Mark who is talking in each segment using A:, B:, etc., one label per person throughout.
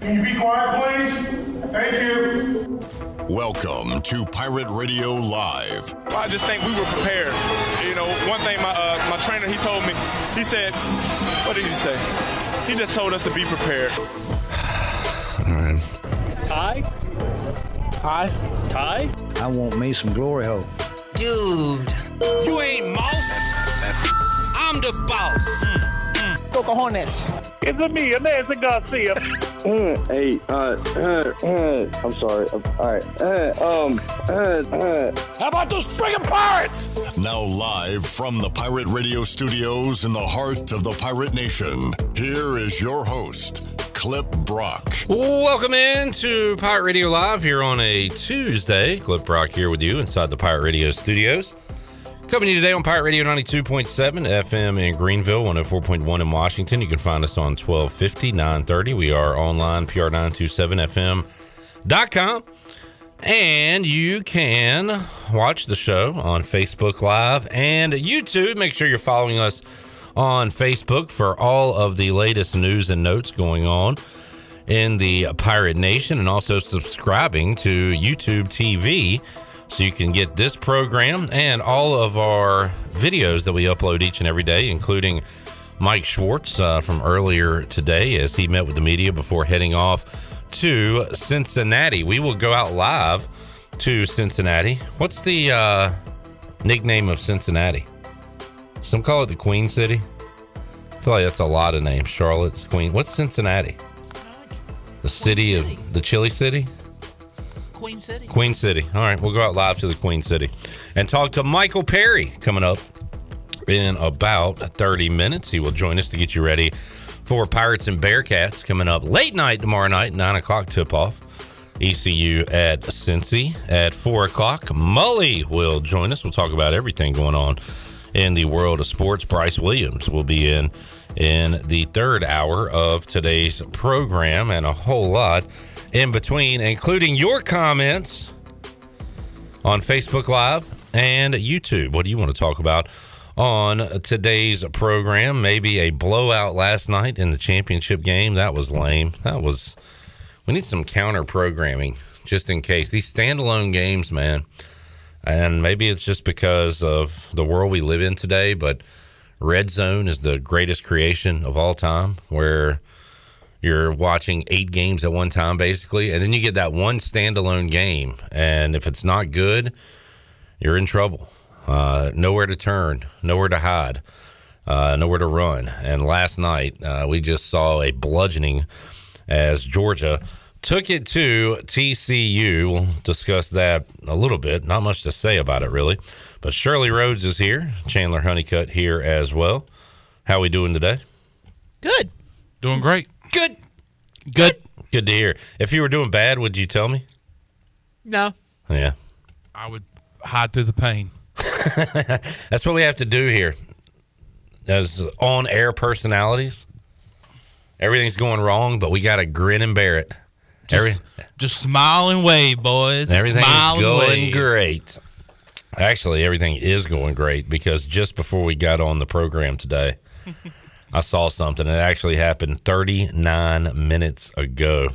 A: Can you be quiet, please? Thank you.
B: Welcome to Pirate Radio Live.
C: I just think we were prepared. You know, one thing my uh, my trainer he told me, he said, what did he say? He just told us to be prepared.
B: All right.
D: Tie?
C: Hi.
D: Tie?
E: I want me some glory hole.
F: Dude, you ain't mouse. I'm the boss.
G: Pocahontas.
D: It's a me, Amazing Garcia.
H: Hey, uh, uh, uh, I'm sorry. Um, all right. Uh, um, uh, uh.
F: How about those friggin' pirates?
B: Now, live from the Pirate Radio studios in the heart of the Pirate Nation, here is your host, Clip Brock.
I: Welcome in to Pirate Radio Live here on a Tuesday. Clip Rock here with you inside the Pirate Radio studios. Coming to you today on Pirate Radio 92.7 FM in Greenville, 104.1 in Washington. You can find us on 1250, 930. We are online, pr927fm.com. And you can watch the show on Facebook Live and YouTube. Make sure you're following us on Facebook for all of the latest news and notes going on in the Pirate Nation and also subscribing to YouTube TV so you can get this program and all of our videos that we upload each and every day, including Mike Schwartz uh, from earlier today as he met with the media before heading off to Cincinnati. We will go out live to Cincinnati. What's the uh, nickname of Cincinnati? Some call it the Queen City. I feel like that's a lot of names. Charlotte's Queen. What's Cincinnati? The city
F: City.
I: of the Chili City?
F: Queen City.
I: Queen City. All right, we'll go out live to the Queen City and talk to Michael Perry coming up in about 30 minutes. He will join us to get you ready for Pirates and Bearcats coming up late night tomorrow night, 9 o'clock tip off. ECU at Cincy at 4 o'clock. Mully will join us. We'll talk about everything going on in the world of sports. Bryce Williams will be in in the third hour of today's program and a whole lot in between, including your comments on Facebook Live and YouTube. What do you want to talk about on today's program? Maybe a blowout last night in the championship game. That was lame. That was. We need some counter programming just in case. These standalone games, man. And maybe it's just because of the world we live in today, but Red Zone is the greatest creation of all time where you're watching eight games at one time basically and then you get that one standalone game and if it's not good you're in trouble uh, nowhere to turn nowhere to hide uh, nowhere to run and last night uh, we just saw a bludgeoning as georgia took it to tcu we'll discuss that a little bit not much to say about it really but shirley rhodes is here chandler honeycutt here as well how we doing today
G: Good.
J: Doing great.
G: Good.
J: Good.
I: Good to hear. If you were doing bad, would you tell me?
G: No.
I: Yeah.
J: I would hide through the pain.
I: That's what we have to do here as on air personalities. Everything's going wrong, but we got to grin and bear it. Every,
J: Just, just smile and wave, boys.
I: everything's
J: smile and
I: going
J: wave.
I: great. Actually, everything is going great because just before we got on the program today, I saw something. It actually happened 39 minutes ago.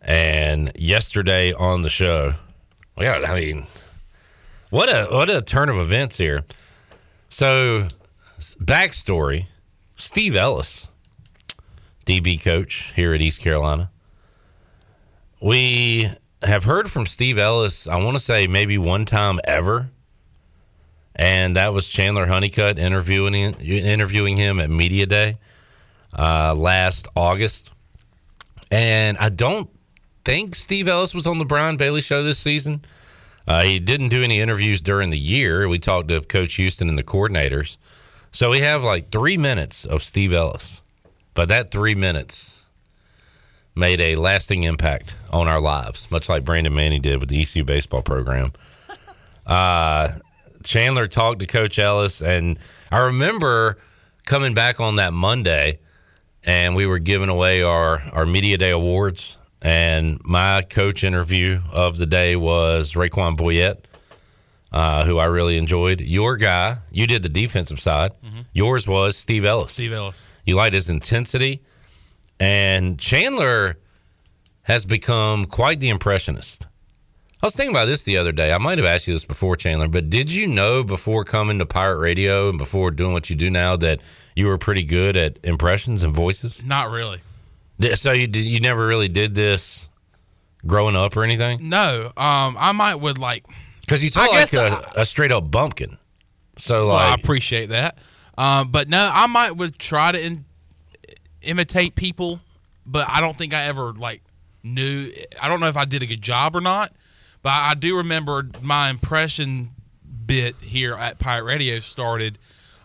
I: And yesterday on the show, yeah, I mean, what a what a turn of events here. So, s- backstory: Steve Ellis, DB coach here at East Carolina. We have heard from Steve Ellis. I want to say maybe one time ever, and that was Chandler Honeycutt interviewing interviewing him at media day uh, last August. And I don't think Steve Ellis was on the Brian Bailey show this season. Uh, he didn't do any interviews during the year. We talked to Coach Houston and the coordinators. So we have like three minutes of Steve Ellis, but that three minutes made a lasting impact on our lives, much like Brandon Manning did with the ECU baseball program. Uh, Chandler talked to Coach Ellis, and I remember coming back on that Monday, and we were giving away our our media day awards. And my coach interview of the day was Raquan Boyette, uh, who I really enjoyed. Your guy, you did the defensive side. Yours was Mm-hmm. Steve Ellis.
J: Steve Ellis.
I: You liked his intensity And Chandler has become quite the impressionist. I was thinking about this the other day. I might have asked you this before, Chandler, but did you know before coming to Pirate Radio and before doing what you do now that you were pretty good at impressions and voices?
J: Not really.
I: Di- So you did, you never really did this growing up or anything?
J: No. Um, I might would like.
I: Because you talk
J: I
I: like
J: guess
I: a, a straight up bumpkin. So
J: Well, I
I: like,
J: appreciate that. Um, but no, I might would try to in, imitate people, but I don't think I ever like knew. I don't know if I did a good job or not, but I do remember my impression bit here at Pirate Radio started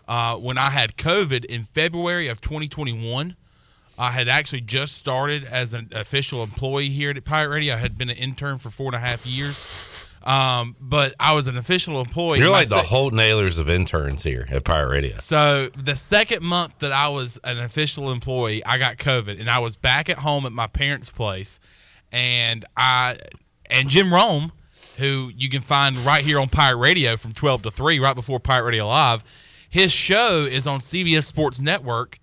J: uh, when I had COVID in February of 2021. I had actually just started as an official employee here at Pirate Radio. I had been an intern for four and a half years, um, but I was an official employee.
I: you're
J: My
I: like the
J: sec-
I: whole nailers of interns here at Pirate Radio.
J: so the second month that I was an official employee, I got COVID, and I was back at home at my parents' place, and I and Jim Rome, who you can find right here on Pirate Radio from twelve to three, right before Pirate Radio Live. His show is on CBS Sports Network,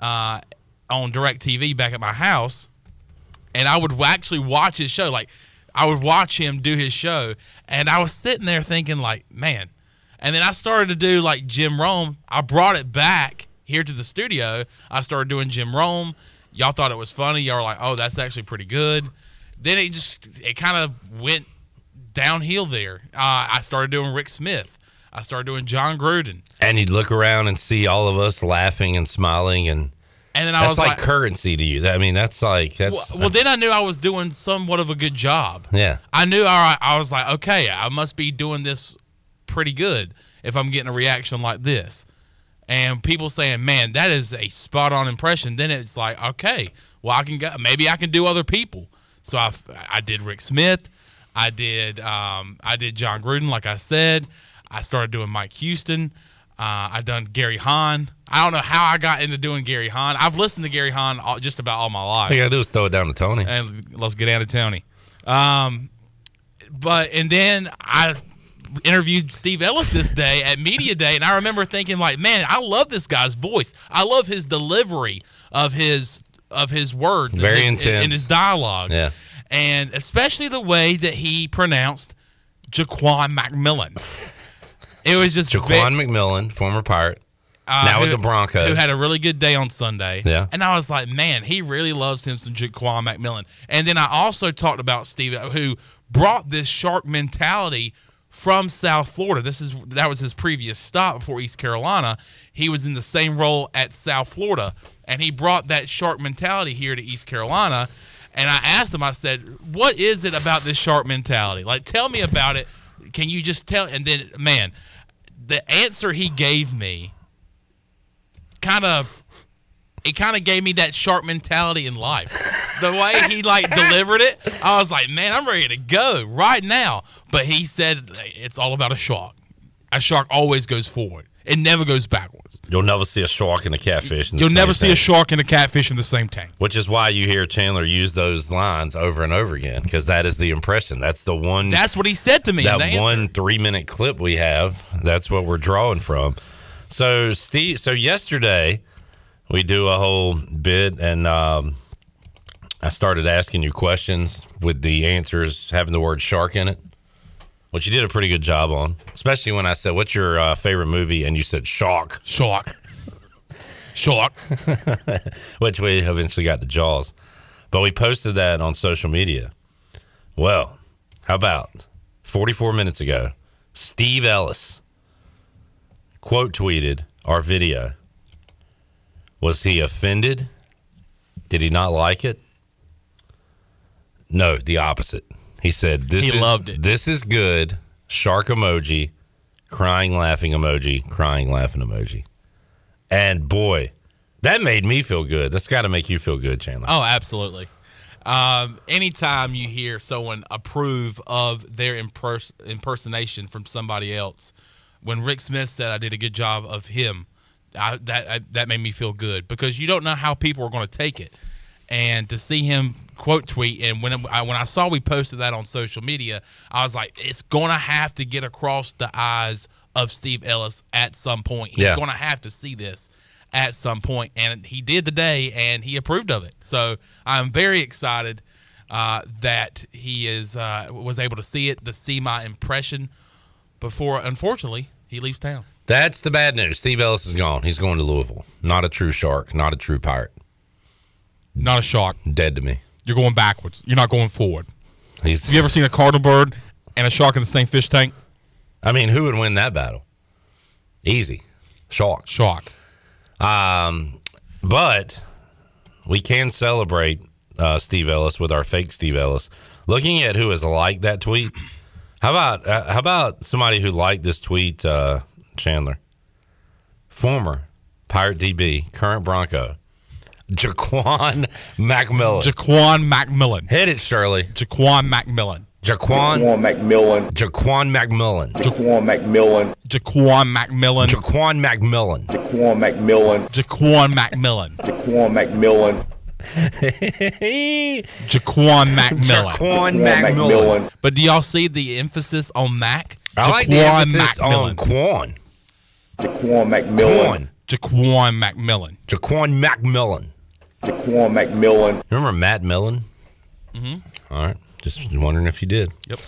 J: uh, on Directv back at my house, and I would wa- actually watch his show. Like I would watch him do his show, and I was sitting there thinking, like, man. And then I started to do like Jim Rome. I brought it back here to the studio. I started doing Jim Rome. Y'all thought it was funny. Y'all were like, oh, that's actually pretty good. Then it just it kind of went downhill there. Uh, I started doing Rick Smith. I started doing John Gruden.
I: And you'd look around and see all of us laughing and smiling and
J: And then I
I: that's
J: was
I: like,
J: like,
I: currency to you. That- I mean, that's like that's,
J: well, well, then I knew I was doing somewhat of a good job.
I: yeah.
J: I knew all right. I was like, okay, I must be doing this pretty good if I'm getting a reaction like this. And people saying, man, that is a spot on impression. Then it's like, okay, well, I can go, maybe I can do other people. So I, I did Rick Smith. I did, um, I did John Gruden, like I said. I started doing Mike Houston. Uh, I done Gary Hahn. I don't know how I got into doing Gary Hahn. I've listened to Gary Hahn all, just about all my life
I: All you gotta do is throw it down to Tony.
J: and let's get down to Tony. Um, but and then I interviewed Steve Ellis this day at media day, and I remember thinking like, man, I love this guy's voice. I love his delivery of his of his words, and
I: Very
J: his-
I: intense.
J: and his dialogue,
I: Yeah.
J: and especially the way that he pronounced Jaquan McMillan. It was just ve-
I: Jaquan McMillan, former pirate,
J: uh,
I: now with
J: who-
I: the Broncos.
J: who had a really good day on Sunday.
I: Yeah.
J: And I was like, man, he really loves him some Jaquan McMillan. And then I also talked about Steve, who brought this shark mentality from South Florida. This is that was his previous stop before East Carolina. He was in the same role at South Florida, and he brought that shark mentality here to East Carolina. And I asked him, I said, "What is it about this shark mentality? Like, tell me about it. Can you just tell?" And then, man, the answer he gave me kind of it kind of gave me that sharp mentality in life. The way he like delivered it, I was like, man, I'm ready to go right now. But he said it's all about a shark. A shark always goes forward. It never goes backwards.
I: You'll never see a shark and a catfish. In the
J: You'll
I: same
J: never see a
I: tank,
J: shark and a catfish in the same tank.
I: Which is why you hear Chandler use those lines over and over again, because that is the impression. That's the one.
J: That's what he said to me. in
I: Mm. that
J: the answer.
I: one three minute clip we have. That's what we're drawing from. So Steve, so yesterday we do a whole bit, and um, I started asking you questions with the answers having the word shark in it, which you did a pretty good job on, especially when I said, "What's your uh, favorite movie?" and you said "Shark,"
J: shark. Shark.
I: which we eventually got to Jaws, but we posted that on social media. Well, how about 44 minutes ago, Steve Ellis quote tweeted our video. Was he offended? Did he not like it? No, the opposite. He said this
J: He
I: is-
J: loved it.
I: This is good. Shark emoji, crying laughing emoji, crying laughing emoji. And boy, that made me feel good. That's got to make you feel good, Chandler.
J: Oh, absolutely. Um, anytime you hear someone approve of their impers- impersonation from somebody else, when Rick Smith said I did a good job of him, I, that I, that made me feel good because you don't know how people are going to take it. And to see him quote tweet, and when I, when I saw we posted that on social media, I was like, it's going to have to get across the eyes of Steve Ellis at some point. He's
I: Yeah.
J: going to have to see this at some point, and he did today, and he approved of it. So I'm very excited uh, that he is uh, was able to see it, to see my impression before, unfortunately, he leaves town.
I: That's the bad news. Steve Ellis is gone. He's going to Louisville. Not a true shark. Not a true pirate.
J: Not a shark.
I: Dead to me.
J: You're going backwards. You're not going forward.
I: He's.
J: Have you ever seen a cardinal bird and a shark in the same fish tank?
I: I mean, who would win that battle? Easy. Shark.
J: Shark.
I: Um, but we can celebrate uh, Steve Ellis with our fake Steve Ellis. Looking at who has liked that tweet, how about uh, how about somebody who liked this tweet, uh, Chandler, former Pirate DB, current Bronco, Jaquan McMillan.
J: Jaquan McMillan.
I: Hit it, Shirley.
J: Jaquan McMillan.
I: Jaquan
K: McMillan.
I: Jaquan McMillan.
K: Jaquan McMillan.
J: Jaquan McMillan.
I: Jaquan McMillan.
K: Jaquan McMillan.
J: Jaquan McMillan.
K: Jaquan McMillan.
J: Jaquan McMillan.
I: Jaquan McMillan.
K: McMillan.
J: But do y'all see the emphasis on Mac?
I: I like the
J: Jaquan
I: emphasis on
J: McMillan.
I: Quan.
K: Jaquan McMillan.
I: Quan.
J: Jaquan McMillan.
I: Jaquan McMillan.
K: Jaquan McMillan.
I: Remember Matt Millen? Mm-hmm. right. Just wondering if you did.
J: Yep.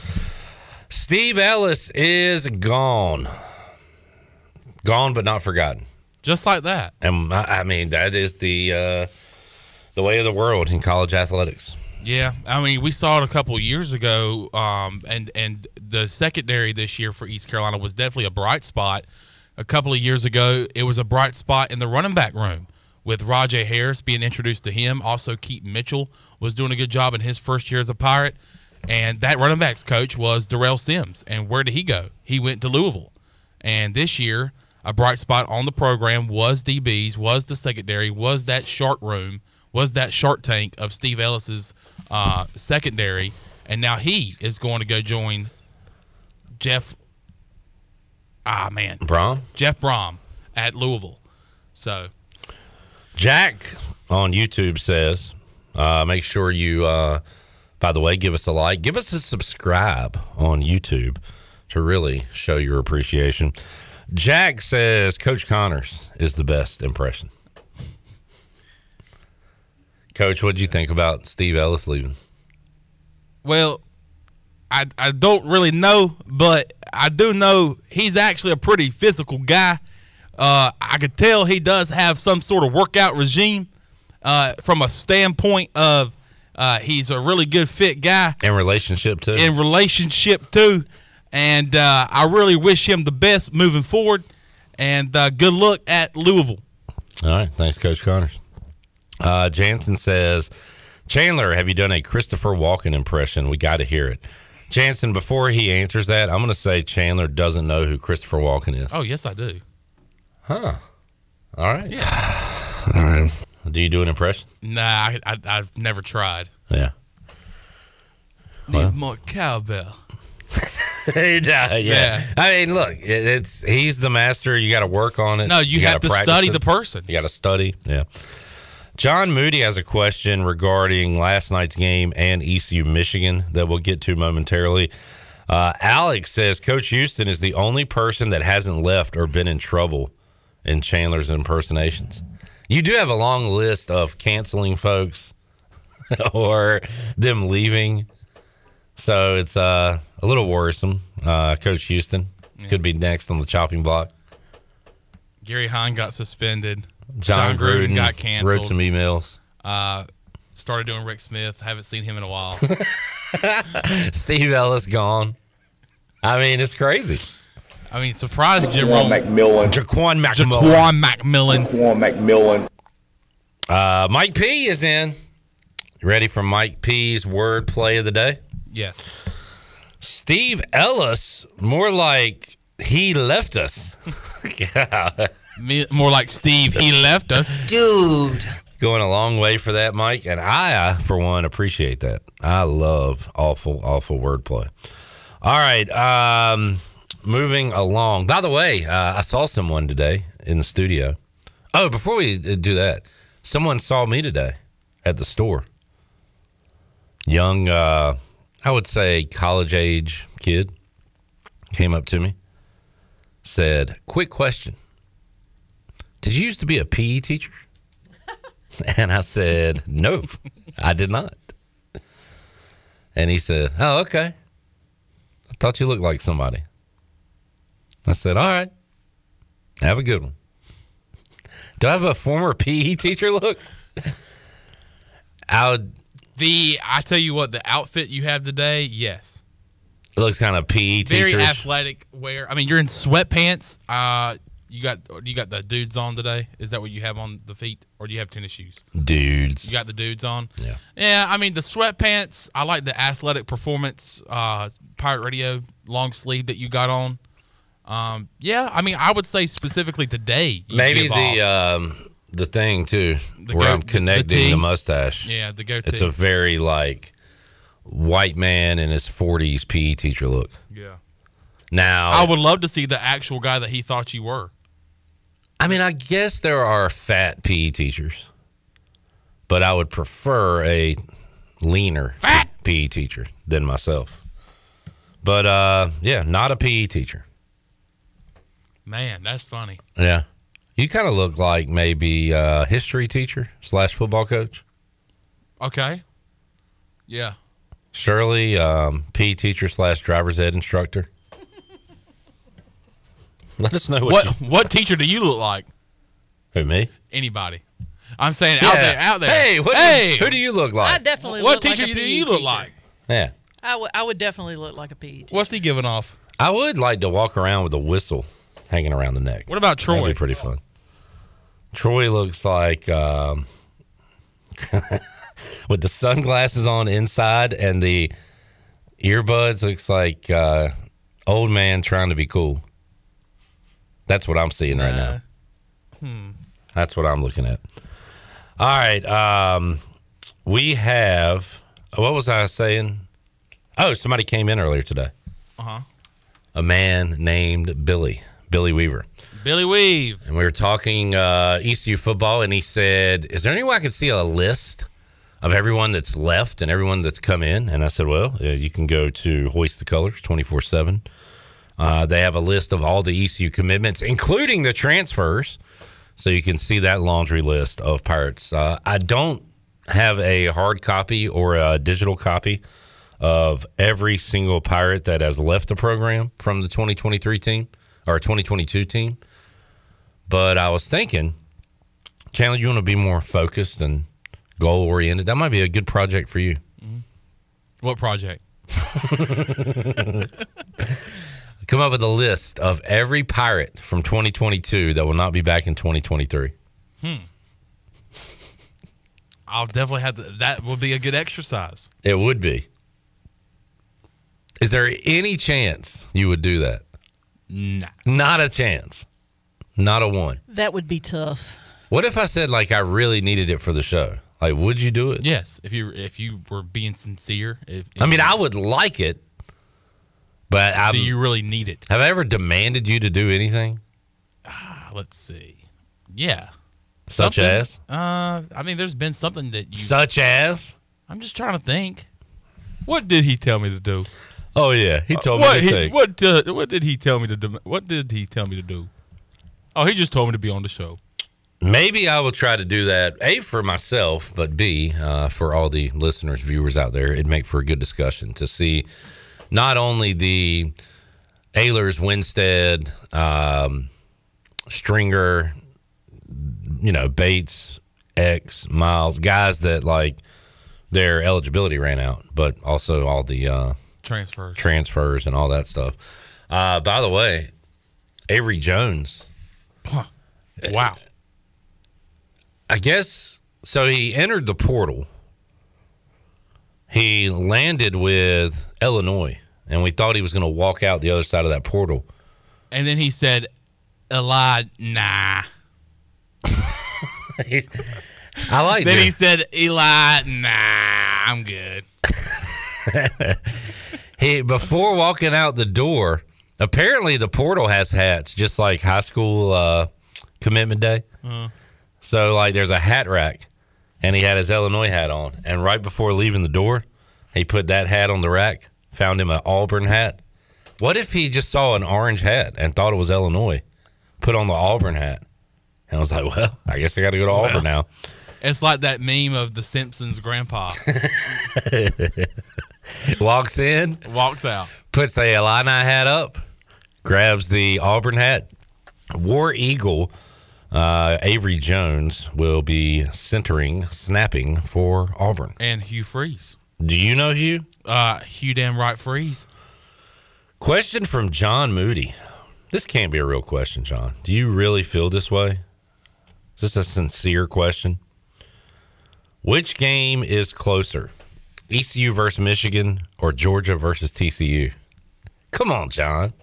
I: Steve Ellis is gone. Gone but not forgotten.
J: Just like that.
I: And I, I mean that is the uh the way of the world in college athletics.
J: Yeah, I mean, we saw it a couple years ago, um, and and the secondary this year for East Carolina was definitely a bright spot. A couple of years ago, it was a bright spot in the running back room with Rajay Harris being introduced to him. Also, Keaton Mitchell was doing a good job in his first year as a Pirate, and that running backs coach was Darrell Sims. And where did he go? He went to Louisville. And this year, a bright spot on the program was DBs, was the secondary, was that shark room, was that shark tank of Steve Ellis's uh, secondary. And now he is going to go join Jeff. Ah, man.
I: Brom?
J: Jeff Brom at Louisville. So,
I: Jack on YouTube says, uh, make sure you, uh, by the way, give us a like, give us a subscribe on YouTube to really show your appreciation. Jack says, Coach Connors is the best impression. Coach, what do you think about Steve Ellis leaving?
J: well, I, I don't really know, but I do know he's actually a pretty physical guy. Uh, I could tell he does have some sort of workout regime uh, from a standpoint of uh, he's a really good fit guy
I: In relationship to
J: in relationship too, and uh, I really wish him the best moving forward. And uh, good luck at Louisville.
I: All right. Thanks, Coach Connors. Uh, Jansen says, Chandler, have you done a Christopher Walken impression? We got to hear it. Jansen, before he answers that, I'm going to say Chandler doesn't know who Christopher Walken is.
J: Oh yes, I do.
I: All right. All right. Do you do an impression?
J: Nah, I, I, I've never tried.
I: Yeah.
J: Need more cowbell.
I: yeah,
J: Yeah.
I: I mean, look, it, it's he's the master. You got to work on it.
J: No, you, have
I: gotta
J: to
I: practice
J: study
I: it.
J: the person.
I: You got to study. Yeah. John Moody has a question regarding last night's game and ECU Michigan that we'll get to momentarily. Uh, Alex says Coach Houston is the only person that hasn't left or been in trouble in Chandler's impersonations. You do have a long list of canceling folks or them leaving. So it's uh, a little worrisome. Uh, Coach Houston could be next on the chopping block.
J: Gary Hahn got suspended.
I: John, Gruden,
J: got
I: Wrote some
J: canceled.
I: emails.
J: Uh, started doing Rick Smith. Haven't seen him in a while.
I: Steve Ellis gone. I mean, it's crazy.
J: I mean, surprised Jim
K: Jaquan
J: Rome.
K: McMillan.
I: Jaquan McMullen.
J: Jaquan McMillan.
K: Jaquan McMillan.
I: Uh, Mike P is in. Ready for Mike P's word play of the day?
J: Yeah.
I: Steve Ellis, more like he left us. Yeah.
J: Me, more like Steve. He left us.
F: Dude.
I: Going a long way for that, Mike. And I, uh, for one, appreciate that. I love awful, awful wordplay. All right. Um, moving along. By the way, uh, I saw someone today in the studio. Oh, before we uh, do that, someone saw me today at the store. Young, uh, I would say college age kid came up to me, said, Quick question. Did you used to be a PE teacher? and I said, No, I did not. And he said, Oh, okay. I thought you looked like somebody. I said, All right. Have a good one. Do I have a former PE teacher look? I would,
J: The I tell you what, the outfit you have today, yes,
I: it looks kind of E PE
J: very
I: teachers.
J: athletic wear. I mean, you're in sweatpants. Uh, you got you got the dudes on today. Is that what you have on the feet, or do you have tennis shoes?
I: Dudes.
J: You got the dudes on. Yeah. Yeah, I mean the sweatpants. I like the athletic performance uh, pirate radio long sleeve that you got on. Um, yeah, I mean I would say specifically today. you
I: Maybe
J: give
I: the
J: off-
I: um, the thing too,
J: The
I: where
J: goat-
I: I'm
J: the- the
I: connecting the,
J: tee.
I: mustache.
J: Yeah, the goatee.
I: It's a very like white man in his 40s PE teacher look.
J: yeah.
I: Now,
J: I would love to see the actual guy that he thought you were.
I: I mean, I guess there are fat PE teachers, but I would prefer a leaner fat PE E teacher than myself. But uh, yeah, not a PE teacher.
J: Man, that's funny.
I: Yeah, you kind of look like maybe uh, history teacher slash football coach.
J: Okay. Yeah.
I: Shirley, um, PE teacher slash driver's ed instructor. Let us know what,
J: What what teacher do you look like?
I: who me.
J: Anybody. I'm saying out
I: Yeah.
J: there, out there.
I: Hey, what do you-
J: hey,
I: who do you look like?
G: I definitely
J: What
G: look like
J: teacher
G: a
J: do
G: PE
J: you look
G: teacher.
J: like?
I: Yeah,
G: I would I would definitely look like a PE teacher.
J: What's he giving off?
I: I would like to walk around with a whistle hanging around the neck.
J: What about
I: That'd
J: Troy?
I: be pretty fun. Troy looks like um, with the sunglasses on inside and the earbuds. Looks like uh, old man trying to be cool. That's what I'm seeing right now.
C: Hmm.
I: That's what I'm looking at. All right. Um, we have, what was I saying? Oh, somebody came in earlier today.
J: Uh huh.
I: A man named Billy, Billy Weaver.
J: Billy Weave.
I: And we were talking uh, ECU football, and he said, Is there any way I could see a list of everyone that's left and everyone that's come in? And I said, Well, uh, you can go to Hoist the Colors 24 uh, 7. Uh, They have a list of all the ECU commitments, including the transfers. So you can see that laundry list of Pirates. Uh, I don't have a hard copy or a digital copy of every single Pirate that has left the program from the 2023 team or 2022 team. But I was thinking, Chandler, you want to be more focused and goal oriented. That might be a good project for you.
J: What project?
I: Come up with a list of every pirate from 2022 that will not be back in 2023.
J: I'll definitely have to, that would be a good exercise.
I: It would be. Is there any chance you would do that?
J: Nah.
I: Not a chance. Not a one.
G: That would be tough.
I: What if I said like I really needed it for the show? Like, would you do it?
J: Yes, if you if you were being sincere, if,
I: I mean, I would like it, but I'm,
J: do you really need it?
I: have I ever demanded you to do anything
J: Ah, Let's see. Yeah.
I: such
J: Something-
I: as?
J: Uh, I mean, there's been something that you.
I: such as
J: I'm just trying to think. What did he tell me to do?
I: oh yeah he told
J: Uh, what
I: me
J: he,
I: to think.
J: what uh, what did he tell me to do? What did he tell me to do? Oh, he just told me to be on the show.
I: maybe i will try to do that a for myself but b uh, for all the listeners viewers out there it'd make for a good discussion to see not only the Ayler's Winstead, um, Stringer, you know, Bates, X, Miles, guys that like their eligibility ran out, but also all the uh,
J: Transfers.
I: transfers and all that stuff. Uh, by the way, Avery Jones.
J: Wow.
I: I guess so. He entered the portal. He landed with Illinois, and we thought he was going to walk out the other side of that portal.
J: And then he said, "Eli, nah."
I: I like
J: Then
I: that.
J: he said, "Eli, nah, I'm good."
I: He before walking out the door, apparently the portal has hats, just like high school uh, commitment day. So like, there's a hat rack, and he had his Illinois hat on. And right before leaving the door, he put that hat on the rack. Found him an Auburn hat. What if he just saw an orange hat and thought it was Illinois? Put on the Auburn hat And I was like, well, I guess I got to go to Auburn now.
J: It's like that meme of the Simpsons grandpa
I: Walks in,
J: walks out.
I: puts the Illini hat up, grabs the Auburn hat. War Eagle uh, Avery Jones will be centering, snapping for Auburn.
J: And Hugh Freeze.
I: Do you know Hugh?
J: Uh, Hugh damn right Freeze.
I: Question from John Moody. This can't be a real question, John. Do you really feel this way? Is this a sincere question? Which game is closer? ECU versus Michigan or Georgia versus TCU? Come on, John.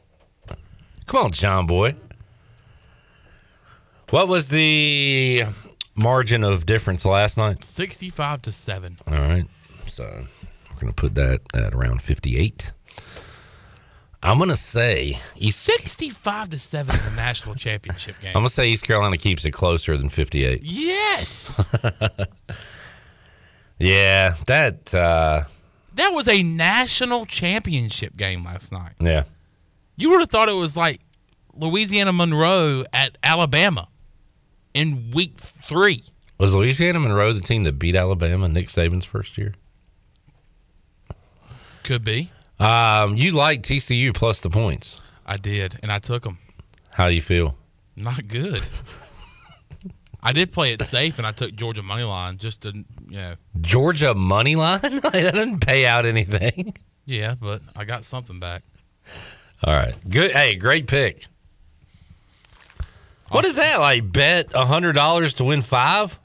I: Come on, John boy. What was the margin of difference last night?
J: 65 to 7.
I: All right. So we're going to put that at around 58. I'm going to say East,
J: 65 to 7 is the national championship game.
I: I'm going to say East Carolina keeps it closer than 58.
J: yes.
I: Yeah, that uh
J: That was a national championship game last night.
I: yeah.
J: You would have thought it was like Louisiana Monroe at Alabama in week three.
I: Was Louisiana Monroe the team that beat Alabama Nick Saban's first year?
J: Could be.
I: Um you like TCU plus the points.
J: I did, and I took them.
I: How do you feel?
J: Not good. I did play it safe, and I took Georgia money line just to, you know,
I: Georgia money line? that didn't pay out anything.
J: yeah, but I got something back.
I: All right. Good. Hey, great pick. What is that? Like bet a hundred dollars to win five?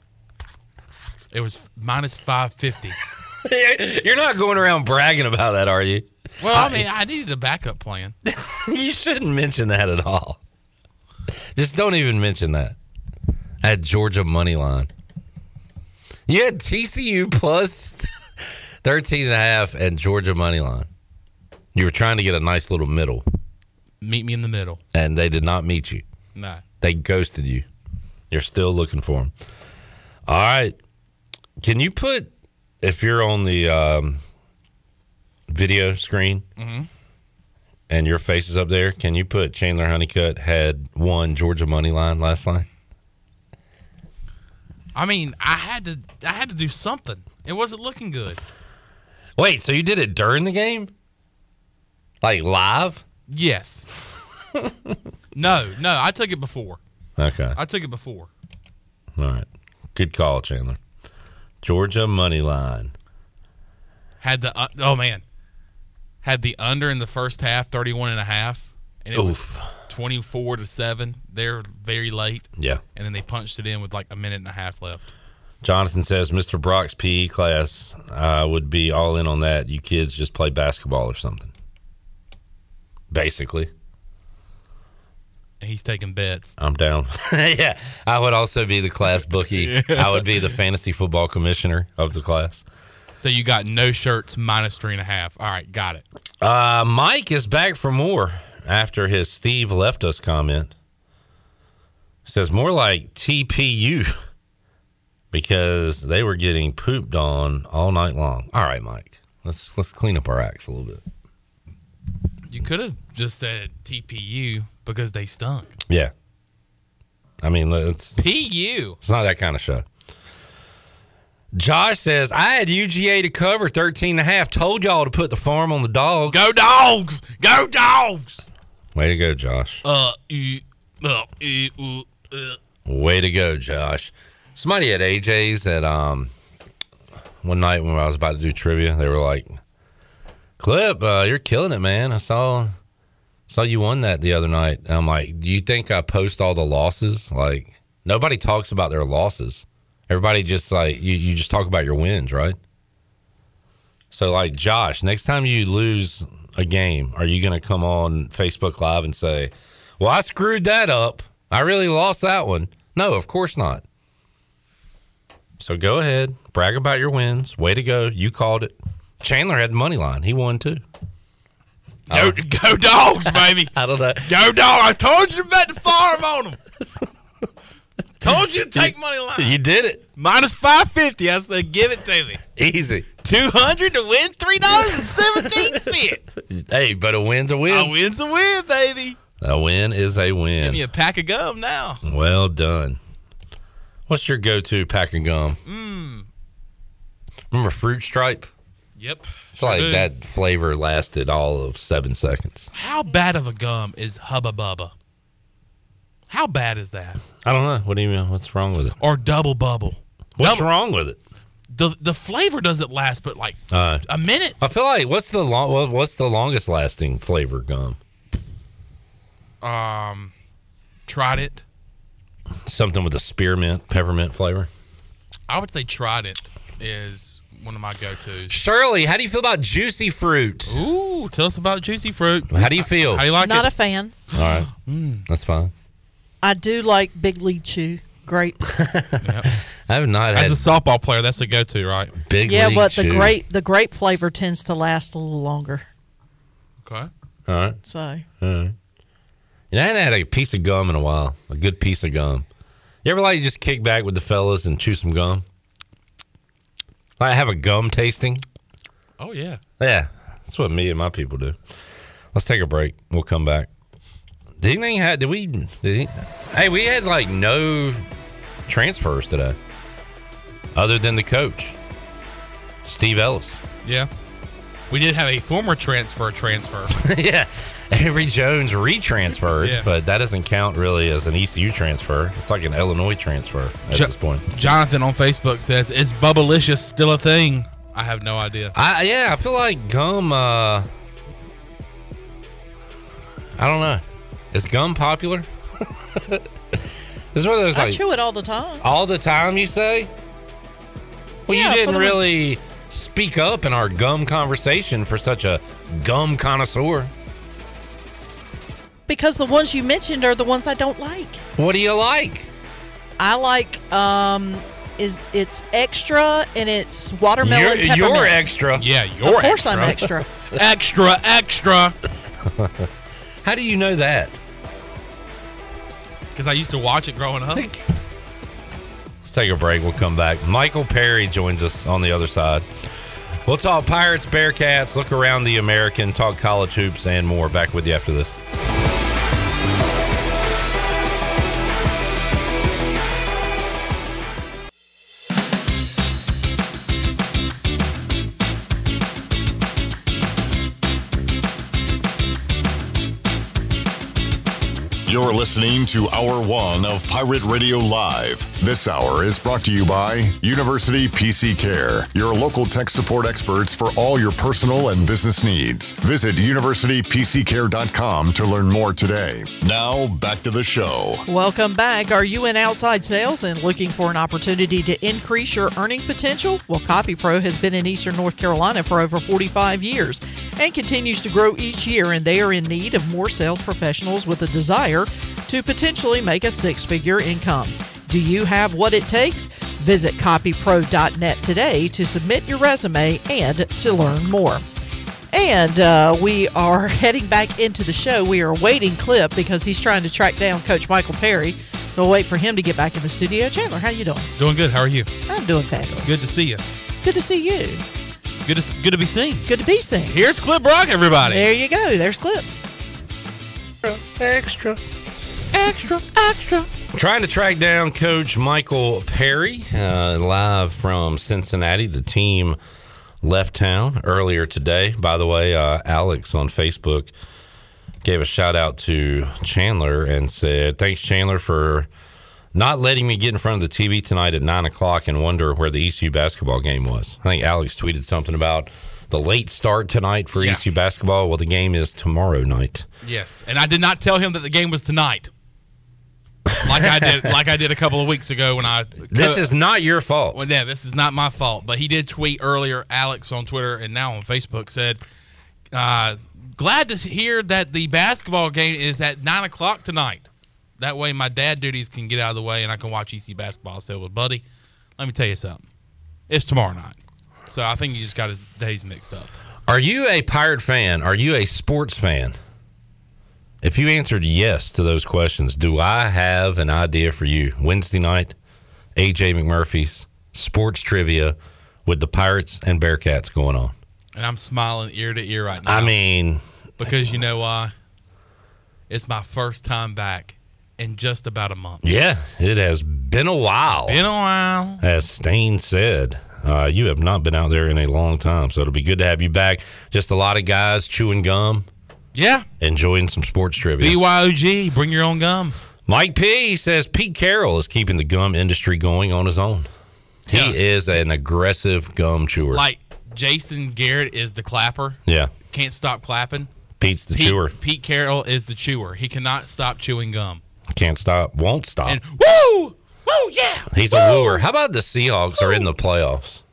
J: It was minus five fifty.
I: You're not going around bragging about that, are you?
J: Well, I mean, I needed a backup plan.
I: You shouldn't mention that at all. Just don't even mention that. I had Georgia money line. You had TCU plus 13 and a half and Georgia money line. You were trying to get a nice little middle,
J: Meet me in the middle.
I: and they did not meet you.
J: No,
I: They ghosted you. You're still looking for them. All right. Can you put if you're on the um, video screen
F: Mm-hmm.
J: Mm-hmm.
I: and your face is up there? Can you put Chandler Honeycutt had won Georgia money line last night?
J: I mean, I had to, I had to do something. It wasn't looking good.
I: Wait, so you did it during the game, like live?
J: Yes. no, no, I took it before.
I: Okay.
J: I took it before.
I: All right. Good call, Chandler. Georgia money line.
J: Had the uh, oh man, had the under in the first half, 31 and a half, and it
I: Oof.
J: was 24 to 7. They're very late
I: Yeah.
J: and then they punched it in with like a minute and a half left.
I: Jonathan says Mr. Brock's PE class uh, would be all in on that. You kids just play basketball or something. Basically,
J: And he's taking bets.
I: I'm down. yeah, I would also be the class bookie. I would be the fantasy football commissioner of the class.
J: So you got no shirts minus three and a half. All right, got it.
I: Uh, Mike is back for more after his Steve left us comment. Says more like TPU because they were getting pooped on all night long. All right, Mike, let's let's clean up our acts a little bit.
J: You could have just said TPU because they stunk.
I: Yeah. I mean, it's
J: PU.
I: it's not that kind of show. Josh says, I had UGA to cover 13 and a half. Told y'all to put the farm on the dog.
J: Go dogs. Go dogs.
I: Way to go, Josh.
J: Uh, you, uh, you, uh, uh.
I: Way to go, Josh. Somebody at AJ's at um one night when I was about to do trivia, they were like, Clip, uh, you're killing it, man. I saw saw you won that the other night. And I'm like, Do you think I post all the losses? Like nobody talks about their losses. Everybody just like you, you just talk about your wins, right? So like Josh, next time you lose a game, are you gonna come on Facebook Live and say, Well, I screwed that up. I really lost that one. No, of course not. So go ahead, brag about your wins. Way to go. You called it. Chandler had the money line. He won too. Uh,
J: Go, go dogs, baby.
I: I don't know.
J: Go dogs. I told you to bet the farm on them. told you to take money line.
I: You did it.
J: Minus 550. I said, give it to me.
I: Easy.
J: 200 to win $3.17.
I: Hey, but a win's a
J: A
I: win.
J: win's a win, baby.
I: A win is a
J: Give me
I: win.
J: a pack of gum now.
I: Well done. What's your go-to pack of gum?
J: Mm.
I: Remember Fruit Stripe?
J: Yep.
I: I feel
J: sure
I: like
J: do.
I: that flavor lasted all of seven seconds.
J: How bad of a gum is Hubba Bubba? How bad is that?
I: I don't know. What do you mean? What's wrong with it?
J: Or double bubble?
I: What's wrong with it?
J: The the flavor doesn't last but like
I: Uh,
J: a minute.
I: I feel like what's the long what- what's the longest lasting flavor gum?
J: Um tried it.
I: Something with a spearmint peppermint flavor.
J: I would say tried it is one of my go tos.
I: Shirley, how do you feel about juicy fruit?
J: Ooh, tell us about juicy fruit.
I: How do you feel?
J: How do you like
G: Not
J: it?
G: a fan.
I: All right,
J: Mm.
I: that's fine.
G: I do like Big Leechu. Grape.
I: I have not
J: As
I: had
J: a softball player, that's a go to, right?
I: big.
G: yeah,
I: league
G: but the
I: chew.
G: grape the grape flavor tends to last a little longer.
J: Okay.
I: All right,
G: So
I: all right. You know, I haven't had a piece of gum in a while. A good piece of gum. You ever like to just kick back with the fellas and chew some gum? Like have a gum tasting.
J: Oh yeah.
I: Yeah, that's what me and my people do. Let's take a break. We'll come back. Did anything ha Did we? Did he, hey, we had like no transfers today, other than the coach, Steve Ellis.
J: Yeah. We did have a former transfer transfer.
I: yeah, Avery Jones retransferred,
J: Yeah.
I: but that doesn't count really as an ECU transfer. It's like an Illinois transfer at
J: Jo-
I: this point.
J: Jonathan on Facebook says, "Is Bubblicious still a thing?" I have no idea.
I: I yeah, I feel like gum. uh I don't know. Is gum popular? it's one of those
G: I
I: like
G: chew it all the time.
I: all the time. You say. Well,
G: Yeah,
I: you
G: for
I: didn't
G: the-
I: really speak up in our gum conversation for such a gum connoisseur.
G: Because the ones you mentioned are the ones I don't like.
I: What do you like?
G: I like um is it's extra and it's watermelon
I: You're,
G: peppermint.
I: you're extra.
J: Yeah, you're
G: Of course
J: extra.
G: I'm extra.
J: extra, extra.
I: How do you know that?
J: Because I used to watch it growing up.
I: Let's take a break. We'll come back. Michael Perry joins us on the other side. We'll talk Pirates, Bearcats, look around the American, talk college hoops, and more. Back with you after this.
B: You're listening to Hour One of Pirate Radio Live. This hour is brought to you by University PC Care, your local tech support experts for all your personal and business needs. Visit universitypccare.com to learn more today. Now, back to the show.
G: Welcome back. Are you in outside sales and looking for an opportunity to increase your earning potential? Well, CopyPro has been in Eastern North Carolina for over 45 years and continues to grow each year, and they are in need of more sales professionals with a desire to potentially make a six figure income. Do you have what it takes? Visit copypro.net today to submit your resume and to learn more. And uh, we are heading back into the show. We are awaiting Clip because he's trying to track down Coach Michael Perry. We'll wait for him to get back in the studio. Chandler, how you doing?
J: Doing good. How are you?
G: I'm doing fabulous.
J: Good to see you.
G: Good to see you.
J: Good to good to be seen.
G: Good to be seen.
J: Here's Clip Rock, everybody.
G: There you go. There's Clip.
I: Extra.
J: Extra, extra.
I: Trying to track down Coach Michael Perry uh, live from Cincinnati. The team left town earlier today. By the way, uh, Alex on Facebook gave a shout out to Chandler and said, Thanks, Chandler, for not letting me get in front of the TV tonight at nine o'clock and wonder where the ECU basketball game was. I think Alex tweeted something about the late start tonight for
J: Yeah.
I: ECU basketball. Well, the game is tomorrow night.
J: Yes, and I did not tell him that the game was tonight. Like I did, like I did a couple of weeks ago when I.
I: This is not your fault.
J: Well, yeah, this is not my fault, but he did tweet earlier. Alex on Twitter and now on Facebook said, uh, "Glad to hear that the basketball game is at nine o'clock tonight. That way, my dad duties can get out of the way and I can watch EC basketball." So, well, buddy, let me tell you something. It's tomorrow night, so I think he just got his days mixed up.
I: Are you a pirate fan? Are you a sports fan? If you answered yes to those questions, do I have an idea for you? Wednesday night, AJ McMurphy's sports trivia with the Pirates and Bearcats going on.
J: And I'm smiling ear to ear right now
I: I mean,
J: because you know why? It's my first time back in just about a month.
I: Yeah, it has been a while.
J: Been a while.
I: As Stain said, uh, you have not been out there in a long time, so it'll be good to have you back. Just a lot of guys chewing gum.
J: Yeah.
I: Enjoying some sports trivia.
J: BYOG, bring your own gum.
I: Mike P says Pete Carroll is keeping the gum industry going on his own. He is an aggressive gum chewer.
J: Like Jason Garrett is the clapper.
I: yeah,
J: Can't stop clapping.
I: Pete's the
J: Pete,
I: chewer.
J: Pete Carroll is the chewer. He cannot stop chewing gum.
I: Can't stop, won't stop.
J: And woo! Woo, yeah!
I: He's a lure. How about the Seahawks are in the playoffs?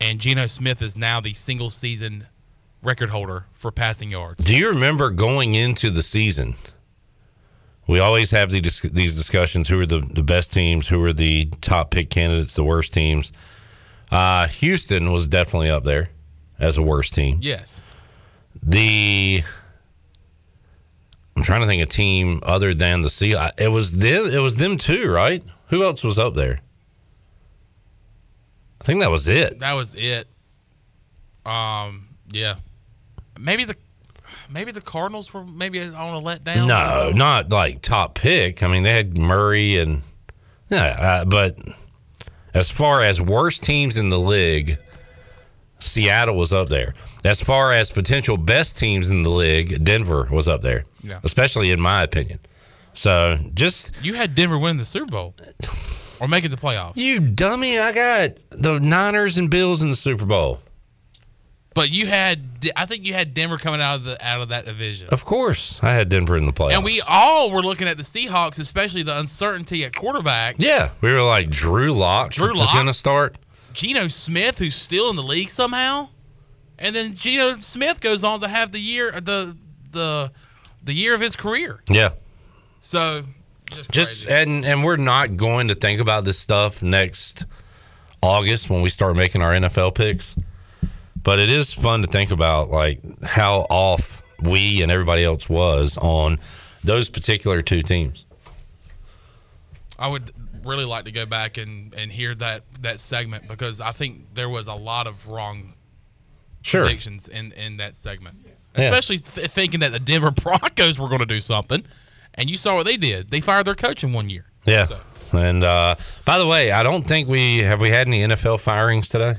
J: And Geno Smith is now the single season record holder for passing yards.
I: Do you remember going into the season? We always have the, dis- these discussions who are the, the best teams, who are the top pick candidates, the worst teams. Uh, Houston was definitely up there as a worst team.
J: Yes.
I: The I'm trying to think of team other than the Sea. It was them. It was them too, right? Who else was up there? I think that was it.
J: That was it. Um, yeah. Maybe the maybe the Cardinals were maybe on a letdown.
I: No, not like top pick. I mean, they had Murray and yeah, uh, but as far as worst teams in the league, Seattle was up there. As far as potential best teams in the league, Denver was up there.
J: Yeah.
I: Especially in my opinion. So just
J: You had Denver win the Super Bowl or making the playoffs.
I: you dummy, I got the Niners and Bills in the Super Bowl.
J: But you had I think you had Denver coming out of the out of that division.
I: Of course, I had Denver in the playoffs.
J: And we all were looking at the Seahawks, especially the uncertainty at quarterback.
I: yeah, we were like Drew Lock.
J: Drew
I: was
J: Lock?
I: going to start.
J: Geno Smith, who's still in the league somehow, and then Geno Smith goes on to have the year the the the year of his career.
I: Yeah,
J: So
I: just and and we're not going to think about this stuff next August when we start making our NFL picks. But it is fun to think about like how off we and everybody else was on those particular two teams.
J: I would really like to go back and and hear that that segment because I think there was a lot of wrong
I: Sure.
J: predictions in in that segment,
I: Yeah.
J: especially th- thinking that the Denver Broncos were going to do something, and you saw what they did. They fired their coach in one year.
I: Yeah. And uh by the way, I don't think we have we had any NFL firings today.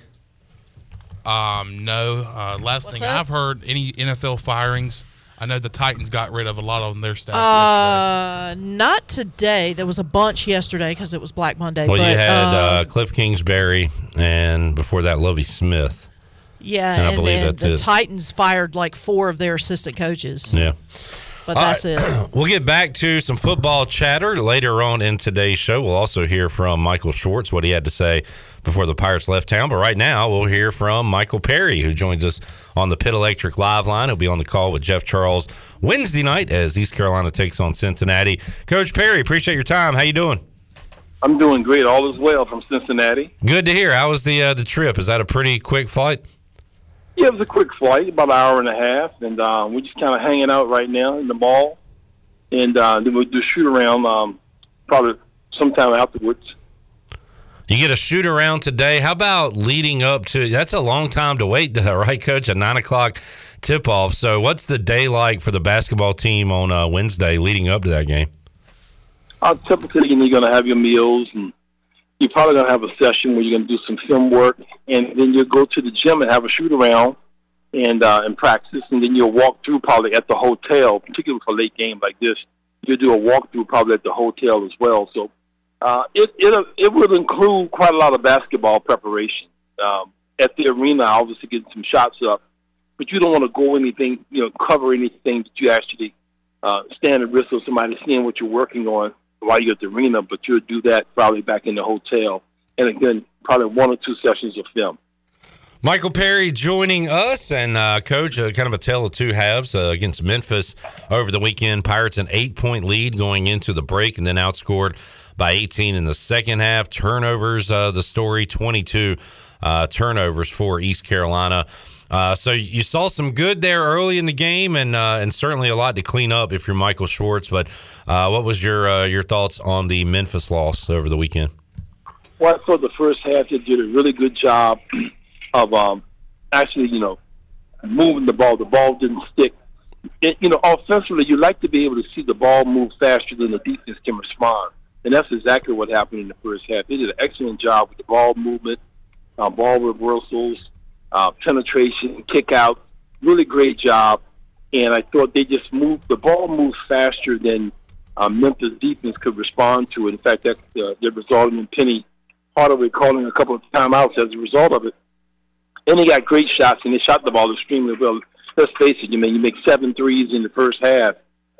J: Um, no. Uh, last thing I've heard, any NFL firings. I know the Titans got rid of a lot on their staff.
G: Uh, not today. There was a bunch yesterday because it was Black Monday.
I: Well,
G: but,
I: you had
G: um,
I: uh, Cliff Kingsbury and before that Lovey Smith.
G: yeah,
I: and I
G: and,
I: believe
G: then
I: that's
G: the
I: it.
G: Titans fired like four of their assistant coaches.
I: Yeah.
G: But
I: All
G: that's
I: right.
G: it.
I: We'll get back to some football chatter later on in today's show. We'll also hear from Michael Schwartz what he had to say before the Pirates left town. But right now, we'll hear from Michael Perry, who joins us on the Pit Electric Live line. He'll be on the call with Jeff Charles Wednesday night as East Carolina takes on Cincinnati. Coach Perry, appreciate your time. How you doing?
L: I'm doing great. All is well from Cincinnati.
I: Good to hear. How was the uh, the trip? Is that a pretty quick flight?
L: Yeah, it was a quick flight, about an hour and a half, and um, we're just kind of hanging out right now in the mall, and uh, then we'll do a shoot around um, probably sometime afterwards.
I: You get a shoot around today. How about leading up to that's a long time to wait, right, coach? A nine o'clock tip off. So, what's the day like for the basketball team on uh, Wednesday leading up to that game?
L: Uh, typically, you're going to have your meals, and you're probably going to have a session where you're going to do some film work, and then you'll go to the gym and have a shoot around and uh, and practice, and then you'll walk through probably at the hotel, particularly for a late game like this. You'll do a walkthrough probably at the hotel as well. So uh, it it it would include quite a lot of basketball preparation um, at the arena. Obviously, getting some shots up, but you don't want to go anything, you know, cover anything that you actually uh, stand at risk of somebody seeing what you're working on while you're at the arena. But you'll do that probably back in the hotel, and again, probably one or two sessions of film.
I: Michael Perry joining us and uh, coach, uh, kind of a tale of two halves uh, against Memphis over the weekend. Pirates an eight point lead going into the break and then outscored by 18 in the second half. Turnovers, uh, the story 22 uh, turnovers for East Carolina. Uh, so you saw some good there early in the game, and uh, and certainly a lot to clean up if you're Michael Schwartz. But uh, what was your uh, your thoughts on the Memphis loss over the weekend?
L: Well, I thought the first half they did a really good job of um, actually, you know, moving the ball. The ball didn't stick. it, you know, offensively, you like to be able to see the ball move faster than the defense can respond, and that's exactly what happened in the first half. They did an excellent job with the ball movement, uh, ball reversals, uh, penetration, kick out. Really great job, and I thought they just moved the ball moved faster than uh, Memphis defense could respond to. it. In fact, that uh, that resulted in Penny Hardaway calling a couple of timeouts as a result of it. And they got great shots, and they shot the ball extremely well. Let's face it, you mean you make seven threes in the first half.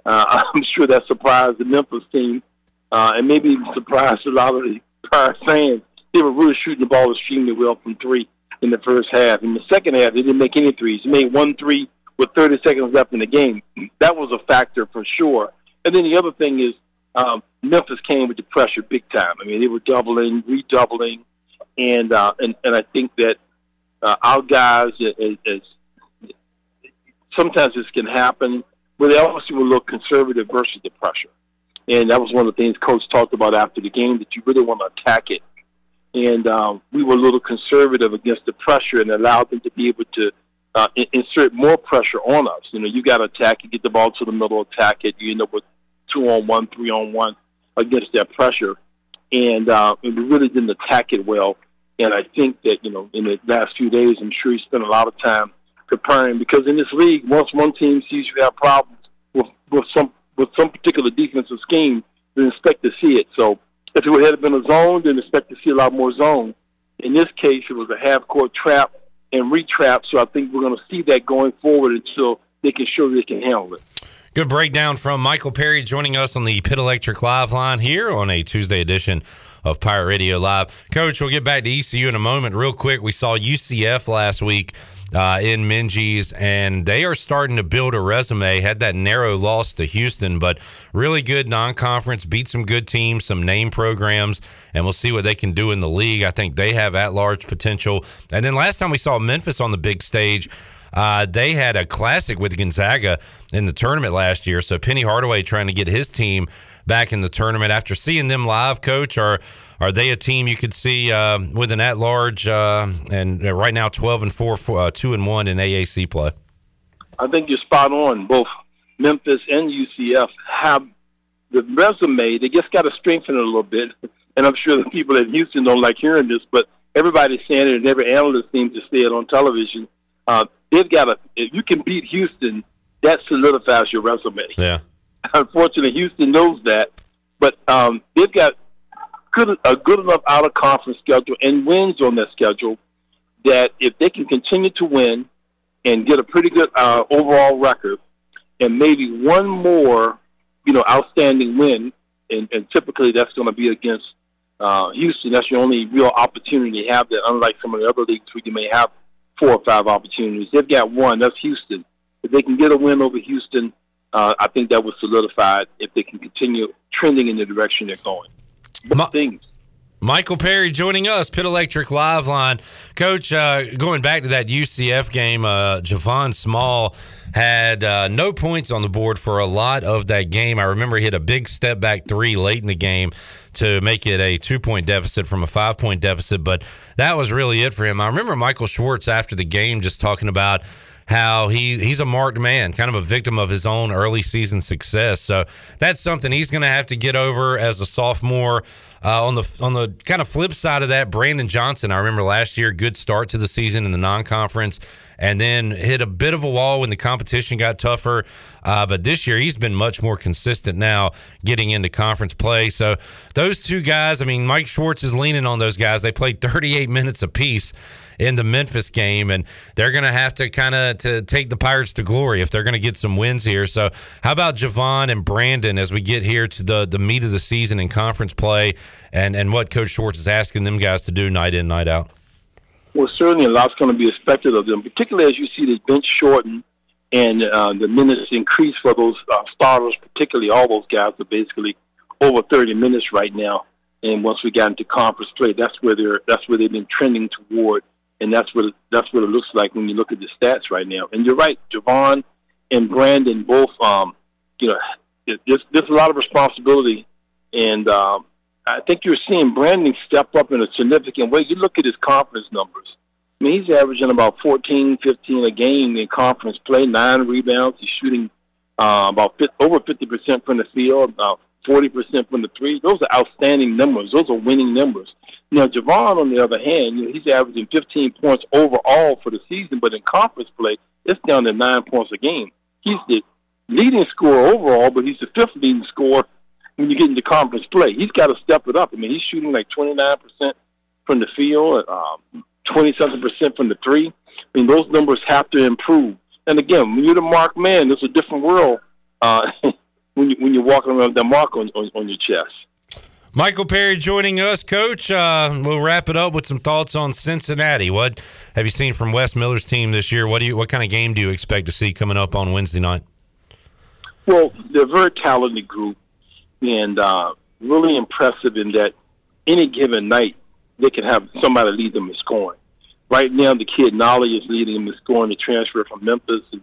L: Uh, I'm sure that surprised the Memphis team, uh, and maybe even surprised a lot of the prior fans. They were really shooting the ball extremely well from three in the first half. In the second half, they didn't make any threes. They made one three with 30 seconds left in the game. That was a factor for sure. And then the other thing is um, Memphis came with the pressure big time. I mean, they were doubling, redoubling, and uh, and and I think that uh, our guys, uh, as, as sometimes this can happen, but they also were a little conservative versus the pressure. And that was one of the things Coach talked about after the game that you really want to attack it. And um, we were a little conservative against the pressure and allowed them to be able to uh, in- insert more pressure on us. You know, you got to attack it, get the ball to the middle, attack it. You end up with two on one, three on one against that pressure. And, uh, and we really didn't attack it well. And I think that, you know, in the last few days, I'm sure he spent a lot of time preparing because in this league, once one team sees you have problems with, with some with some particular defensive scheme, then expect to see it. So if it would have been a zone, then expect to see a lot more zone. In this case, it was a half court trap and retrap. So I think we're going to see that going forward until they can show they can handle it.
I: Good breakdown from Michael Perry joining us on the Pit Electric Live line here on a Tuesday edition of Pirate Radio Live. Coach, we'll get back to ECU in a moment. Real quick, we saw UCF last week uh, in Minji's, and they are starting to build a resume. Had that narrow loss to Houston, but really good non conference, beat some good teams, some name programs, and we'll see what they can do in the league. I think they have at large potential. And then last time we saw Memphis on the big stage, uh, they had a classic with Gonzaga in the tournament last year. So Penny Hardaway trying to get his team back in the tournament after seeing them live. Coach, are are they a team you could see uh, with an at large uh, and uh, right now twelve and four, four uh, two and one in AAC play?
L: I think you're spot on. Both Memphis and UCF have the resume. They just got to strengthen it a little bit. And I'm sure the people in Houston don't like hearing this, but everybody's saying it, and every analyst seems to say it on television. Uh, they've got to. If you can beat Houston, that solidifies your resume.
I: Yeah.
L: Unfortunately, Houston knows that, but um, they've got good, a good enough out of conference schedule and wins on their schedule that if they can continue to win and get a pretty good uh, overall record and maybe one more, you know, outstanding win, and, and typically that's going to be against uh, Houston. That's your only real opportunity to have that, unlike some of the other leagues where you may have four or five opportunities. They've got one. That's Houston. If they can get a win over Houston, uh, I think that would solidify it if they can continue trending in the direction they're going.
I: Ma-
L: things.
I: Michael Perry joining us, Pit Electric Live Line. Coach, uh, going back to that UCF game, uh, Javon Small had uh, no points on the board for a lot of that game. I remember he hit a big step back three late in the game to make it a two point deficit from a five point deficit, but that was really it for him. I remember Michael Schwartz after the game just talking about how he he's a marked man, kind of a victim of his own early season success. So that's something he's going to have to get over as a sophomore. Uh, on the on the kind of flip side of that, Brandon Johnson, I remember last year, good start to the season in the non-conference, and then hit a bit of a wall when the competition got tougher. Uh, but this year, he's been much more consistent now, getting into conference play. So those two guys, I mean, Mike Schwartz is leaning on those guys. They played 38 minutes apiece in the Memphis game, and they're going to have to kind of to take the Pirates to glory if they're going to get some wins here. So, how about Javon and Brandon as we get here to the the meat of the season in conference play, and and what Coach Schwartz is asking them guys to do night in night out?
L: Well, certainly a lot's going to be expected of them, particularly as you see the bench shorten and uh, the minutes increase for those uh, starters, particularly all those guys are basically over 30 minutes right now. And once we got into conference play, that's where they're that's where they've been trending toward, and that's what that's what it looks like when you look at the stats right now. And you're right, Javon and Brandon both, um, you know, there- there's there's a lot of responsibility, and um, I think you're seeing Brandon step up in a significant way. You look at his conference numbers. I mean, he's averaging about 14, 15 a game in conference play, nine rebounds. He's shooting uh, about fit, over 50% from the field, about 40% from the three. Those are outstanding numbers. Those are winning numbers. Now, Javon, on the other hand, you know, he's averaging 15 points overall for the season, but in conference play, it's down to nine points a game. He's the leading scorer overall, but he's the fifth leading scorer when you get into conference play. He's got to step it up. I mean, he's shooting like 29% from the field, um, 20 something percent from the three. I mean, those numbers have to improve. And again, when you're the mark man, it's a different world uh, when, you, when you're walking around with that mark on, on, on your chest.
I: Michael Perry joining us, Coach. Uh, we'll wrap it up with some thoughts on Cincinnati. What have you seen from Wes Miller's team this year? What do you? What kind of game do you expect to see coming up on Wednesday night?
L: Well, they're a very talented group and uh, really impressive in that any given night they can have somebody lead them in scoring. Right now, the kid Nolly is leading them in scoring. The transfer from Memphis. And,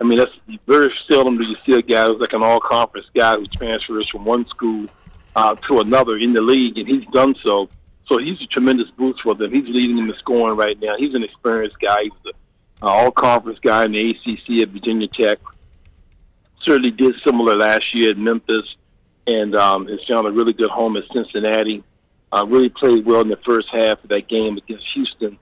L: I mean, that's very seldom do you see a guy who's like an all-conference guy who transfers from one school uh, to another in the league, and he's done so. So he's a tremendous boost for them. He's leading them in scoring right now. He's an experienced guy. He's an all-conference guy in the ACC at Virginia Tech. Certainly did similar last year at Memphis and um, has found a really good home at Cincinnati. Uh, really played well in the first half of that game against Houston.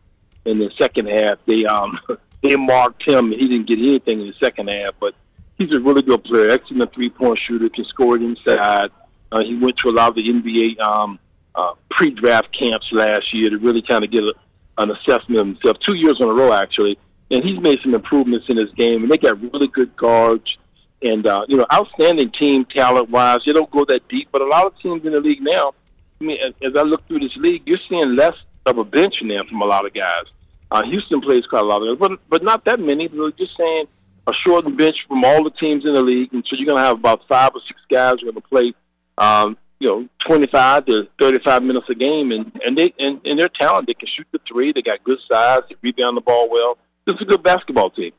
L: In the second half, they um, they marked him. He didn't get anything in the second half, but he's a really good player. Excellent three point shooter, can score it inside. Uh, he went to a lot of the NBA um, uh, pre draft camps last year to really kind of get a, an assessment of himself. Two years in a row, actually, and he's made some improvements in his game. And they got really good guards and uh, you know, outstanding team talent wise. They don't go that deep, but a lot of teams in the league now. I mean, as, as I look through this league, you're seeing less of a bench now from a lot of guys. Uh, Houston plays quite a lot of guys, but but not that many. We're just saying a shortened bench from all the teams in the league, and so you're going to have about five or six guys who are going to play. Um, you know, 25 to 35 minutes a game, and and they and, and they're talented. They can shoot the three. They got good size. They rebound the ball well. This is a good basketball team.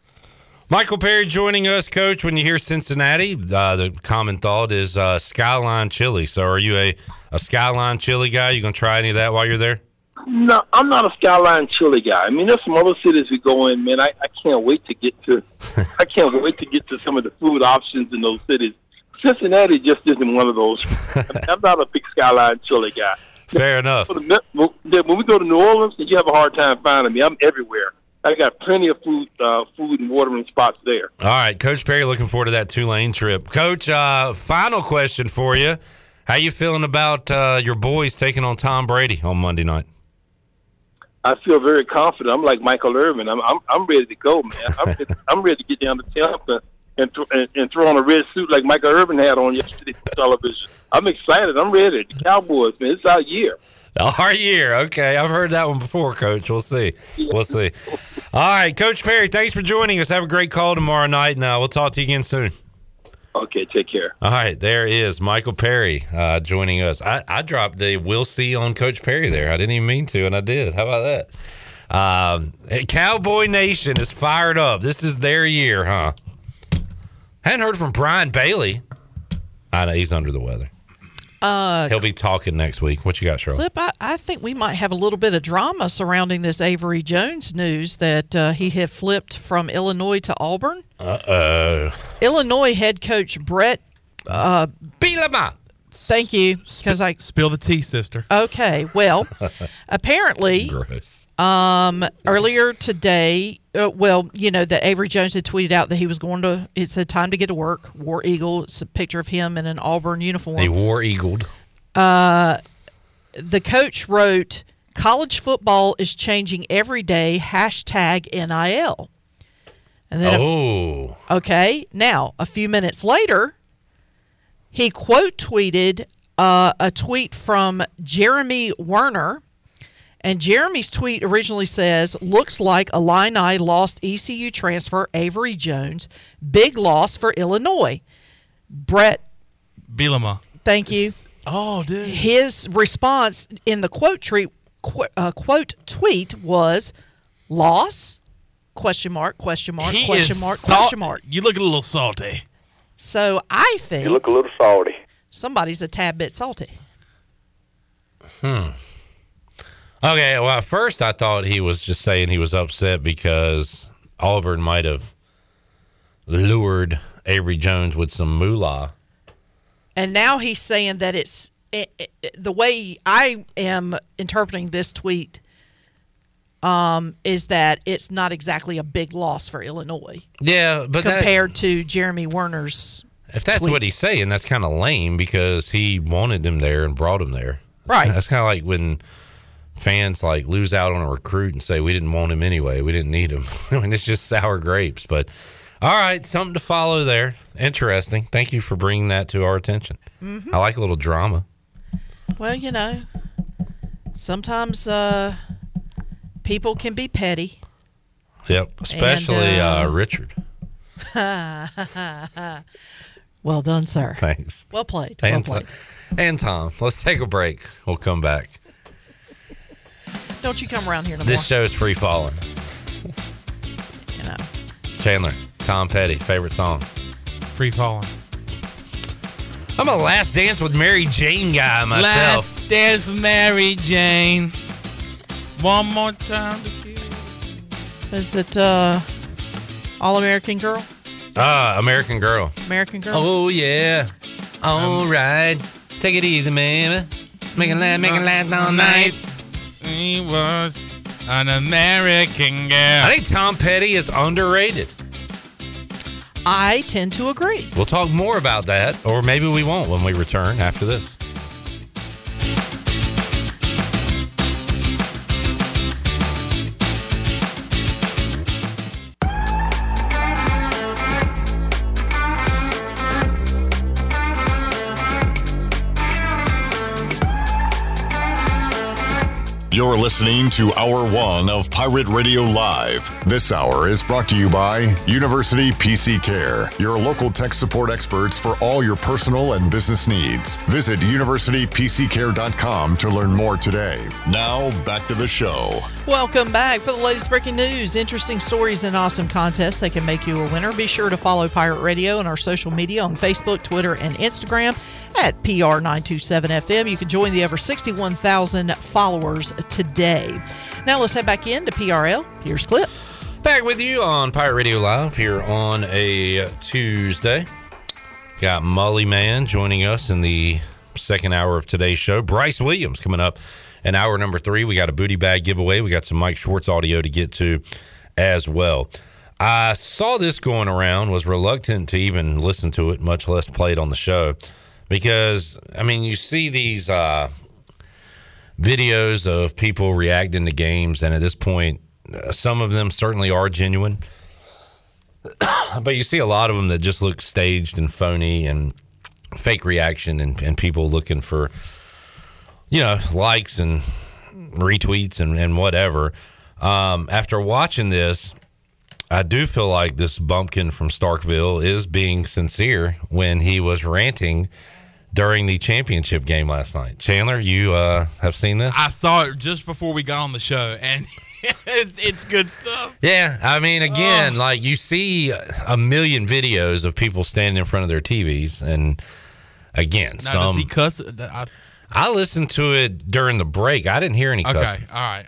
I: Michael Perry joining us, Coach. When you hear Cincinnati, uh, the common thought is uh, Skyline Chili. So, are you a, a Skyline Chili guy? You gonna try any of that while you're there?
L: No, I'm not a skyline chili guy. I mean, there's some other cities we go in, man. I, I can't wait to get to. I can't wait to get to some of the food options in those cities. Cincinnati just isn't one of those. I mean, I'm not a big skyline chili guy.
I: Fair enough.
L: When we go to New Orleans, you have a hard time finding me. I'm everywhere. I got plenty of food, uh, food and watering spots there.
I: All right, Coach Perry, looking forward to that two lane trip. Coach, uh, final question for you: How you feeling about uh, your boys taking on Tom Brady on Monday night?
L: I feel very confident. I'm like Michael Irvin. I'm I'm, I'm ready to go, man. I'm ready, I'm ready to get down to Tampa and, th- and and throw on a red suit like Michael Irvin had on yesterday for television. I'm excited. I'm ready. The Cowboys, man. It's our year.
I: Our year. Okay. I've heard that one before, Coach. We'll see. We'll see. All right. Coach Perry, thanks for joining us. Have a great call tomorrow night. Now, we'll talk to you again soon.
L: Okay. Take care.
I: All right. There is Michael Perry uh, joining us. I, I dropped the we'll see on Coach Perry there. I didn't even mean to, and I did. How about that? Um, Cowboy Nation is fired up. This is their year, huh? Hadn't heard from Brian Bailey. I know he's under the weather.
G: Uh,
I: He'll be talking next week. What you got, Cheryl?
G: Clip, I, I think we might have a little bit of drama surrounding this Avery Jones news that uh, he had flipped from Illinois to Auburn.
I: Uh oh.
G: Illinois head coach Brett uh,
I: Bielema.
G: Thank you, because I
J: Spill the tea, sister.
G: okay. Well, apparently,
I: Gross.
G: Um, earlier today, uh, well, you know that Avery Jones had tweeted out that he was going to. It said time to get to work. War Eagle. It's a picture of him in an Auburn uniform.
I: They war eagled.
G: Uh, the coach wrote, "College football is changing every day." Hashtag NIL. And then, a-
I: Oh.
G: okay, now a few minutes later, he quote tweeted uh, a tweet from Jeremy Werner. And Jeremy's tweet originally says, looks like Illini lost ECU transfer Avery Jones. Big loss for Illinois. Brett,
J: Bielema.
G: thank you.
J: Oh, dude.
G: His response in the quote tweet, qu- uh, quote tweet was, loss? Question mark, question mark,
J: He
G: question
J: is
G: mark,
J: sal-
G: question mark.
J: You look a little salty.
G: So I think
K: a little salty.
G: somebody's a tad bit salty.
I: Hmm. Okay. Well, at first I thought he was just saying he was upset because Auburn might have lured Avery Jones with some moolah.
G: And now he's saying that it's it, it, the way I am interpreting this tweet um, is that it's not exactly a big loss for Illinois
I: Yeah, but that-
G: compared to Jeremy Werner's.
I: if that's what he's saying, that's kind of lame because he wanted them there and brought them there.
G: Right.
I: That's kind of like when fans like lose out on a recruit and say we didn't want him anyway, we didn't need him. I mean, it's just sour grapes. But all right, something to follow there. Interesting. Thank you for bringing that to our attention.
G: Mhm.
I: I like a little drama.
G: Well, you know, sometimes uh, people can be petty.
I: Yep, especially uh,
G: uh,
I: Richard.
G: well done, sir.
I: Thanks.
G: Well played. Well
I: And,
G: played.
I: Tom, and Tom, let's take a break. We'll come back.
G: Don't you come around here no
I: This
G: more.
I: show is free falling.
G: You know.
I: Chandler, Tom Petty, favorite song.
J: Free falling.
I: I'm a last dance with Mary Jane guy myself.
J: Last dance for Mary Jane. One more time. To kill.
G: Is it uh, All American Girl?
I: Ah, American Girl.
G: American Girl?
I: Oh yeah.
J: Um,
I: All right. Take it easy, man. Make it last, make it last all night.
J: He was an American girl.
I: I think Tom Petty is underrated.
G: I tend to agree.
I: We'll talk more about that, or maybe we won't when we return after this.
B: You're listening to Hour One of Pirate Radio Live. This hour is brought to you by University PC Care, your local tech support experts for all your personal and business needs. Visit universitypccare.com to learn more today. Now, back to the show.
G: Welcome back for the latest breaking news, interesting stories, and awesome contests that can make you a winner. Be sure to follow Pirate Radio and our social media on Facebook, Twitter, and Instagram at PR927FM. You can join the over 61,000 followers today. Now let's head back into PRL. Here's Clip.
I: Back with you on Pirate Radio Live here on a Tuesday. Got Mully Man joining us in the second hour of today's show. Bryce Williams coming up in hour number three. We got a booty bag giveaway. We got some Mike Schwartz audio to get to as well. I saw this going around, was reluctant to even listen to it, much less play it on the show, because, I mean, you see these. Uh, videos of people reacting to games, and at this point, uh, some of them certainly are genuine, but you see a lot of them that just look staged and phony and fake reaction, and, and people looking for you know likes and retweets and, and whatever. Um, after watching this, I do feel like this bumpkin from Starkville is being sincere when he was ranting during the championship game last night. Chandler, you uh, have seen this?
J: I saw it just before we got on the show, and it's, it's good stuff.
I: Yeah, I mean,
J: Oh.
I: again, like you see a million videos of people standing in front of their TVs, and again,
J: Now,
I: some.
J: does he cuss? I,
I: I listened to it during the break. I didn't hear any.
J: okay,
I: cussing.
J: all right.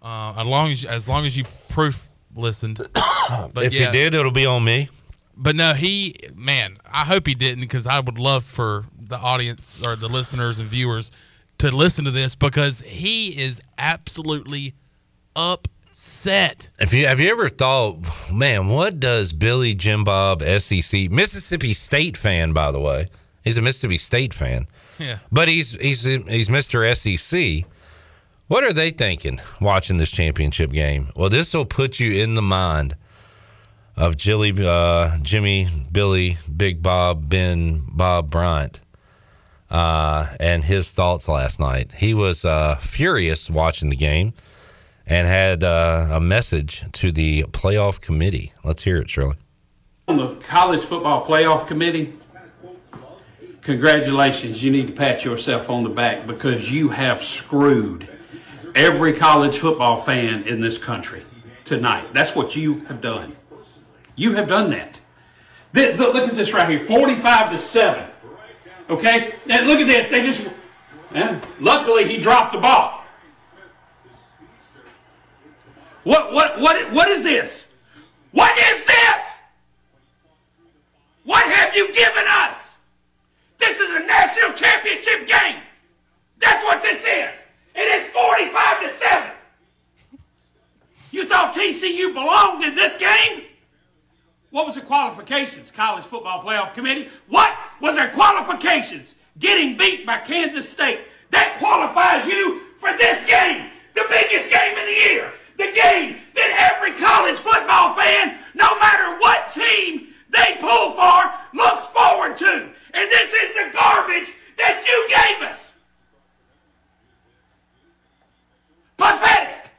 J: Uh, as long as as long as you proof listened, but
I: if
J: yeah,
I: you did, it'll be on me.
J: But no, he man, I hope he didn't because I would love for the audience or the listeners and viewers to listen to this because he is absolutely upset.
I: If you have you ever thought, man, what does Billy Jim Bob SEC Mississippi State fan? By the way, he's a Mississippi State fan.
J: Yeah.
I: But he's he's he's Mr. SEC. What are they thinking watching this championship game? Well, this will put you in the mind of Jilly, uh, Jimmy, Billy, Big Bob, Ben, Bob Bryant, uh, and his thoughts last night. He was uh, furious watching the game and had uh, a message to the playoff committee. Let's hear it, Shirley.
M: on the college football playoff committee, congratulations. You need to pat yourself on the back because you have screwed every college football fan in this country tonight. That's what you have done. You have done that. Th- th- look at this right here 45 to 7. Okay? And look at this. They just. Yeah, luckily, he dropped the ball. What what what what is this? What is this? What have you given us? This is a national championship game. That's what this is. It is 45 to 7. You thought TCU belonged in this game? What was the qualifications, College Football Playoff Committee? What was their qualifications? Getting beat by Kansas State. That qualifies you for this game, the biggest game of the year, the game that every college football fan, no matter what team they pull for, looks forward to. And this is the garbage that you gave us. Pathetic.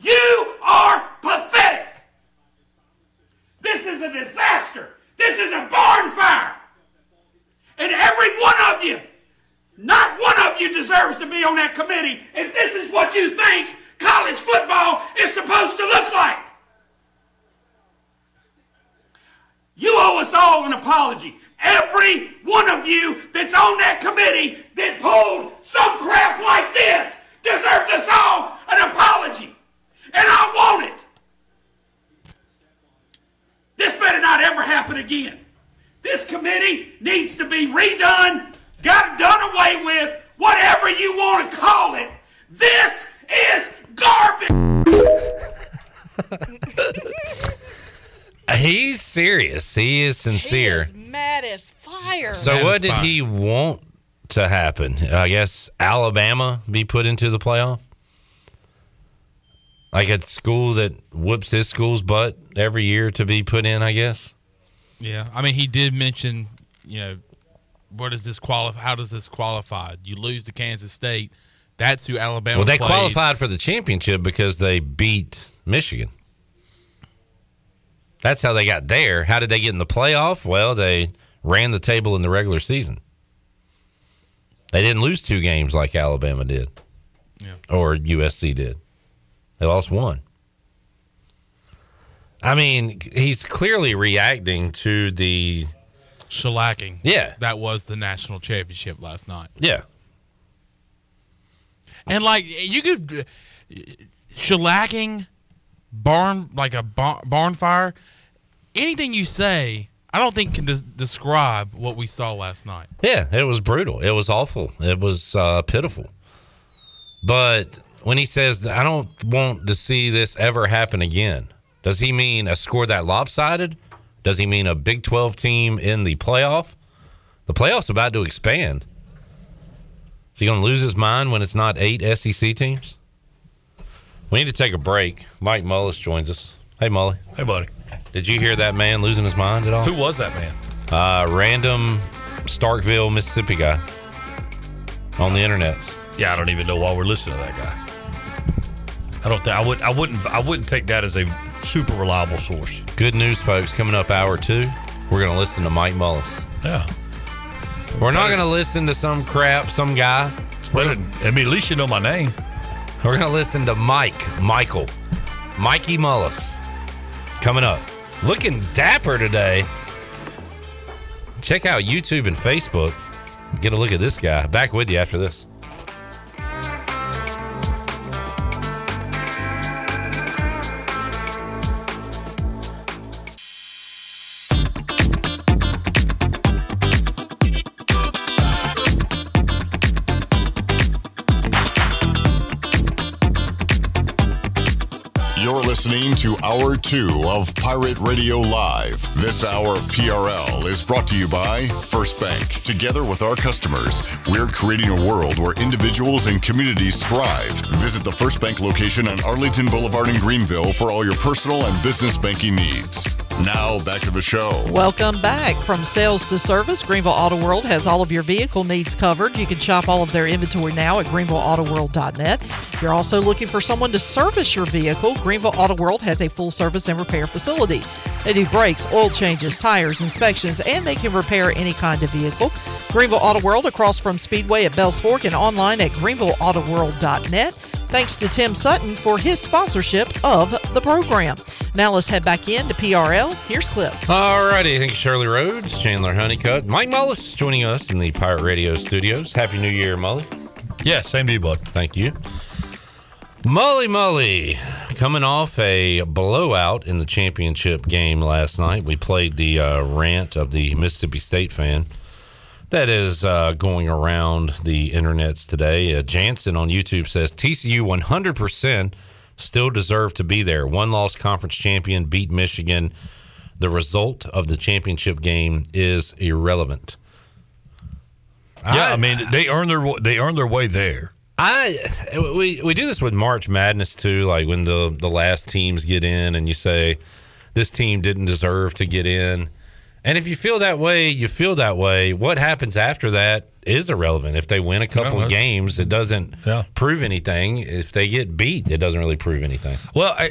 M: You are pathetic. This is a disaster. This is a barn fire. And every one of you, not one of you deserves to be on that committee if this is what you think college football is supposed to look like. You owe us all an apology. Every one of you that's on that committee that pulled some crap like this deserves us all an apology. And I want it. This better not ever happen again. This committee needs to be redone, got done away with, whatever you want to call it. This is garbage.
I: He's serious. He is sincere.
G: Mad as fire.
I: so what did he want to happen? I guess Alabama be put into the playoff. Like a school that whoops his school's butt every year to be put in, I guess.
J: Yeah, I mean, he did mention, you know, what does this qualify? How does this qualify? You lose to Kansas State. That's who Alabama.
I: well, they
J: played.
I: qualified for the championship because they beat Michigan. That's how they got there. How did they get in the playoff? Well, they ran the table in the regular season. They didn't lose two games like Alabama did
J: Yeah.
I: or USC did. They lost one. I mean, he's clearly reacting to the
J: shellacking.
I: Yeah.
J: that was the national championship last night.
I: yeah.
J: And like you could shellacking barn like a barn, barn fire. Anything you say, I don't think can des- describe what we saw last night.
I: Yeah, it was brutal. It was awful. It was uh, pitiful. But when he says, I don't want to see this ever happen again, does he mean a score that lopsided? Does he mean a Big 12 team in the playoff? The playoff's about to expand. Is he going to lose his mind when it's not eight SEC teams? We need to take a break. Mike Mullis joins us. Hey, Mully. Hey, buddy. Did you hear that man losing his mind at all?
N: Who was that man?
I: Uh, random Starkville, Mississippi guy on the internet.
N: Yeah, I don't even know why we're listening to that guy. I don't think I would. I wouldn't. I wouldn't take that as a super reliable source.
I: Good news, folks. Coming up hour two, we're going to listen to Mike Mullis.
N: Yeah.
I: We're not going to listen to some crap, some guy.
N: Well, I mean, at least you know my name.
I: We're going to listen to Mike, Michael, Mikey Mullis. Coming up. Looking dapper today. Check out YouTube and Facebook. Get a look at this guy. Back with you after this.
B: You're listening to Hour 2 of Pirate Radio Live. This hour of PRL is brought to you by First Bank. Together with our customers, we're creating a world where individuals and communities thrive. Visit the First Bank location on Arlington Boulevard in Greenville for all your personal and business banking needs. Now, back to the show.
G: Welcome back. From sales to service, Greenville Auto World has all of your vehicle needs covered. You can shop all of their inventory now at greenvilleautoworld.net. If you're also looking for someone to service your vehicle, Greenville Auto World has a full service and repair facility. They do brakes, oil changes, tires, inspections, and they can repair any kind of vehicle. Greenville Auto World across from Speedway at Bells Fork and online at greenvilleautoworld.net. Thanks to Tim Sutton for his sponsorship of the program. Now let's head back in to PRL. Here's Clip.
I: All righty. Thank you, Shirley Rhodes, Chandler Honeycutt, Mike Mullis joining us in the Pirate Radio studios. Happy New Year, Mully.
N: Yeah, same to you, bud.
I: Thank you. Mully Mully coming off a blowout in the championship game last night, we played the uh, rant of the Mississippi State fan that is uh, going around the internets today. Uh, Jansen on YouTube says TCU 100% still deserve to be there. One loss conference champion beat Michigan. The result of the championship game is irrelevant.
N: Yeah, I mean they earn their they earn their way there.
I: I we we do this with March Madness too, like when the the last teams get in and you say this team didn't deserve to get in. And if you feel that way, you feel that way. What happens after that is irrelevant. If they win a couple
N: Yeah, that's-
I: games, it doesn't
N: Yeah.
I: prove anything. If they get beat, it doesn't really prove anything.
N: Well, I,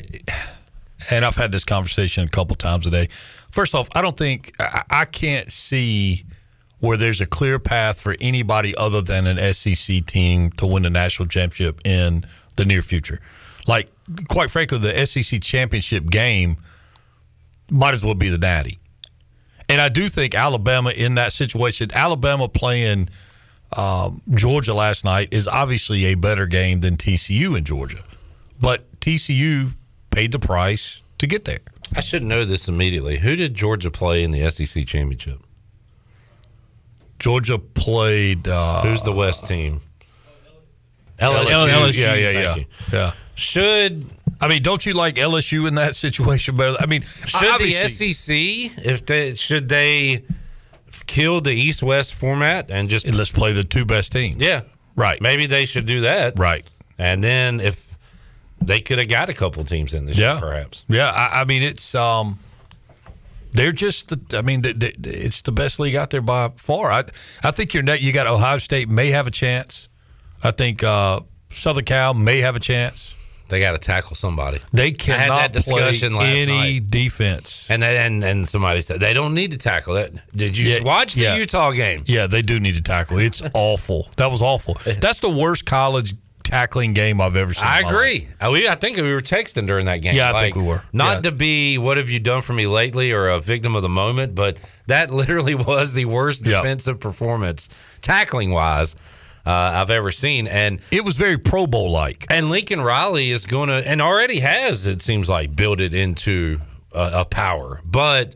N: and I've had this conversation a couple times today. First off, I don't think I, I can't see where there's a clear path for anybody other than an SEC team to win the national championship in the near future. Like, quite frankly, the SEC championship game might as well be the natty. And I do think Alabama in that situation, Alabama playing um, Georgia last night is obviously a better game than TCU in Georgia. But TCU paid the price to get there.
I: I should know this immediately. Who did Georgia play in the SEC championship?
N: Georgia played. Uh,
I: Who's the West team?
N: LSU. Yeah, yeah, yeah.
I: Thank you.
N: Yeah.
I: Should
N: I mean, don't you like LSU in that situation better? I mean,
I: Should
N: obviously-
I: the SEC if they should they kill the East West format and just
N: let's play the two best teams?
I: Yeah,
N: right.
I: Maybe they should do that.
N: Right,
I: and then if they could have got a couple teams in this
N: yeah,
I: year, perhaps.
N: Yeah, I, I mean, it's um, they're just. The, I mean, the, the, it's the best league out there by far. I I think your net. You got Ohio State may have a chance. I think uh, Southern Cal may have a chance.
I: They got to tackle somebody.
N: They
I: I had
N: cannot
I: that discussion
N: play
I: last
N: any
I: night.
N: defense.
I: And then and, and somebody said they don't need to tackle it. Did you watch the
N: yeah.
I: Utah game?
N: Yeah, they do need to tackle. It's awful. That was awful. That's the worst college tackling game I've ever seen. in
I: I
N: my life.
I: agree. I, we, I think we were texting during that game.
N: Yeah, I think we were.
I: Not
N: Yeah.
I: to be what have you done for me lately or a victim of the moment, but that literally was the worst
N: Yeah.
I: defensive performance tackling wise uh, I've ever seen, and
N: it was very Pro Bowl like.
I: And Lincoln Riley is going to and already has it seems like built it into a, a power, but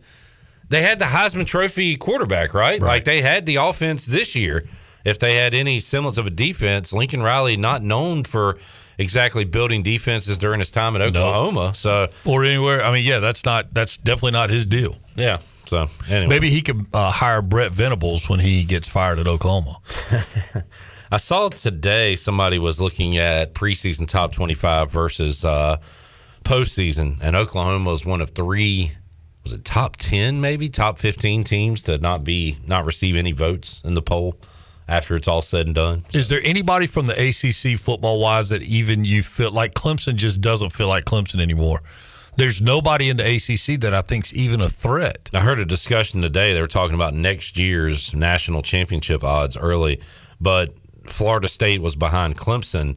I: they had the Heisman Trophy quarterback, right? Like they had the offense this year. If they had any semblance of a defense, Lincoln Riley not known for exactly building defenses during his time at Oklahoma. So
N: or anywhere. I mean, yeah, that's not that's definitely not his deal.
I: Yeah. So anyway.
N: Maybe he could uh, hire Brett Venables when he gets fired at Oklahoma.
I: I saw today somebody was looking at preseason top 25 versus uh, postseason, and Oklahoma was one of three, was it top 10, maybe top 15 teams to not be, not receive any votes in the poll after it's all said and done.
N: Is there anybody from the ACC football wise that even you feel like Clemson just doesn't feel like Clemson anymore? There's nobody in the ACC that I think's even a threat.
I: I heard a discussion today. They were talking about next year's national championship odds early, but Florida State was behind Clemson,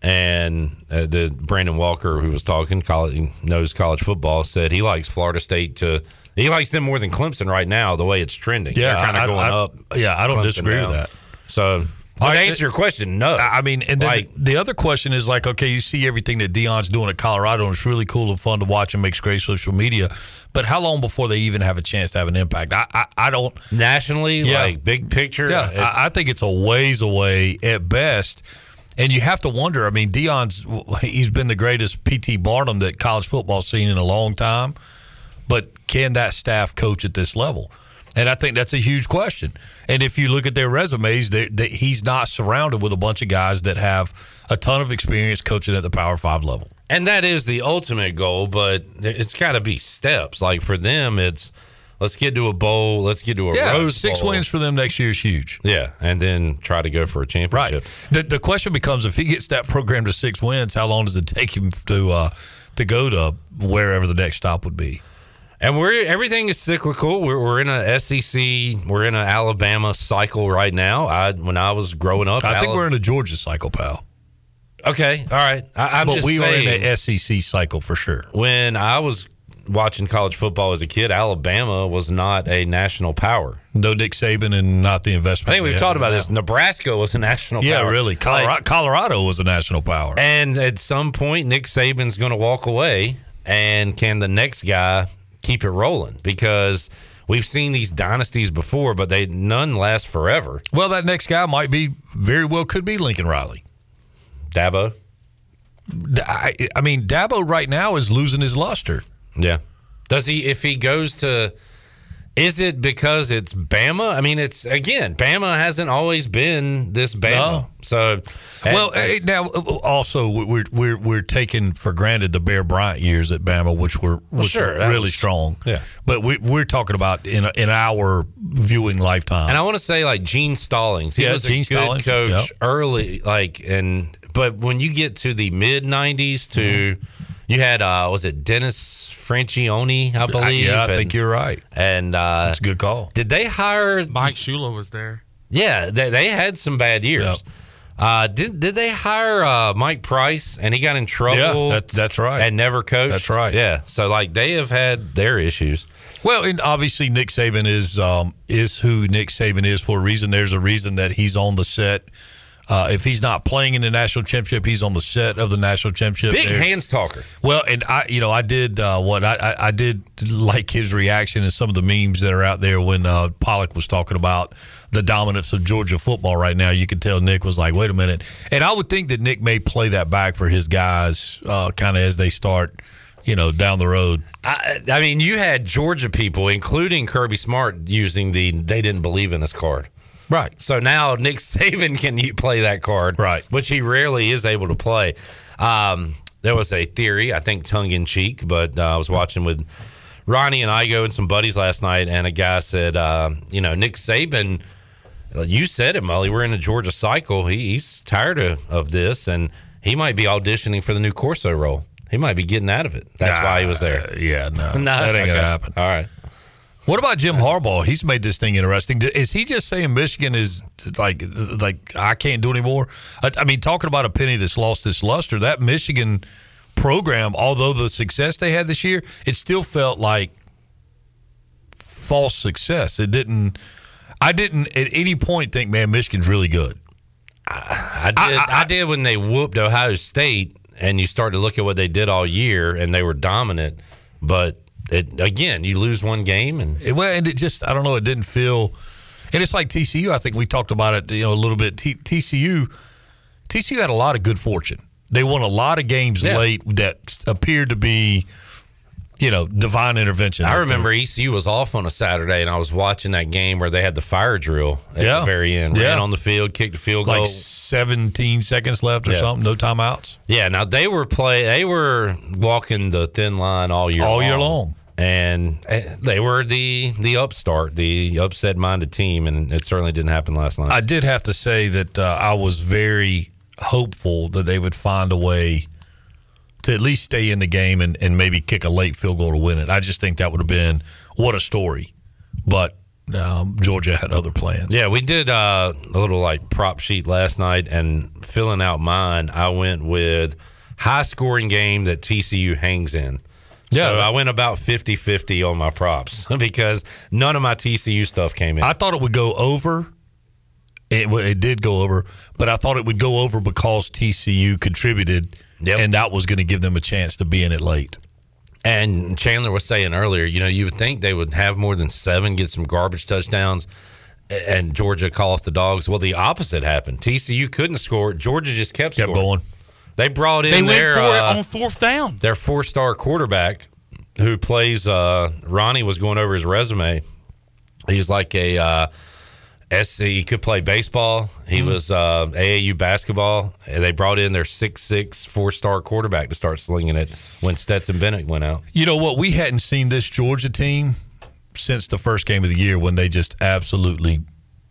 I: and uh, the Brandon Walker who was talking college, knows college football said he likes Florida State to. He likes them more than Clemson right now, the way it's trending.
N: Yeah,
I: They're kind
N: I-
I: of going
N: I-
I: up.
N: yeah, I don't
I: Clemson
N: disagree with
I: down.
N: that.
I: So, but
N: All
I: to
N: right,
I: answer your question, no.
N: I I mean, and then
I: Like-
N: the other question is like, okay, you see everything that Dion's doing at Colorado, and it's really cool and fun to watch and makes great social media. But how long before they even have a chance to have an impact? I, I, I don't
I: nationally,
N: Yeah.
I: like big picture,
N: Yeah,
I: it-
N: I, I think it's a ways away at best. And you have to wonder. I mean, Dion's he's been the greatest PT Barnum that college football's seen in a long time. But can that staff coach at this level? And I think that's a huge question. And if you look at their resumes, they, they, he's not surrounded with a bunch of guys that have a ton of experience coaching at the Power Five level.
I: And that is the ultimate goal, but it's got to be steps. Like for them, it's let's get to a bowl, let's get to a
N: Yeah,
I: Rose
N: six
I: Bowl.
N: wins for them next year is huge.
I: Yeah, and then try to go for a championship.
N: The, the question becomes if he gets that program to six wins, how long does it take him to uh, to go to wherever the next stop would be?
I: And we're everything is cyclical. We're, we're in a SEC, we're in an Alabama cycle right now. I when I was growing up,
N: I think
I: Ala-
N: we're in a Georgia cycle, pal.
I: okay. All right, I, I'm
N: but
I: just
N: we
I: saying,
N: E are in a SEC cycle for sure.
I: when I was watching college football as a kid, Alabama was not a national power.
N: No Dick Saban and not the investment.
I: I think we've
N: they
I: talked
N: have
I: about
N: now.
I: this. Nebraska was a national
N: Yeah,
I: power.
N: really. Colorado,
I: Like,
N: Colorado was a national power.
I: and at some point, Nick Saban's going to walk away, and can the next guy keep it rolling? Because we've seen these dynasties before, but they none last forever.
N: Well, that next guy might be very well could be Lincoln Riley.
I: Dabo.
N: I, I mean, Dabo right now is losing his luster.
I: Yeah. Does he, if he goes to, is it because it's Bama? I mean, it's, again, Bama hasn't always been this Bama.
N: No.
I: So,
N: well, eh, now also we- we're we're we're taking for granted the Bear Bryant years at Bama, which were
I: Well,
N: which
I: sure,
N: were
I: that
N: really
I: was-
N: strong.
I: Yeah.
N: but we, we're talking about in in our viewing lifetime.
I: and I want to say like Gene Stallings. He
N: Yeah,
I: was a
N: Gene
I: good
N: Stallings.
I: coach
N: Yep.
I: early, like, and, but when you get to the mid 90s to, you had, uh was it Dennis Francione, I believe?
N: yeah, I
I: and-
N: think you're right.
I: And, uh,
N: That's a good call.
I: did they hire
J: Mike Shula was there.
I: Yeah, they, they had some bad years. Uh, did did they hire uh, Mike Price and he got in trouble?
N: Yeah, that- that's right.
I: And never coached. That's right. Yeah, so like they have had their issues.
N: Well, and obviously Nick Saban is um, is who Nick Saban is for a reason. There's a reason that he's on the set. Uh, if he's not playing in the national championship, he's on the set of the national championship.
I: Big
N: There's-
I: hands talker.
N: Well, and I, you know, I did uh, what I, I, I did like his reaction and some of the memes that are out there when uh, Pollock was talking about the dominance of Georgia football right now. You could tell Nick was like, "Wait a minute," and I would think that Nick may play that back for his guys, uh, kind of as they start, you know, down the road.
I: I, I mean, you had Georgia people, including Kirby Smart, using the "they didn't believe in us" card.
N: Right.
I: So now Nick Saban can you play that card, right? Which he rarely is able to play. Um, there was a theory, I think, tongue in cheek, but uh, I was watching with Ronnie and Igo and some buddies last night, and a guy said, uh, you know, Nick Saban. uh, You said it, Molly. We're in a Georgia cycle. He, he's tired of, of this, and he might be auditioning for the new Corso role. He might be getting out of it. That's why he was there.
N: Uh, Yeah, no,
I: No?
N: that ain't
I: Okay.
N: gonna happen.
I: All right.
N: What about Jim Harbaugh? He's made this thing interesting. D- Is he just saying Michigan is like like I can't do anymore? I, I mean, talking about a penny that's lost its luster. That Michigan program, although the success they had this year, it still felt like false success. It didn't. I didn't at any point think, man, Michigan's really good.
I: I did. I, did when they whooped Ohio State, and you start to look at what they did all year, and they were dominant. But it again, you lose one game, and
N: It, well, and it just I don't know. It didn't feel, and it's like TCU. I think we talked about it, you know, a little bit. T, TCU, TCU had a lot of good fortune. They won a lot of games
I: Yeah.
N: late that appeared to be, you know, divine intervention.
I: I remember ECU was off on a Saturday, and I was watching that game where they had the fire drill at
N: Yeah.
I: the very end. Ran
N: Yeah.
I: on the field, kicked the field goal.
N: like seventeen seconds left or
I: Oh. Yeah.
N: something. No timeouts.
I: Yeah, now they were play. They were walking the thin line all year,
N: All
I: long.
N: year long.
I: and eh, they were the the upstart, the upset minded team, and it certainly didn't happen last night.
N: I did have to say that uh, I was very hopeful that they would find a way to at least stay in the game and, and maybe kick a late field goal to win it. I just think that would have been what a story. But um, Georgia had other plans.
I: Yeah, we did uh, a little like prop sheet last night, and filling out mine, I went with high scoring game that TCU hangs in. Yeah, so I went about 50 50 on my props because none of my TCU stuff came in.
N: I thought it would go over. It, w- it did go over, but I thought it would go over because TCU contributed, and that was going to give them a chance to be in it late.
I: And Chandler was saying earlier, you know, you would think they would have more than seven, get some garbage touchdowns, a- and Georgia call off the dogs. Well, the opposite happened. TCU couldn't score. Georgia just kept, kept
N: going.
I: They brought in
J: They went
I: their
J: for
I: uh,
J: it on fourth down.
I: their four star quarterback who plays uh Ronnie was going over his resume. He's like a uh SC, he could play baseball. He was uh, AAU basketball. And they brought in their six six four star quarterback to start slinging it when Stetson Bennett went out.
N: You know what? We hadn't seen this Georgia team since the first game of the year when they just absolutely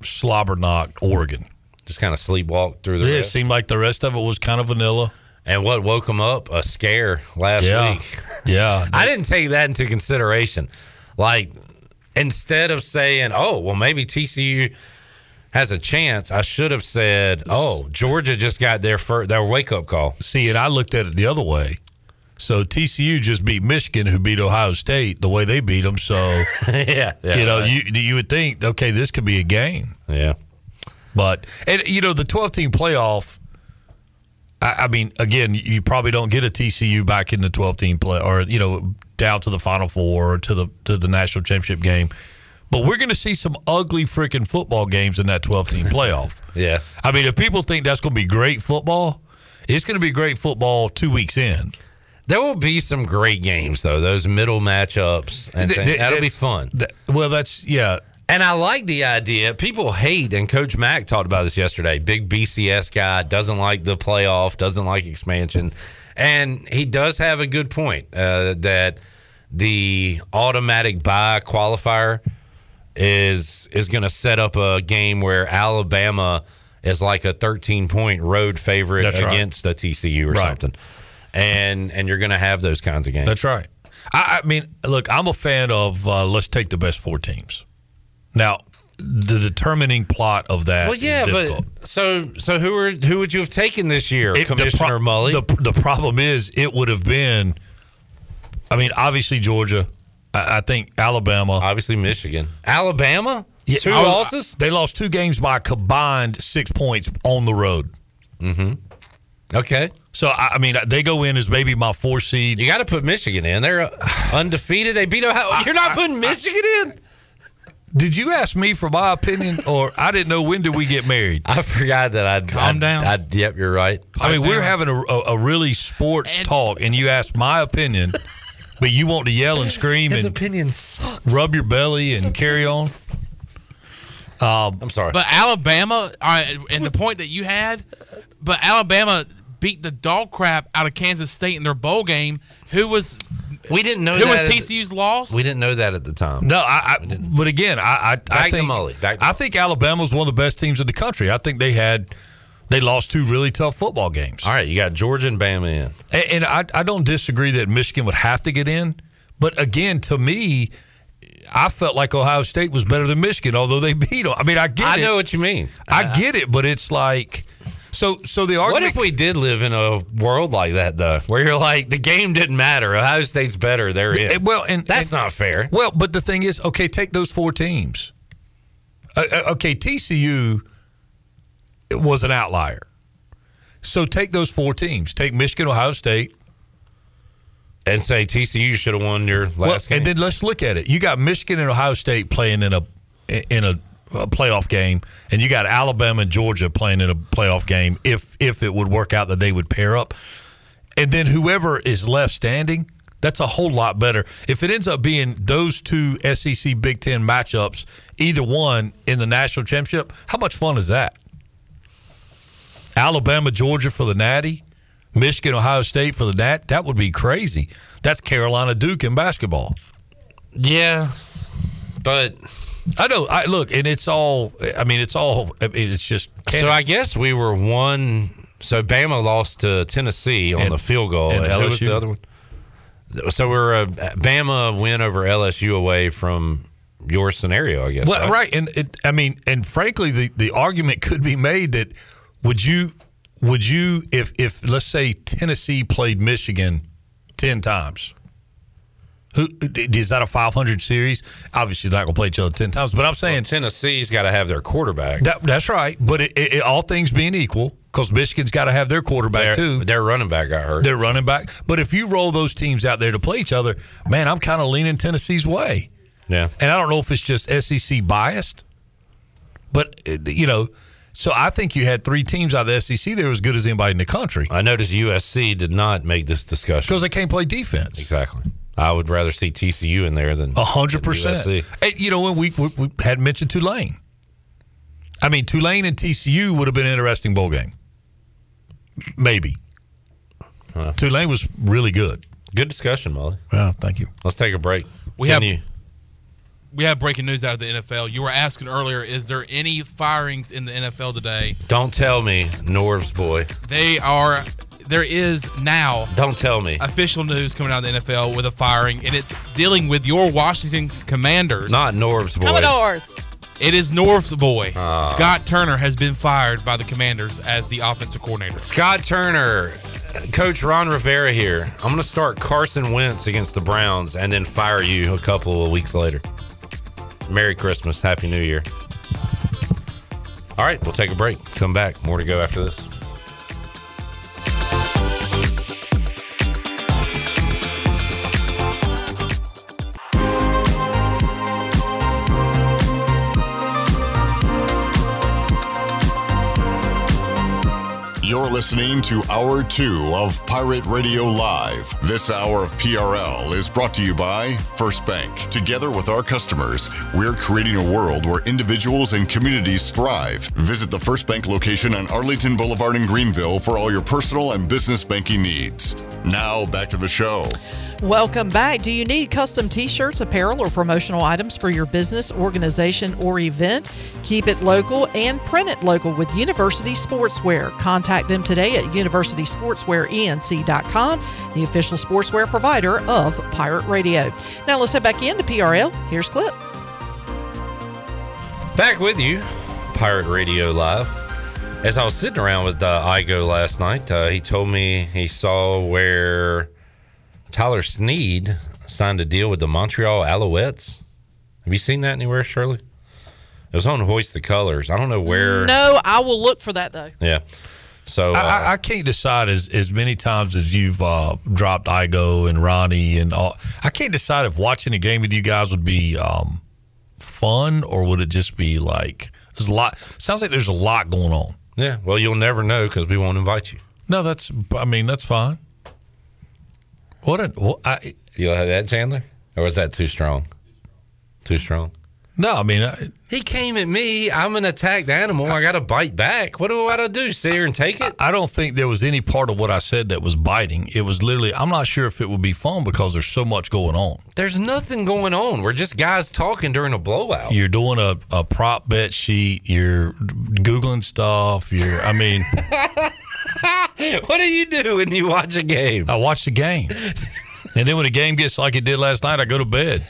N: slobber knocked Oregon.
I: Just kind of sleepwalked through the
N: Yeah, it
I: rest.
N: seemed like the rest of it was kind of vanilla.
I: And what woke him up? A scare last
N: Yeah.
I: week.
N: Yeah.
I: I didn't take that into consideration. Like, instead of saying, oh, well, maybe TCU has a chance, I should have said, oh, Georgia just got their, fir- their wake up call.
N: See, and I looked at it the other way. So TCU just beat Michigan, who beat Ohio State the way they beat them. So
I: yeah,
N: you know,
I: right.
N: you you would think, okay, this could be a game.
I: Yeah,
N: but and you know, the twelve team playoff. I, I mean, again, you probably don't get a TCU back in the twelve team play, or you know, down to the Final Four or to the to the national championship game. But we're going to see some ugly freaking football games in that twelve team playoff.
I: yeah.
N: I mean, if people think that's going to be great football, it's going to be great football two weeks in.
I: There will be some great games though. Those middle matchups and
N: Th-
I: things.
N: th-
I: that'll be
N: it's-
I: fun.
N: well, that's yeah.
I: And I like the idea. People hate, and Coach Mack talked about this yesterday. Big BCS guy doesn't like the playoff, doesn't like expansion, and he does have a good point uh, that the automatic bye qualifier is is going to set up a game where Alabama is like a thirteen point road favorite
N: That's right.
I: against a TCU or
N: Right.
I: something, and and you're going to have those kinds of games.
N: That's right. I, I mean, look, I'm a fan of uh, let's take the best four teams. Now, the determining plot of that.
I: Well,
N: is
I: yeah,
N: difficult.
I: but so so who are who would you have taken this year,
N: It- the pro-
I: Commissioner Mully?
N: The, the problem is, it would have been. I mean, obviously Georgia. I, I think Alabama.
I: Obviously Michigan. Alabama.
N: Yeah,
I: Two
N: I was-
I: losses.
N: They lost two games by a combined six points on the road.
I: Mm-hmm. Okay.
N: So I, I mean, they go in as maybe my four seed.
I: You got to put Michigan in. They're uh, undefeated. They beat Ohio. You're not putting Michigan in.
N: Did you ask me for my opinion, or I didn't know when did we get married?
I: I forgot that I'd
N: calm
I: I'd-
N: down.
I: I'd- yep, you're right.
N: I mean,
I: Pipe
N: we're
I: down.
N: having a, a, a really sports talk, and you ask my opinion, but you want to yell and scream
I: His
N: and
I: opinion sucks.
N: rub your belly and carry on. Um,
I: I'm sorry,
J: But Alabama, all right, and the point that you had, but Alabama beat the dog crap out of Kansas State in their bowl game. Who was?
I: We didn't know
J: who
I: that at
J: was
I: the-
J: TCU's loss.
I: we didn't know that at the time.
N: No, I. I but again, I. I, I
I: Back to
N: think
I: Mully. Back to
N: I think Alabama's one of the best teams in the country. I think they had they lost two really tough football games.
I: All right, you got Georgia and Bama in.
N: And, and I, I don't disagree that Michigan would have to get in. But again, to me, I felt like Ohio State was better than Michigan, although they beat them. I mean, I get
I: I
N: it.
I: know what you mean. Uh-huh.
N: I get it, but it's like so. So the
I: What
N: argument.
I: if we did live in a world like that though, where you're like the game didn't matter. Ohio State's better. They're in.
N: Eh, well, and
I: that's
N: and-
I: not fair.
N: Well, but the thing is, okay, take those four teams. Uh, uh, okay, TCU was an outlier. So take those four teams. Take Michigan, Ohio State,
I: and say TCU should have won your last
N: Well,
I: game.
N: and then let's look at it. You got Michigan and Ohio State playing in a in a, a playoff game, and you got Alabama and Georgia playing in a playoff game. If if it would work out that they would pair up, and then whoever is left standing, that's a whole lot better. If it ends up being those two SEC Big Ten matchups, either one in the national championship, how much fun is that? Alabama, Georgia for the Natty, Michigan, Ohio State for the Nat. That would be crazy. That's Carolina Duke in basketball.
I: Yeah, but
N: I know. I look, and it's all. I mean, it's all. I mean, It's just.
I: so I guess we were one. So Bama lost to Tennessee on
N: And-
I: the field goal.
N: and
I: who was
N: LSU.
I: the other one? So we're a Bama win over LSU away from your scenario, I guess.
N: Well, right, and it, I mean, and frankly, the the argument could be made that would you would you if if let's say Tennessee played Michigan ten times. Who is that a 500 series? Obviously, they're not going to play each other 10 times, but I'm saying
I: Tennessee's got to have their quarterback.
N: that, that's right. But it, it, it- all things being equal, because Michigan's got to have their quarterback too.
I: Their running back got hurt.
N: Their running back. But if you roll those teams out there to play each other, man, I'm kind of leaning Tennessee's way.
I: Yeah.
N: And I don't know if it's just SEC biased, but uh, you know, so I think you had three teams out of the SEC that were as good as anybody in the country
I: I noticed USC did not make this discussion.
N: because they can't play defense.
I: Exactly. I would rather see TCU in there than
N: A hundred
I: than
N: percent.
I: USC.
N: And, You know, when we, we we had mentioned Tulane, I mean Tulane and TCU would have been an interesting bowl game. Maybe Tulane was really good.
I: Good discussion, Molly.
N: Well, thank you.
I: Let's take a break.
J: We have-
I: you?
J: We have breaking news out of the NFL. You were asking earlier, is there any firings in the NFL today?
I: Don't tell me, Norv's boy.
J: They are. There is now
I: Don't tell me.
J: official news coming out of the NFL with a firing, and it's dealing with your Washington Commanders.
I: Not Norv's boy. Ah.
O: Commodores.
J: It is North's boy. Scott Turner has been fired by the Commanders as the offensive coordinator.
I: Scott Turner Coach Ron Rivera here. I'm going to start Carson Wentz against the Browns and then fire you a couple of weeks later. Merry Christmas. Happy New Year. All right, we'll take a break. Come back. More to go after this.
B: You're listening to Hour 2 of Pirate Radio Live. This hour of PRL is brought to you by First Bank. Together with our customers, we're creating a world where individuals and communities thrive. Visit the First Bank location on Arlington Boulevard in Greenville for all your personal and business banking needs. Now, back to the show.
G: Welcome back. Do you need custom t shirts, apparel, or promotional items for your business, organization, or event? Keep it local and print it local with University Sportswear. Contact them today at universitysportswearenc.com, the official sportswear provider of Pirate Radio. Now let's head back into PRL. Here's Clip.
I: Back with you, Pirate Radio Live. As I was sitting around with uh, Igo last night, uh, he told me he saw where Tyler Sneed signed a deal with the Montreal Alouettes. Have you seen that anywhere, Shirley? It was on Hoist the Colors. I don't know where.
G: No, I will look for that though.
I: Yeah. So uh,
N: I, I, I can't decide as, as many times as you've uh, dropped Igo and Ronnie and all. I can't decide if watching a game with you guys would be um, fun or would it just be like there's a lot. Sounds like there's a lot going on.
I: Yeah. Well, you'll never know because we won't invite you.
N: No, that's. I mean, that's fine. What? An, well, I,
I: you have that Chandler, or was that too strong? Too strong.
N: No, I mean, I,
I: He came at me. I'm an attacked animal. I got to bite back. What do I gotta do? Sit here and take it?
N: I don't think there was any part of what I said that was biting. It was literally, I'm not sure if it would be fun because there's so much going on.
I: There's nothing going on. We're just guys talking during a blowout.
N: You're doing a, a prop bet sheet. You're googling stuff. You're, I mean,
I: what do you do when you watch a game?
N: I watch the game, and then when the game gets like it did last night, I go to bed.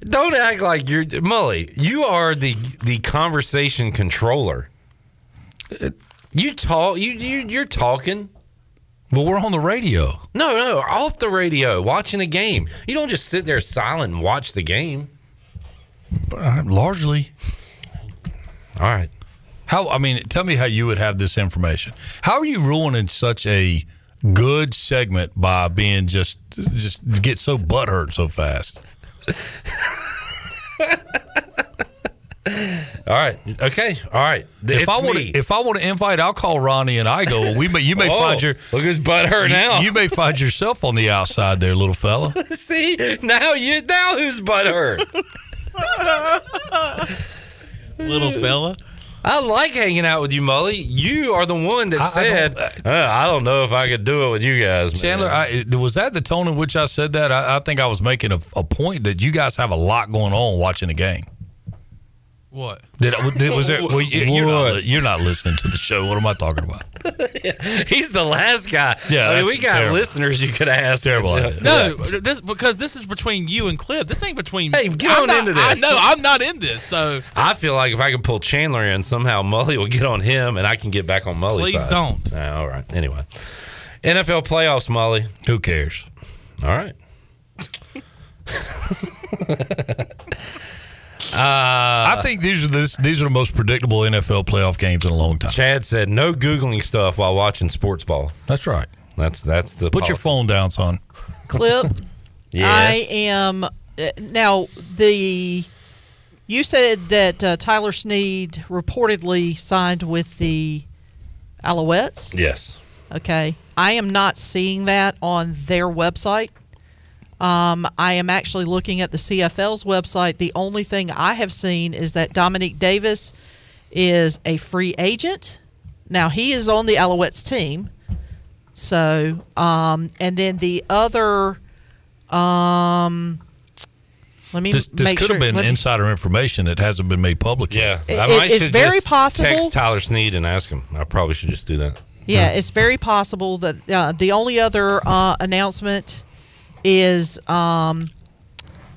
I: Don't act like you're Mully. You are the the conversation controller. You talk. You you you're talking.
N: Well, we're on the radio.
I: No, no, off the radio, watching a game. You don't just sit there silent and watch the game.
N: Uh, largely.
I: All right.
N: How? I mean, tell me how you would have this information. How are you ruining such a good segment by being just just get so butthurt so fast?
I: All right. Okay. All right.
N: if I want to, if I want to invite, I'll call Ronnie and I go. We may, you may
I: Oh,
N: find your
I: look who's butthurt
N: you-
I: now.
N: You may find yourself on the outside there, little fella.
I: See now you now who's butthurt?
J: Little fella.
I: I like hanging out with you, Mully. You are the one that
N: I- I
I: said, "Uh, I don't know if I could do it with you guys. man."
N: Chandler, I, was that the tone in which I said that? I, I think I was making a, a point that you guys have a lot going on watching the game.
J: What?
N: Did, I- did was there? Well, you, you're,
I: What?
N: not, li- you're not listening to the show. What am I talking about?
I: he's the last guy.
N: Yeah,
I: I mean, we
N: that's
I: got
N: terrible.
I: listeners you could ask.
N: Terrible idea.
J: No, this because this is between you and Cliff. This ain't between.
I: Hey, get
J: I'm
I: on
J: not-
I: into this.
J: I know I'm not in this. So
I: I feel like if I could pull Chandler in somehow, Mully will get on him, and I can get back on Mully's
J: Please
I: side.
J: don't.
I: Ah, all right. Anyway, NFL playoffs, Mully.
N: Who cares?
I: All right. uh,
N: I think these are this, these are the most predictable NFL playoff games in a long time.
I: Chad said no googling stuff while watching sports ball.
N: That's right.
I: That's that's the
N: Put your
I: policy.
N: phone down, son.
G: Clip.
I: Yes.
G: I am uh, now the. You said that uh, Tyler Sneed reportedly signed with the Alouettes.
I: Yes.
G: Okay, I am not seeing that on their website. Um, I am actually looking at the CFL's website. The only thing I have seen is that Dominique Davis is a free agent. Now he is on the Alouettes team. So, um, and then the other, um, let me
N: This, this
G: make
N: could
G: sure.
N: have been
G: let me-
N: insider information that hasn't been made public.
I: Yeah,
N: yet.
G: It-
I: I might
G: it's
I: should
G: very
I: just
G: possible-
I: Text Tyler Sneed and ask him. I probably should just do that.
G: Yeah, it's very possible that uh, the only other uh, announcement is um,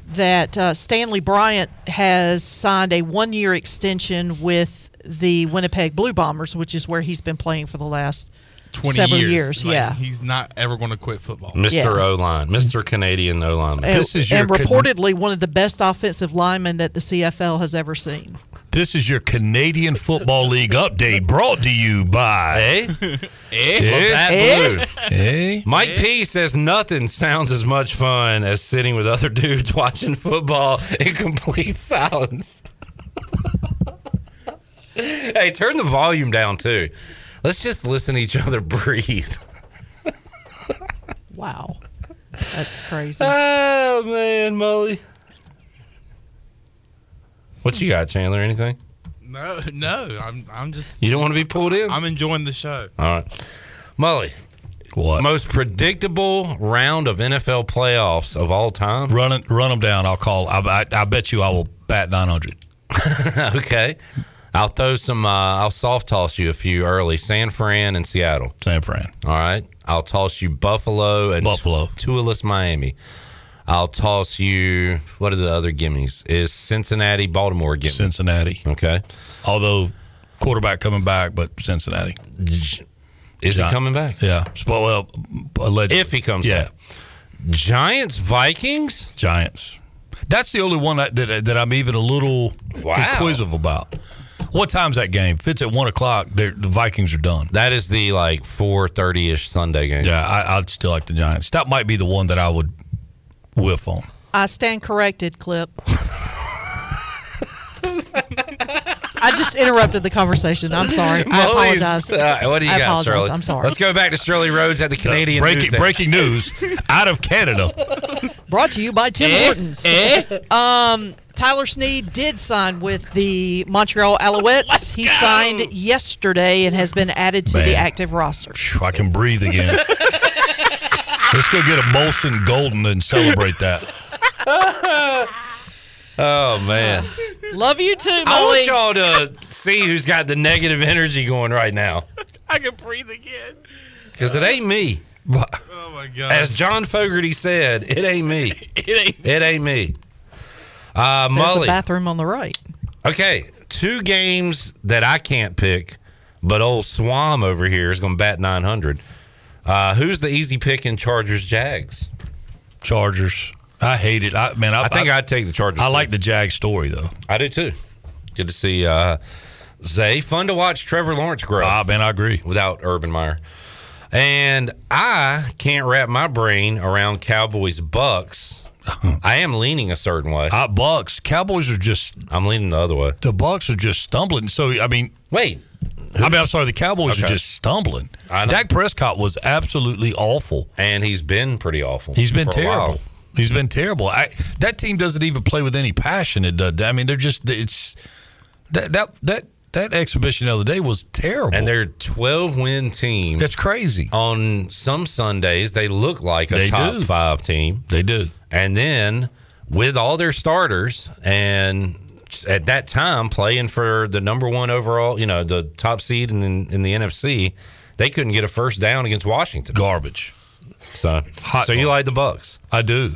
G: that uh, Stanley Bryant has signed a one year extension with the Winnipeg Blue Bombers, which is where he's been playing for the last
J: twenty
G: several
J: years.
G: years,
J: Like,
G: yeah.
J: he's not ever going to quit football.
I: Mr.
G: Yeah.
I: O line, Mr. Canadian O line.
G: And, and reportedly one of the best offensive linemen that the CFL has ever seen.
N: This is your Canadian Football League update brought to you by
I: Eh?
N: Eh?
I: Love that blue.
N: Eh?
I: Mike P says nothing sounds as much fun as sitting with other dudes watching football in complete silence. hey, turn the volume down too. Let's just listen to each other breathe.
G: Wow. That's crazy.
I: Oh man, Molly. What you got, Chandler? Anything?
J: No, no, I'm I'm just
I: You don't want to be pulled in?
J: I'm enjoying the show.
I: All right. Molly.
N: What?
I: Most predictable round of NFL playoffs of all time?
N: Run it, run them down. I'll call. I, I, I bet you I will bat 900.
I: okay. I'll throw some, uh, I'll soft toss you a few early San Fran and Seattle.
N: San Fran.
I: All right. I'll toss you Buffalo and
N: Buffalo.
I: Toueless Miami. I'll toss you, what are the other gimmies? Is Cincinnati, Baltimore a gimme?
N: Cincinnati.
I: Okay.
N: Although quarterback coming back, but Cincinnati.
I: Is he coming back?
N: Yeah. Sp- Well, allegedly.
I: If he comes
N: yeah.
I: back. Giants, Vikings?
N: Giants. That's the only one that that, that I'm even a little inquisitive about. What time's that game? If it's at one o'clock, they're- the Vikings are done.
I: That is the like four thirty ish Sunday game.
N: Yeah, I, I'd still like the Giants. That might be the one that I would whiff on.
G: I stand corrected, Clip. I just interrupted the conversation. I'm sorry. I
I: Molly's-
G: apologize.
I: Uh, what do you
G: I
I: got,
G: apologize.
I: Shirley?
G: I'm sorry.
I: Let's go back to Shirley Rhodes at the Canadian
N: breaking-
I: News Desk.
N: breaking news out of Canada.
G: Brought to you by Tim
I: Eh?
G: Hortons.
I: Eh?
G: Um, Tyler Snead did sign with the Montreal Alouettes. He signed yesterday and has been added to the
N: Man.
G: active roster.
N: Phew, I can breathe again. Let's go get a Molson Golden and celebrate that.
I: Oh man.
G: Uh, Love you too,
I: I
G: Molly.
I: want y'all uh, to see who's got the negative energy going right now.
J: I can breathe again.
I: Because it ain't me.
J: Oh my god.
I: As John Fogerty said, it ain't me.
J: it ain't
I: It ain't me. Uh,
G: There's a
I: Molly.
G: bathroom on the right.
I: Okay, two games that I can't pick, but old Swam over here is going to bat 900. Uh, who's the easy pick in Chargers Jags?
N: Chargers. I hate it. I man, I,
I: I think I'd take the Chargers.
N: I like the Jag story though.
I: I do too. Good to see uh, Zay. Fun to watch Trevor Lawrence grow.
N: Ah, man, I agree.
I: Without Urban Meyer. And I can't wrap my brain around Cowboys Bucks. I am leaning a certain way.
N: I, Bucks. Cowboys are just.
I: I'm leaning the other way.
N: The Bucks are just stumbling. So I mean,
I: wait.
N: I mean, I'm sorry. The Cowboys are
I: Okay.
N: just stumbling.
I: I know.
N: Dak Prescott was absolutely awful.
I: And he's been pretty awful.
N: He's been
I: for a while.
N: terrible. He's been terrible. I, that team doesn't even play with any passion. It does. I mean, they're just. It's that that that that exhibition the other day was terrible.
I: And they're 12 win team.
N: That's crazy.
I: On some Sundays, they look like a
N: They
I: top
N: do.
I: five team.
N: They do.
I: And then with all their starters and at that time playing for the number one overall, you know, the top seed in, in the NFC, they couldn't get a first down against Washington.
N: Garbage.
I: So,
N: Hot
I: so you like the Bucks?
N: I do.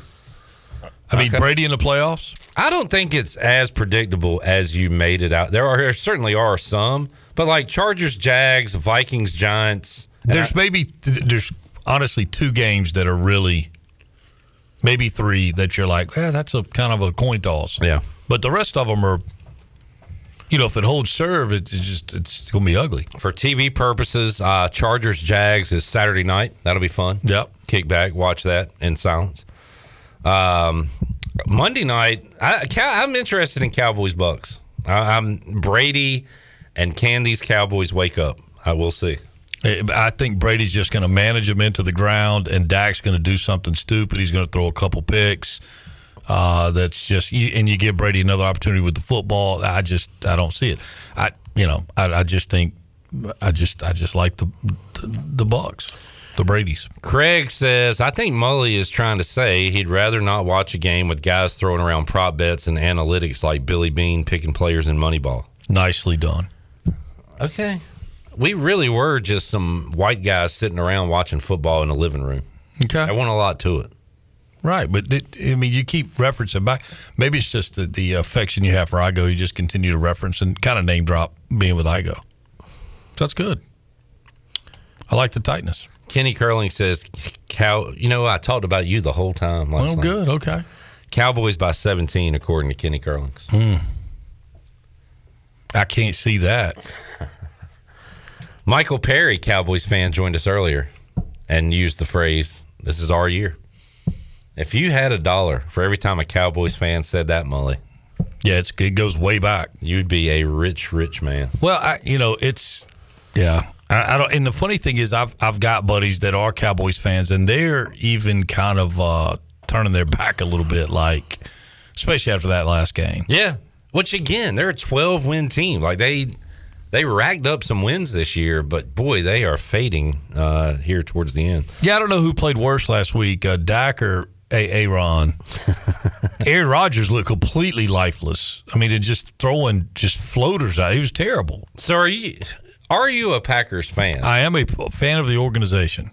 N: I mean,
I: Okay.
N: Brady in the playoffs.
I: I don't think it's as predictable as you made it out. There are there certainly are some, but like Chargers, Jags, Vikings, Giants. and
N: There's maybe th- there's honestly two games that are really maybe three that you're like, yeah, that's a kind of a coin toss.
I: Yeah.
N: But the rest of them are, you know, if it holds serve, it's just it's gonna be ugly.
I: for TV purposes, uh, Chargers Jags is Saturday night. That'll be fun.
N: Yep.
I: Kick back, watch that in silence. Um, Monday night, I, Cow- I'm interested in Cowboys Bucks. I, I'm Brady, and can these Cowboys wake up? I will see.
N: Eh, I think Brady's just going to manage him into the ground, and Dak's going to do something stupid. He's going to throw a couple picks. Uh, that's just, you, and you give Brady another opportunity with the football. I just, I don't see it. I, you know, I, I just think, I just, I just like the, the, the Bucks, the Brady's.
I: Craig says, I think Mully is trying to say he'd rather not watch a game with guys throwing around prop bets and analytics like Billy Bean picking players in Moneyball.
N: Nicely done.
I: Okay. We really were just some white guys sitting around watching football in the living room.
N: Okay.
I: I want a lot to it.
N: Right, but it, I mean, you keep referencing back. Maybe it's just the, the affection you have for Igo. You just continue to reference and kind of name drop being with Igo. So that's good. I I like the tightness.
I: Kenny Curling says, "Cow, you know I talked about you the whole time." Last night.
N: Well, Oh, good. Okay.
I: Cowboys by seventeen, according to Kenny Curlings.
N: Hmm. I can't see that.
I: Michael Perry, Cowboys fan, joined us earlier and used the phrase, "This is our year." If you had a dollar for every time a Cowboys fan said that, Mully,
N: yeah, it's, it goes way back.
I: You'd be a rich, rich man.
N: Well, I, you know, it's yeah. I, I don't. And the funny thing is, I've I've got buddies that are Cowboys fans, and they're even kind of uh, turning their back a little bit, like especially after that last game.
I: Yeah. Which again, they're a 12 win team. Like they they racked up some wins this year, but boy, they are fading uh here towards the end.
N: Yeah, I don't know who played worse last week, uh, Dak or A. Aaron. Aaron Rodgers looked completely lifeless. I mean, it just throwing just floaters out. He was terrible.
I: So are you are you a Packers fan?
N: I am a p- fan of the organization.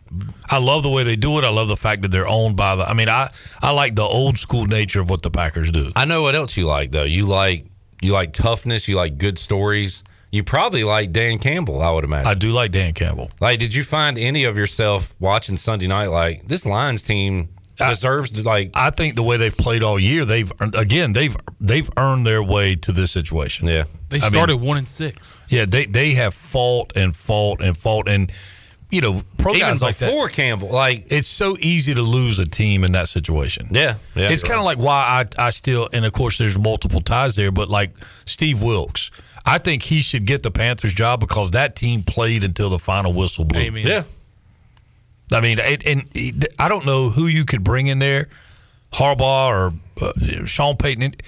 N: I love the way they do it. I love the fact that they're owned by the. I mean, I I like the old school nature of what the Packers do.
I: I know what else you like though. You like you like toughness, you like good stories. You probably like Dan Campbell, I would imagine. I
N: do like Dan Campbell.
I: Like did you find any of yourself watching Sunday night like this Lions team deserves to like
N: I think the way they've played all year, they've earned- again they've they've earned their way to this situation.
I: Yeah,
J: They started one and six.
N: yeah, they they have fought and fought and fought and you know pro
I: Even
N: guys like that.
I: before Campbell, like
N: it's so easy to lose a team in that situation.
I: Yeah, yeah,
N: it's
I: you're
N: kind of like why I I still and of course there's multiple ties there, but like Steve Wilkes, I think he should get the Panthers job because that team played until the final whistle blew.
J: Amen. Yeah.
N: I mean, it, and it, I don't know who you could bring in there, Harbaugh or uh, Sean Payton. It,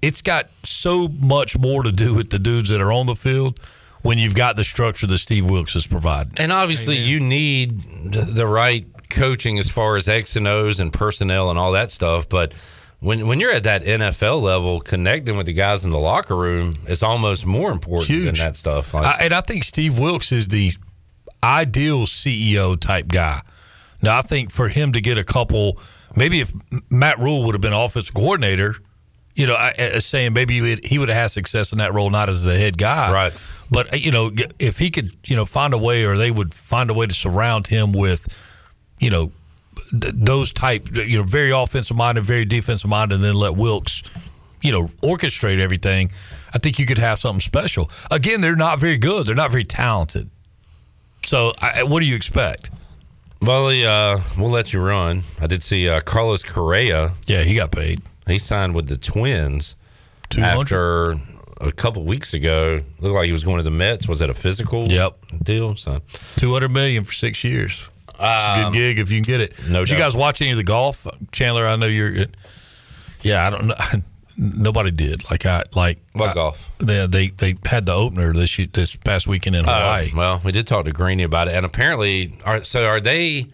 N: it's got so much more to do with the dudes that are on the field when you've got the structure that Steve Wilkes has provided.
I: And obviously, you need th- the right coaching as far as X and O's and personnel and all that stuff. But when when you're at that NFL level, connecting with the guys in the locker room is almost more important than that stuff. Like,
N: I, and I think Steve Wilkes is the ideal CEO type guy. Now, I think for him to get a couple, maybe if Matt Rule would have been offensive coordinator, you know, I, I- saying maybe he would, he would have had success in that role, not as the head guy, right? But uh, you know, g- if he could, you know, find a way, or they would find a way to surround him with, you know, th- those type, you know, very offensive minded, very defensive minded, and then let Wilkes, you know, orchestrate everything. I think you could have something special. Again, they're not very good. They're not very talented. So, I, what do you expect?
I: Well, uh, we'll let you run. I did see uh, Carlos Correa.
N: Yeah, he got paid.
I: He signed with the Twins
N: 200.
I: after a couple weeks ago. Looked like he was going to the Mets. Was that a physical? Yep. Deal. So
N: two hundred million for six years. It's a
I: Um,
N: good gig if you can get it.
I: no
N: Did you
I: doubt.
N: guys watch any of the golf, Chandler? I know you're. uh, Yeah, I don't know. Nobody did. Like I like
I: What
N: I-
I: golf?
N: They, they they had the opener this year- this past weekend in
I: Oh,
N: Hawaii.
I: well, we did talk to Greeny about it, and apparently, are, so are they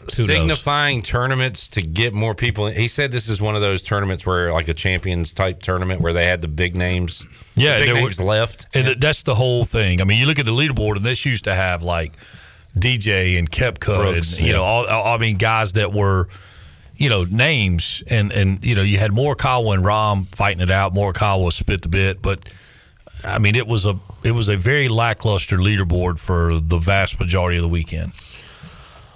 N: knows?
I: signifying tournaments to get more people? in? He said this is one of those tournaments where, like a champions type tournament, where they had the big names. the
N: Yeah,
I: big
N: there
I: names
N: were-
I: left.
N: And th- that's the whole thing. I mean, you look at the leaderboard, and this used to have like DJ and Kepka,
I: Brooks,
N: and you
I: yeah.
N: know, all, all- I mean, guys that were, you know, names, and and you know, you had Morikawa and Rom fighting it out. Morikawa spit the bit, but I mean, it was a it was a very lackluster leaderboard for the vast majority of the weekend.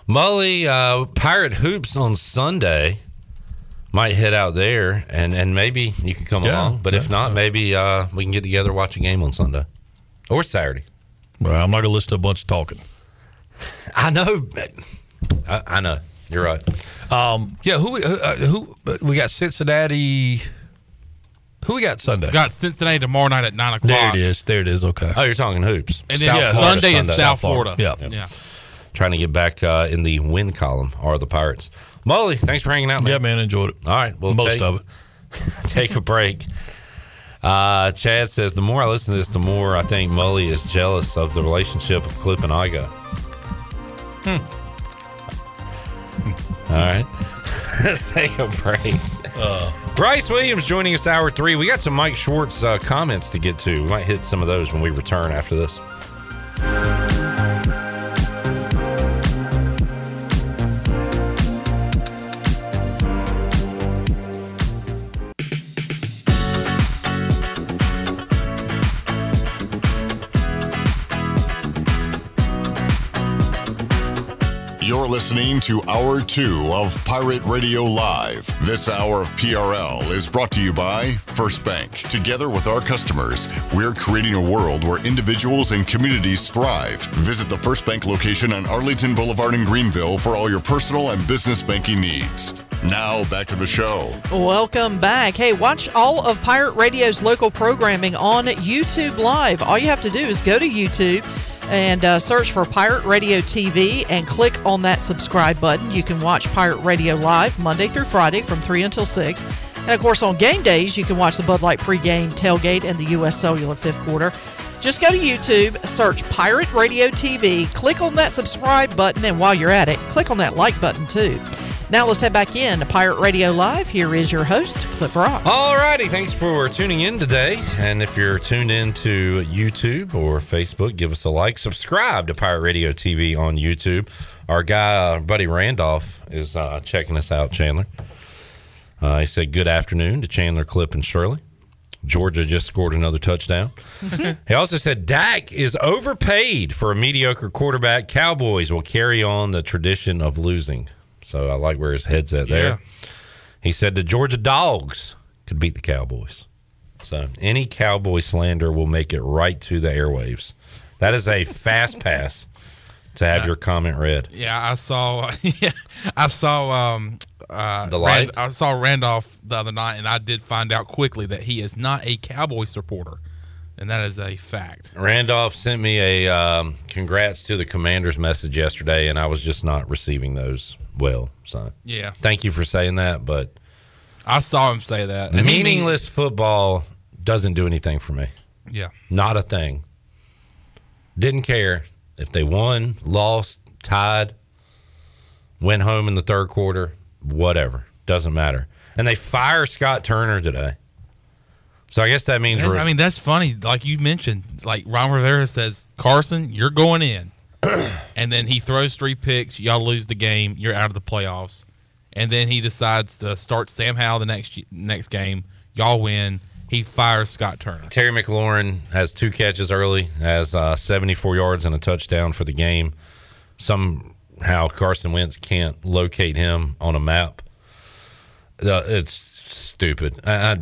I: Mully uh, Pirate Hoops on Sunday might head out there, and and maybe you can come
N: Yeah,
I: along. But if
N: yeah,
I: not, maybe uh, we can get together watch a game on Sunday or Saturday.
N: Well, I'm not gonna listen to a bunch of talking.
I: I know. I, I know. You're right.
N: Um, yeah, who we- who, uh, who we got Cincinnati. Who we got Sunday?
J: Got Cincinnati tomorrow night at nine o'clock.
N: There it is. There it is. Okay.
I: Oh, you're talking hoops.
J: And then yeah,
I: Florida
J: Sunday in South Florida.
I: Yeah.
J: Yeah.
I: Trying to get back uh, in the win column are the Pirates. Molly, thanks for hanging out, man.
N: Yeah, man, enjoyed it.
I: All right. Well,
N: Most
I: take-
N: of it.
I: take a break. Uh, Chad says, the more I listen to this, the more I think Mully is jealous of the relationship of Clip and Igo.
J: Hmm.
I: All right. Let's take a break.
N: Uh,
I: Bryce Williams joining us hour three. We got some Mike Schwartz uh, comments to get to. We might hit some of those when we return after this.
B: You're listening to Hour 2 of Pirate Radio Live. This hour of PRL is brought to you by First Bank. Together with our customers, we're creating a world where individuals and communities thrive. Visit the First Bank location on Arlington Boulevard in Greenville for all your personal and business banking needs. Now, back to the show.
G: Welcome back. Hey, watch all of Pirate Radio's local programming on YouTube Live. All you have to do is go to YouTube and uh, search for Pirate Radio TV and click on that subscribe button. You can watch Pirate Radio Live Monday through Friday from 3 until 6. And of course, on game days, you can watch the Bud Light pregame, tailgate, and the U.S. Cellular fifth quarter. Just go to YouTube, search Pirate Radio TV, click on that subscribe button, and while you're at it, click on that like button too. Now let's head back in to Pirate Radio Live. Here is your host, Clip Rock.
I: All righty. Thanks for tuning in today. And if you're tuned in to YouTube or Facebook, give us a like. Subscribe to Pirate Radio TV on YouTube. Our guy, our buddy Randolph, is uh, checking us out, Chandler. Uh, he said, Good afternoon to Chandler, Clip, and Shirley. Georgia just scored another touchdown. he also said Dak is overpaid for a mediocre quarterback. Cowboys will carry on the tradition of losing. So I like where his head's at there.
J: Yeah.
I: He said the Georgia Dogs could beat the Cowboys. So any Cowboy slander will make it right to the airwaves. That is a fast pass to have your comment read.
J: Yeah, I saw. Yeah, I saw. Um, uh,
I: The light?
J: Rand- I saw Randolph the other night, and I did find out quickly that he is not a Cowboy supporter, and that is a fact.
I: Randolph sent me a um, congrats to the commander's message yesterday, and I was just not receiving those well. So,
J: Yeah.
I: thank you for saying that. But
J: I saw him say that. And he mean-
I: meaningless football doesn't do anything for me.
J: Yeah.
I: Not a thing. Didn't care if they won, lost, tied, went home in the third quarter, whatever. Doesn't matter. And they fire Scott Turner today. So I guess that means
J: I mean, that's funny. Like you mentioned, like Ron Rivera says, Carson, you're going in, and then he throws three picks. Y'all lose the game. You're out of the playoffs, and then he decides to start Sam Howell the next y- next game. Y'all win. He fires Scott Turner.
I: Terry McLaurin has two catches early, has uh, 74 yards and a touchdown for the game. Somehow Carson Wentz can't locate him on a map. Uh, it's stupid. I, I,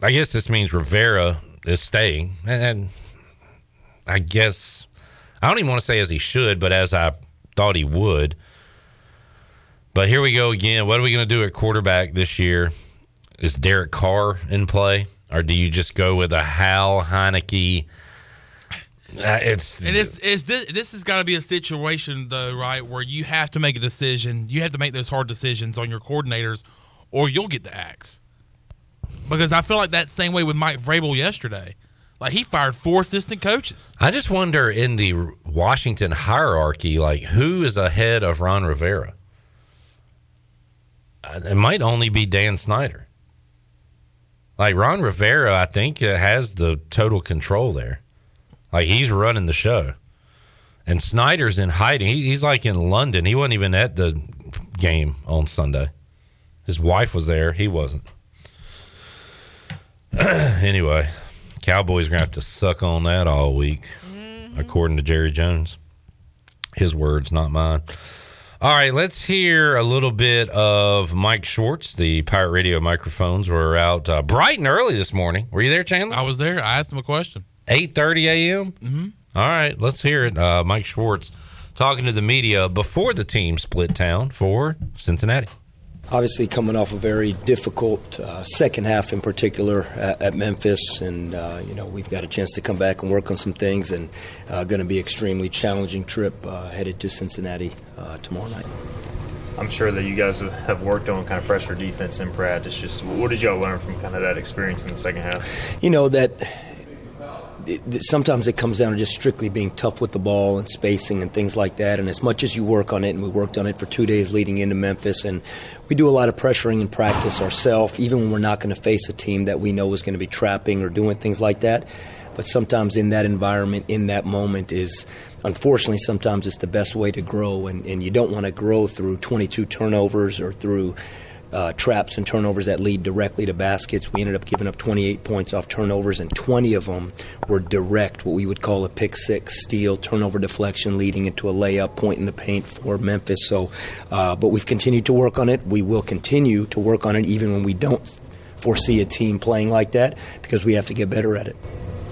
I: I guess this means Rivera is staying, and, and I guess I don't even want to say as he should, but as I thought he would. But here we go again. What are we going to do at quarterback this year? Is Derek Carr in play, or do you just go with a Hal Heineke? Uh, it's
J: And it's, it's this, this has got to be a situation though, right, where you have to make a decision. You have to make those hard decisions on your coordinators, or you'll get the axe. Because I feel like that same way with Mike Vrabel yesterday. Like he fired four assistant coaches.
I: I just wonder in the Washington hierarchy, like who is ahead of Ron Rivera? Uh, It might only be Dan Snyder. Like Ron Rivera, I think uh, has the total control there. Like he's running the show, and Snyder's in hiding. He, he's like in London. He wasn't even at the game on Sunday. His wife was there. He wasn't. anyway, Cowboys are gonna have to suck on that all week, according to Jerry Jones. His words, not mine. All right, let's hear a little bit of Mike Schwartz. The Pirate Radio microphones were out uh, bright and early this morning. Were you there, Chandler? I
J: was there. I asked him a question.
I: Eight thirty a.m.
J: Mhm.
I: All right, let's hear it. Uh, Mike Schwartz talking to the media before the team split town for Cincinnati.
E: Obviously, coming off a very difficult uh, second half, in particular uh, at, at Memphis, and uh, you know we've got a chance to come back and work on some things, and uh, going to be extremely challenging trip uh, headed to Cincinnati uh, tomorrow night.
O: I'm sure that you guys have- have worked on kind of pressure defense in practice. Just what did y'all learn from kind of that experience in the second half?
E: you know that it- it- sometimes it comes down to just strictly being tough with the ball and spacing and things like that and as much as you work on it and we worked on it for two days leading into memphis and we do a lot of pressuring in practice ourselves even when we're not going to face a team that we know is going to be trapping or doing things like that but sometimes in that environment in that moment is unfortunately sometimes it's the best way to grow and, and you don't want to grow through 22 turnovers or through uh, traps and turnovers that lead directly to baskets. We ended up giving up 28 points off turnovers, and 20 of them were direct, what we would call a pick six, steal, turnover deflection, leading into a layup, point in the paint for Memphis. So, uh, but we've continued to work on it. We will continue to work on it even when we don't foresee a team playing like that because we have to get better at it.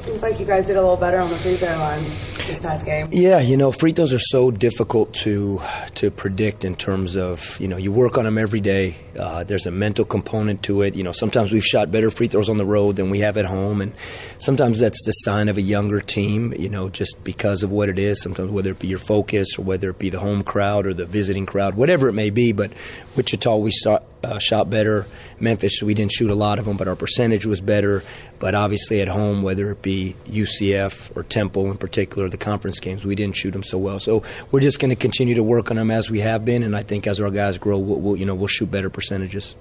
P: Seems like you guys did a little better on the free throw line this past game.
E: Yeah, you know, free throws are so difficult to to predict in terms of you know you work on them every day. Uh, there's a mental component to it. You know, sometimes we've shot better free throws on the road than we have at home, and sometimes that's the sign of a younger team. You know, just because of what it is. Sometimes whether it be your focus or whether it be the home crowd or the visiting crowd, whatever it may be. But Wichita, we saw. Uh, shot better. Memphis, we didn't shoot a lot of them, but our percentage was better. But obviously, at home, whether it be UCF or Temple in particular, the conference games, we didn't shoot them so well. So we're just going to continue to work on them as we have been, and I think as our guys grow, we'll, we'll you know we'll shoot better percentages.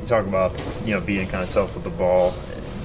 O: You talk about you know being kind of tough with the ball.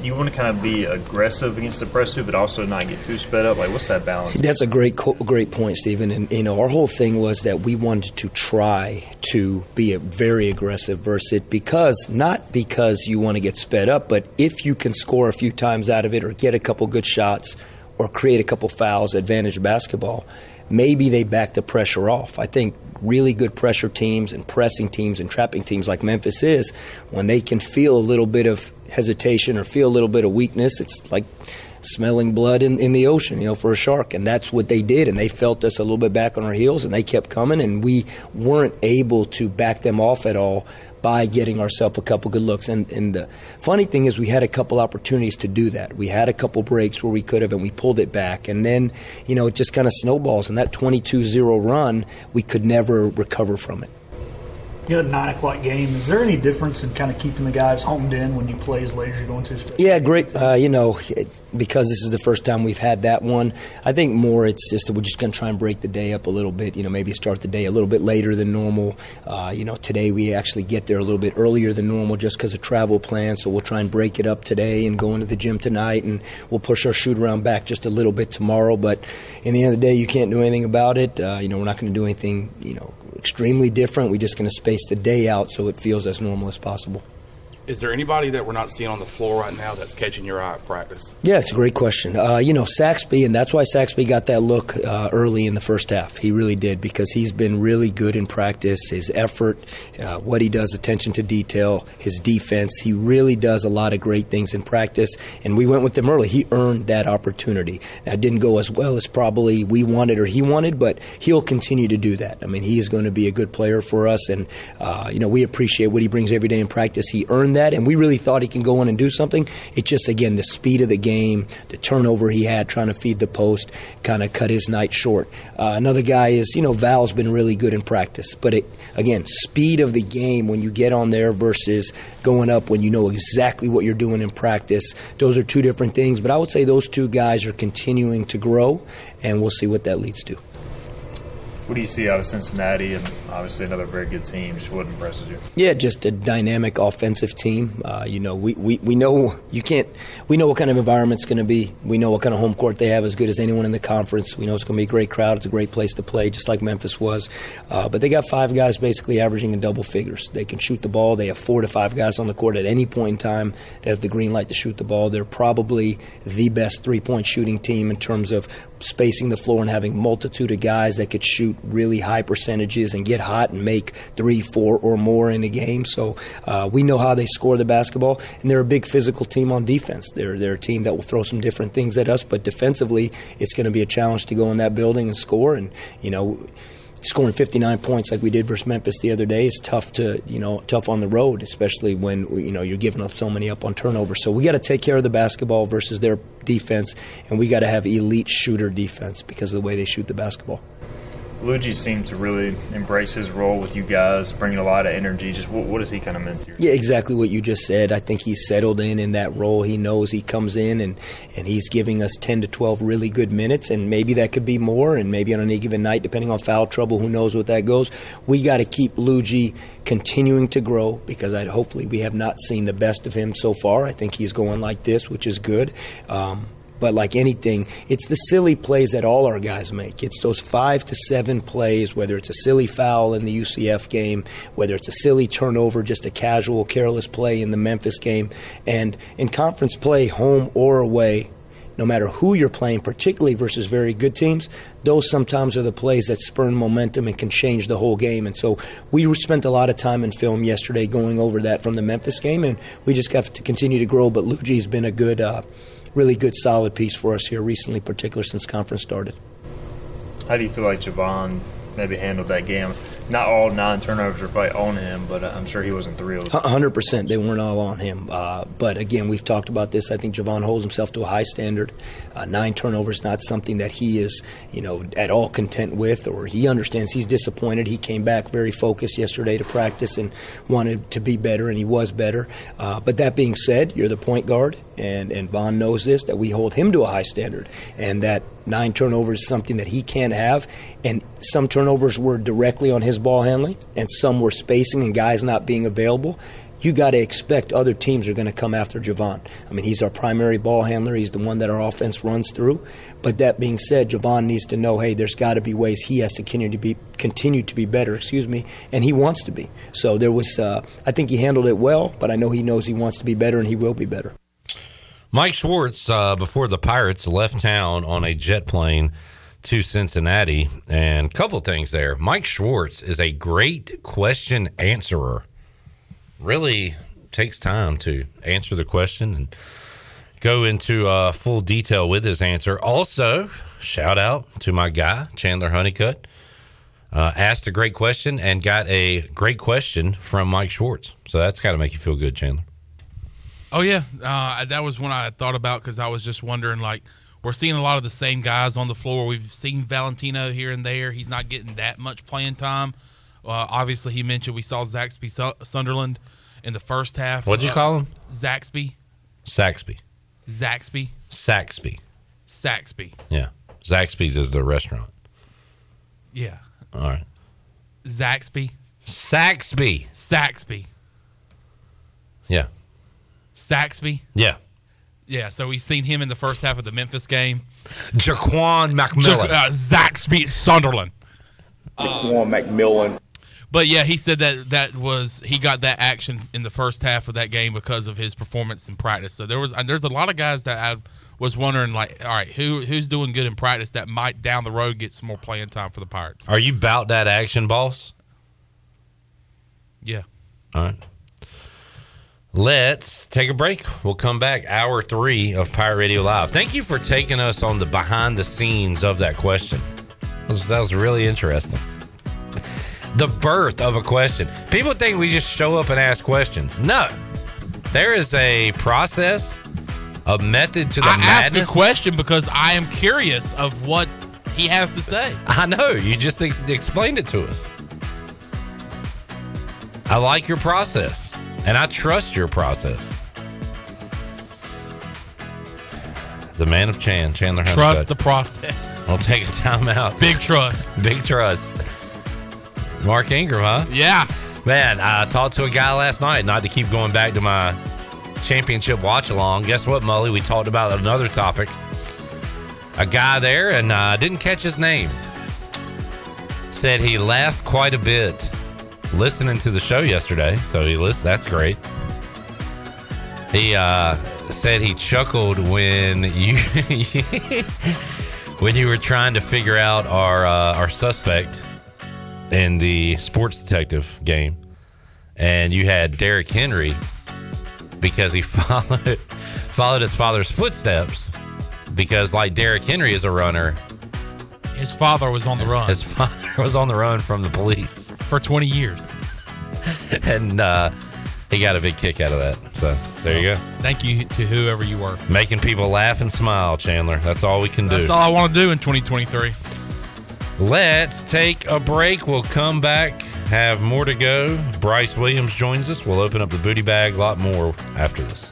O: You want to kind of be aggressive against the press too, but also not get too sped up. Like, what's that balance?
E: That's a great co- great point, Stephen. And you know, our whole thing was that we wanted to try to be a very aggressive versus it because not because you want to get sped up, but if you can score a few times out of it or get a couple good shots or create a couple fouls, advantage basketball, maybe they back the pressure off. I think really good pressure teams and pressing teams and trapping teams like Memphis is, when they can feel a little bit of hesitation or feel a little bit of weakness, it's like smelling blood in, in the ocean, you know, for a shark. And that's what they did. And they felt us a little bit back on our heels and they kept coming. And we weren't able to back them off at all by getting ourselves a couple good looks. And, and the funny thing is, we had a couple opportunities to do that. We had a couple breaks where we could have, and we pulled it back. And then, you know, it just kind of snowballs. And that 22 0 run, we could never recover from it.
Q: You had a nine o'clock game. Is there any difference in kind of keeping the guys homed in when you play as late as you're going to? especially
E: Yeah, great. Uh, you know, it- because this is the first time we've had that one, I think more it's just that we're just going to try and break the day up a little bit. You know, maybe start the day a little bit later than normal. Uh, you know, today we actually get there a little bit earlier than normal just because of travel plans. So we'll try and break it up today and go into the gym tonight, and we'll push our shoot around back just a little bit tomorrow. But in the end of the day, you can't do anything about it. Uh, you know, we're not going to do anything. You know. Extremely different. We're just going to space the day out so it feels as normal as possible.
R: Is there anybody that we're not seeing on the floor right now that's catching your eye at practice?
E: Yeah, it's a great question. Uh, you know, Saxby, and that's why Saxby got that look uh, early in the first half. He really did because he's been really good in practice. His effort, uh, what he does, attention to detail, his defense. He really does a lot of great things in practice, and we went with him early. He earned that opportunity. Now, it didn't go as well as probably we wanted or he wanted, but he'll continue to do that. I mean, he is going to be a good player for us, and uh, you know, we appreciate what he brings every day in practice. He earned that, and we really thought he can go in and do something. It just again the speed of the game, the turnover he had trying to feed the post, kind of cut his night short. Uh, another guy is you know Val's been really good in practice, but it again speed of the game when you get on there versus going up when you know exactly what you're doing in practice. Those are two different things, but I would say those two guys are continuing to grow, and we'll see what that leads to.
O: What do you see out of Cincinnati and obviously another very good team? Just what impresses you?
E: Yeah, just a dynamic offensive team. Uh, you know, we, we, we know you can't. We know what kind of environment's going to be. We know what kind of home court they have, as good as anyone in the conference. We know it's going to be a great crowd. It's a great place to play, just like Memphis was. Uh, but they got five guys basically averaging in double figures. They can shoot the ball. They have four to five guys on the court at any point in time that have the green light to shoot the ball. They're probably the best three point shooting team in terms of spacing the floor and having multitude of guys that could shoot really high percentages and get hot and make three, four, or more in a game. So uh, we know how they score the basketball, and they're a big physical team on defense. They're they're a team that will throw some different things at us, but defensively, it's going to be a challenge to go in that building and score. And you know scoring 59 points like we did versus Memphis the other day is tough to you know tough on the road, especially when you know you're giving up so many up on turnover. So we got to take care of the basketball versus their defense, and we got to have elite shooter defense because of the way they shoot the basketball.
O: Luigi seems to really embrace his role with you guys, bringing a lot of energy. Just what, what does he kind of mean to you?
E: Yeah, exactly what you just said. I think he's settled in in that role. He knows he comes in and, and he's giving us 10 to 12 really good minutes, and maybe that could be more, and maybe on any given night, depending on foul trouble, who knows what that goes. We got to keep Luigi continuing to grow because I hopefully we have not seen the best of him so far. I think he's going like this, which is good. Um, But like anything, it's the silly plays that all our guys make. It's those five to seven plays, whether it's a silly foul in the UCF game, whether it's a silly turnover, just a casual, careless play in the Memphis game. And in conference play, home or away, no matter who you're playing, particularly versus very good teams, those sometimes are the plays that spurn momentum and can change the whole game. And so we spent a lot of time in film yesterday going over that from the Memphis game, and we just have to continue to grow. But Luigi's been a good, uh, really good, solid piece for us here recently, particularly since conference started.
O: How do you feel like Javon maybe handled that game? Not all nine turnovers were probably on him, but uh, I'm sure he wasn't thrilled.
E: Hundred percent, they weren't all on him. Uh, but again, we've talked about this. I think Javon holds himself to a high standard. Uh, nine turnovers not something that he is, you know, at all content with, or he understands he's disappointed. He came back very focused yesterday to practice and wanted to be better, and he was better. Uh, but that being said, you're the point guard, and and Bond knows this that we hold him to a high standard, and that nine turnovers is something that he can't have. And some turnovers were directly on his ball handling, and some were spacing and guys not being available. You got to expect other teams are going to come after Javon. I mean, he's our primary ball handler. He's the one that our offense runs through. But that being said, Javon needs to know, hey, there's got to be ways he has to continue to be continue to be better. Excuse me, and he wants to be. So there was, uh, I think he handled it well, but I know he knows he wants to be better and he will be better.
I: Mike Schwartz, uh, before the Pirates left town on a jet plane to Cincinnati, and a couple things there. Mike Schwartz is a great question answerer. Really takes time to answer the question and go into uh, full detail with his answer. Also, shout out to my guy Chandler Honeycutt. Uh, asked a great question and got a great question from Mike Schwartz. So that's got to make you feel good, Chandler.
J: Oh yeah, uh, that was one I thought about because I was just wondering. Like, we're seeing a lot of the same guys on the floor. We've seen Valentino here and there. He's not getting that much playing time. Uh, obviously, he mentioned we saw Zaxby Su- Sunderland in the first half. Uh,
I: What'd you call him?
J: Zaxby.
I: Saxby.
J: Zaxby.
I: Saxby.
J: Saxby.
I: Yeah. Zaxby's is the restaurant.
J: Yeah.
I: All right.
J: Zaxby.
I: Saxby.
J: Saxby.
I: Yeah.
J: Saxby.
I: Yeah.
J: Yeah, so we've seen him in the first half of the Memphis game.
I: Jaquan McMillan.
J: Jac- uh, Zaxby Sunderland.
K: Jaquan McMillan.
J: But yeah, he said that that was he got that action in the first half of that game because of his performance in practice. So there was and there's a lot of guys that I was wondering like, all right, who who's doing good in practice that might down the road get some more playing time for the Pirates.
I: Are you bout that action, boss?
J: Yeah.
I: All right. Let's take a break. We'll come back. Hour three of Pirate Radio Live. Thank you for taking us on the behind the scenes of that question. That was, that was really interesting. The birth of a question. People think we just show up and ask questions. No, there is a process, a method to the
J: I asked a
I: madness.
J: question because I am curious of what he has to say.
I: I know. You just ex- explained it to us. I like your process and I trust your process. The man of Chan, Chandler Hunter.
J: Trust the process.
I: I'll take a timeout.
J: Big trust.
I: Big trust. Mark Ingram, huh?
J: Yeah.
I: Man, I talked to a guy last night, not to keep going back to my championship watch along. Guess what, Mully? We talked about another topic. A guy there, and I uh, didn't catch his name, said he laughed quite a bit listening to the show yesterday. So he listened. That's great. He uh, said he chuckled when you when you were trying to figure out our uh, our suspect in the sports detective game, and you had Derrick Henry because he followed followed his father's footsteps because like Derrick Henry is a runner.
J: His father was on the run.
I: His father was on the run from the police
J: for 20 years.
I: and uh, he got a big kick out of that. So there you go.
J: Thank you to whoever you were.
I: Making people laugh and smile, Chandler. That's all we can do.
J: That's all I want to do in 2023.
I: Let's take a break. We'll come back, have more to go. Bryce Williams joins us. We'll open up the booty bag a lot more after this.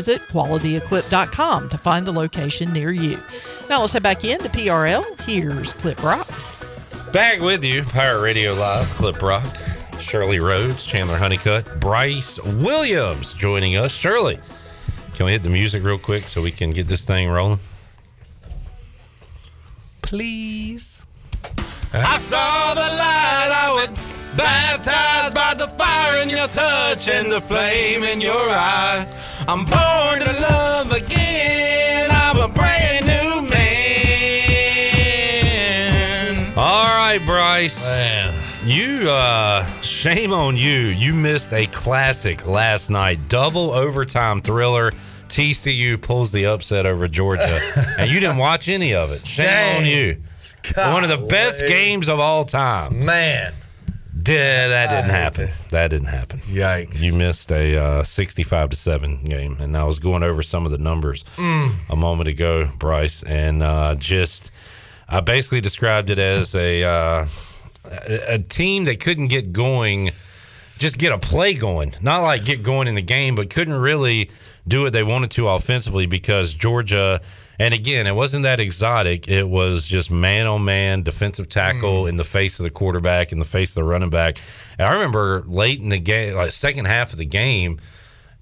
G: qualityequip.com to find the location near you. Now let's head back in to PRL. Here's Clip Rock.
I: Back with you, Pirate Radio Live, Clip Rock, Shirley Rhodes, Chandler Honeycutt, Bryce Williams joining us. Shirley, can we hit the music real quick so we can get this thing rolling?
F: Please.
I: I
F: saw the light. I was baptized by the fire in your touch and the flame in your eyes. I'm born to love again. I'm a brand new man.
I: All right, Bryce. You, uh, shame on you. You missed a classic last night. Double overtime thriller. TCU pulls the upset over Georgia, and you didn't watch any of it. Shame on you. One of the best games of all time.
S: Man.
I: Yeah, that didn't happen. That didn't happen.
S: Yikes.
I: You missed a uh, 65 to 7 game. And I was going over some of the numbers
S: Mm.
I: a moment ago, Bryce, and uh, just I basically described it as a uh, a a team that couldn't get going, just get a play going, not like get going in the game, but couldn't really do what they wanted to offensively because Georgia. And again, it wasn't that exotic. It was just man on man, defensive tackle in the face of the quarterback, in the face of the running back. And I remember late in the game, like second half of the game,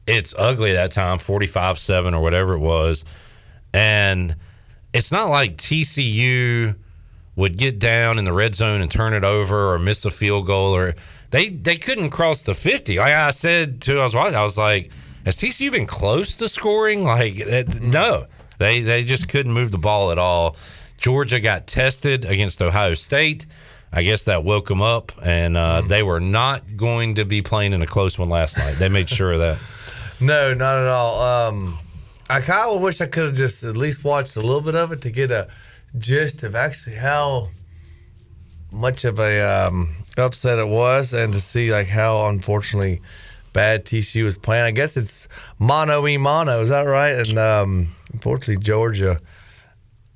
I: it's ugly that time 45-7 or whatever it was and it's not like tcu would get down in the red zone and turn it over or miss a field goal or they they couldn't cross the 50 like i said to i was watching i was like has tcu been close to scoring like that, no they they just couldn't move the ball at all georgia got tested against ohio state I guess that woke them up, and uh, they were not going to be playing in a close one last night. They made sure of that.
S: No, not at all. Um, I kind of wish I could have just at least watched a little bit of it to get a gist of actually how much of a um, upset it was, and to see like how unfortunately bad TCU was playing. I guess it's mono e mono, is that right? And um, unfortunately, Georgia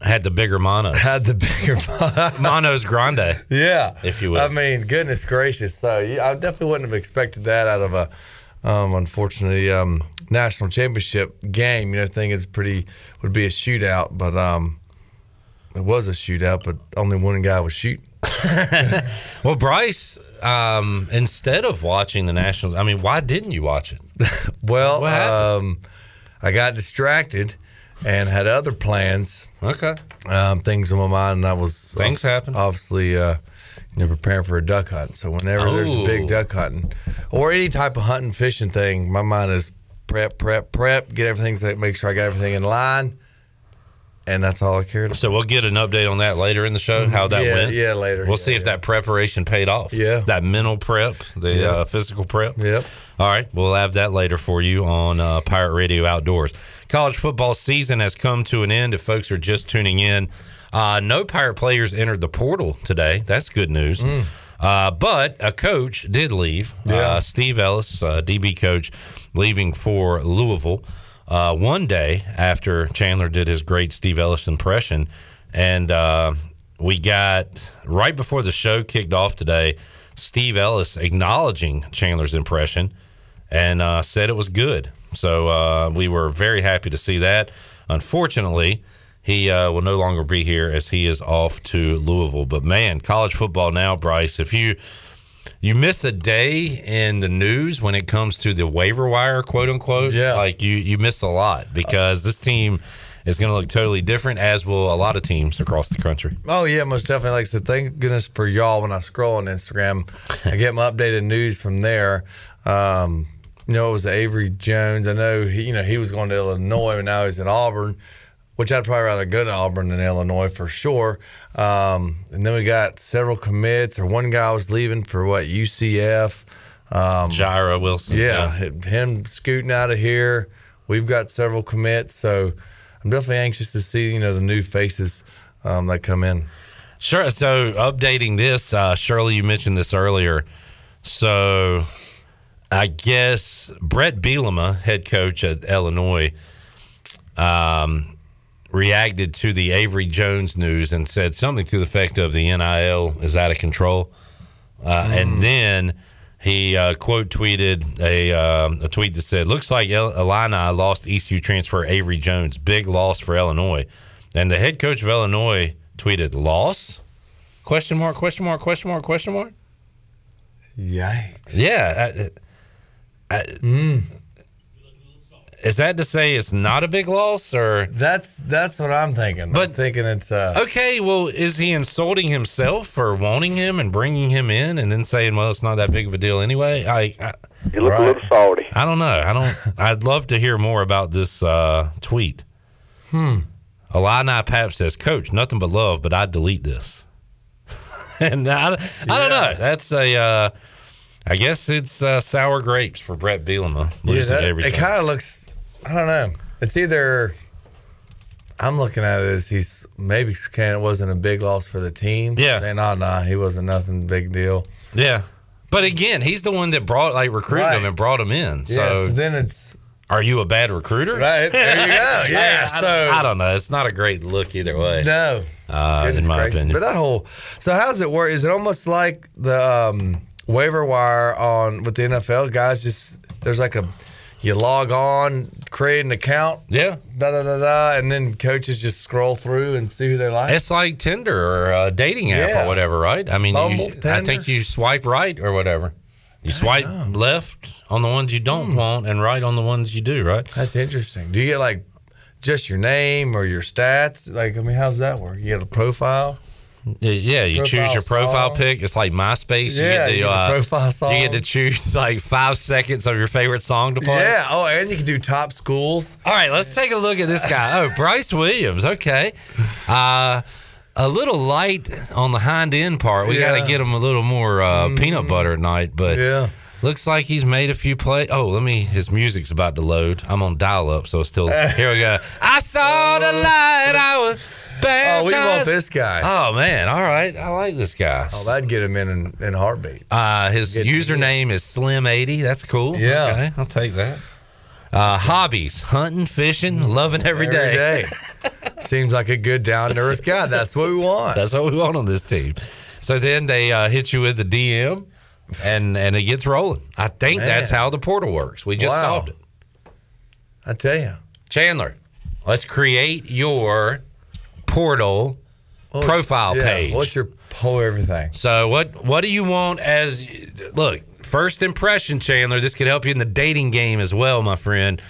I: had the bigger mono.
S: Had the bigger
I: mono's grande.
S: Yeah,
I: if you will.
S: I mean, goodness gracious. So yeah, I definitely wouldn't have expected that out of a, um, unfortunately, um, national championship game. You know, I think it's pretty would be a shootout, but um, it was a shootout, but only one guy was shooting.
I: well, Bryce, um, instead of watching the national, I mean, why didn't you watch it?
S: Well, um, I got distracted and had other plans.
I: Okay.
S: Um, things on my mind, and I was
I: Things happen.
S: Obviously, uh, you know, preparing for a duck hunt. So whenever there's a
I: Oh.
S: big duck hunting or any type of hunting fishing thing, my mind is prep, prep, prep. Get everything, so- make sure I got everything in line, and that's all I cared about.
I: So we'll get an update on that later in the show, how that
S: Yeah,
I: went.
S: yeah, later.
I: We'll see if that preparation paid off.
S: Yeah.
I: That mental prep, the
S: Yeah.
I: uh, physical prep.
S: Yep.
I: All right. We'll have that later for you on uh, Pirate Radio Outdoors. College football season has come to an end. If folks are just tuning in, uh, no Pirate players entered the portal today. That's good news.
S: Mm.
I: Uh, but a coach did leave. Uh, Steve Ellis, uh, DB coach, leaving for Louisville uh, one day after Chandler did his great Steve Ellis impression. And uh, we got right before the show kicked off today, Steve Ellis acknowledging Chandler's impression and uh, said it was good. So uh, we were very happy to see that. Unfortunately, he uh, will no longer be here as he is off to Louisville. But man, college football now, Bryce. If you you miss a day in the news when it comes to the waiver wire, quote unquote, yeah, like you you miss a lot because this team is going to look totally different, as will a lot of teams across the country.
S: Oh yeah, most definitely. Like I said, thank goodness for y'all. When I scroll on Instagram, I get my updated news from there. Um, you know, it was Avery Jones. I know he, you know he was going to Illinois, but now he's in Auburn, which I'd probably rather go to Auburn than Illinois for sure. Um, and then we got several commits, or one guy was leaving for what UCF. Um,
I: Jaira Wilson.
S: Yeah, him scooting out of here. We've got several commits, so I'm definitely anxious to see you know the new faces um, that come in.
I: Sure. So updating this, uh, Shirley, you mentioned this earlier. So I guess Brett Bielema, head coach at Illinois, um, reacted to the Avery Jones news and said something to the effect of the NIL is out of control. Uh, And then he uh, quote tweeted a, um, a tweet that said, "Looks like El- Illini lost ECU transfer Avery Jones. Big loss for Illinois." And the head coach of Illinois tweeted, "Loss? Question mark? Question mark? Question mark? Question mark?"
S: Yikes!
I: Yeah. uh, I, I, Is that to say it's not a big loss, or
S: that's that's what I'm thinking? But I'm thinking it's uh,
I: Okay, well, is he insulting himself for wanting him and bringing him in, and then saying, "Well, it's not that big of a deal anyway"? I, I
T: You look a little salty.
I: I don't know. I don't. I'd love to hear more about this uh, tweet.
T: Hmm.
I: Illini Pap says, "Coach, nothing but love, but I delete this." and I, I don't know. That's a. Uh, I guess it's uh, sour grapes for Brett Bielema losing
S: Yeah, that-
I: everything.
S: It kind of looks. I don't know. It's either. I'm looking at it as he's maybe saying it wasn't a big loss for the team.
I: Yeah.
S: Saying, oh, nah, he wasn't nothing big deal.
I: yeah, but again, he's the one that brought like recruited him
S: Right.
I: and brought him in. So,
S: yeah, so then it's.
I: are you a bad recruiter?
S: Right. There you go. Yeah.
I: I- I-
S: so.
I: I, don't know. It's not a great look either way.
S: No.
I: uh, in
S: Goodness
I: my
S: gracious.
I: opinion.
S: But that whole so how does it work? Is it almost like the um, waiver wire on with the NFL guys? Just there's like a you log on, create an account,
I: yeah,
S: da da da da, and then coaches just scroll through and see who they like.
I: It's like Tinder or a dating app
S: Yeah.
I: or whatever, right? I mean, you,
S: Bumble,
I: I think
S: Tinder.
I: you swipe right or whatever. You swipe left on the ones you don't want and right on the ones you do, right?
S: Hmm. That's interesting. Do you get like just your name or your stats? Like I mean, how does that work? You get a profile.
I: Yeah, yeah, you choose
S: Profile
I: your profile
S: song.
I: pic. It's like MySpace.
S: Yeah,
I: you get
S: you
I: the
S: get a
I: uh,
S: profile song.
I: You get to choose like five seconds of your favorite song to play.
S: Yeah. Oh, and you can do top schools.
I: All right, let's take a look at this guy. Oh, Bryce Williams. Okay. Uh, a little light on the hind end part. We got
S: Yeah. Mm-hmm.
I: to get him a little more uh, peanut butter tonight, but
S: Yeah.
I: looks like he's made a few play. Oh, let me. His music's about to load. I'm on dial up, so it's still. Here we go. I saw the light. I was
S: Oh, we want
I: baptized.
S: this guy.
I: Oh man! All right, I like this guy.
S: Oh, that'd get him in in, in heartbeat.
I: Uh, his username is Slim80. That's cool.
S: Yeah.
I: Okay, I'll take that. Uh, hobbies hunting, fishing, loving every day.
S: Seems like a good down to earth guy. That's what we want.
I: That's what we want on this team. So then they uh, hit you with the DM and, and it gets rolling. I think
S: Man.
I: that's how the portal works. We just
S: Wow.
I: solved it.
S: I tell you.
I: Chandler, let's create your portal profile
S: yeah,
I: page.
S: What's your poll everything?
I: So what what do you want as look, first impression Chandler, this could help you in the dating game as well, my friend.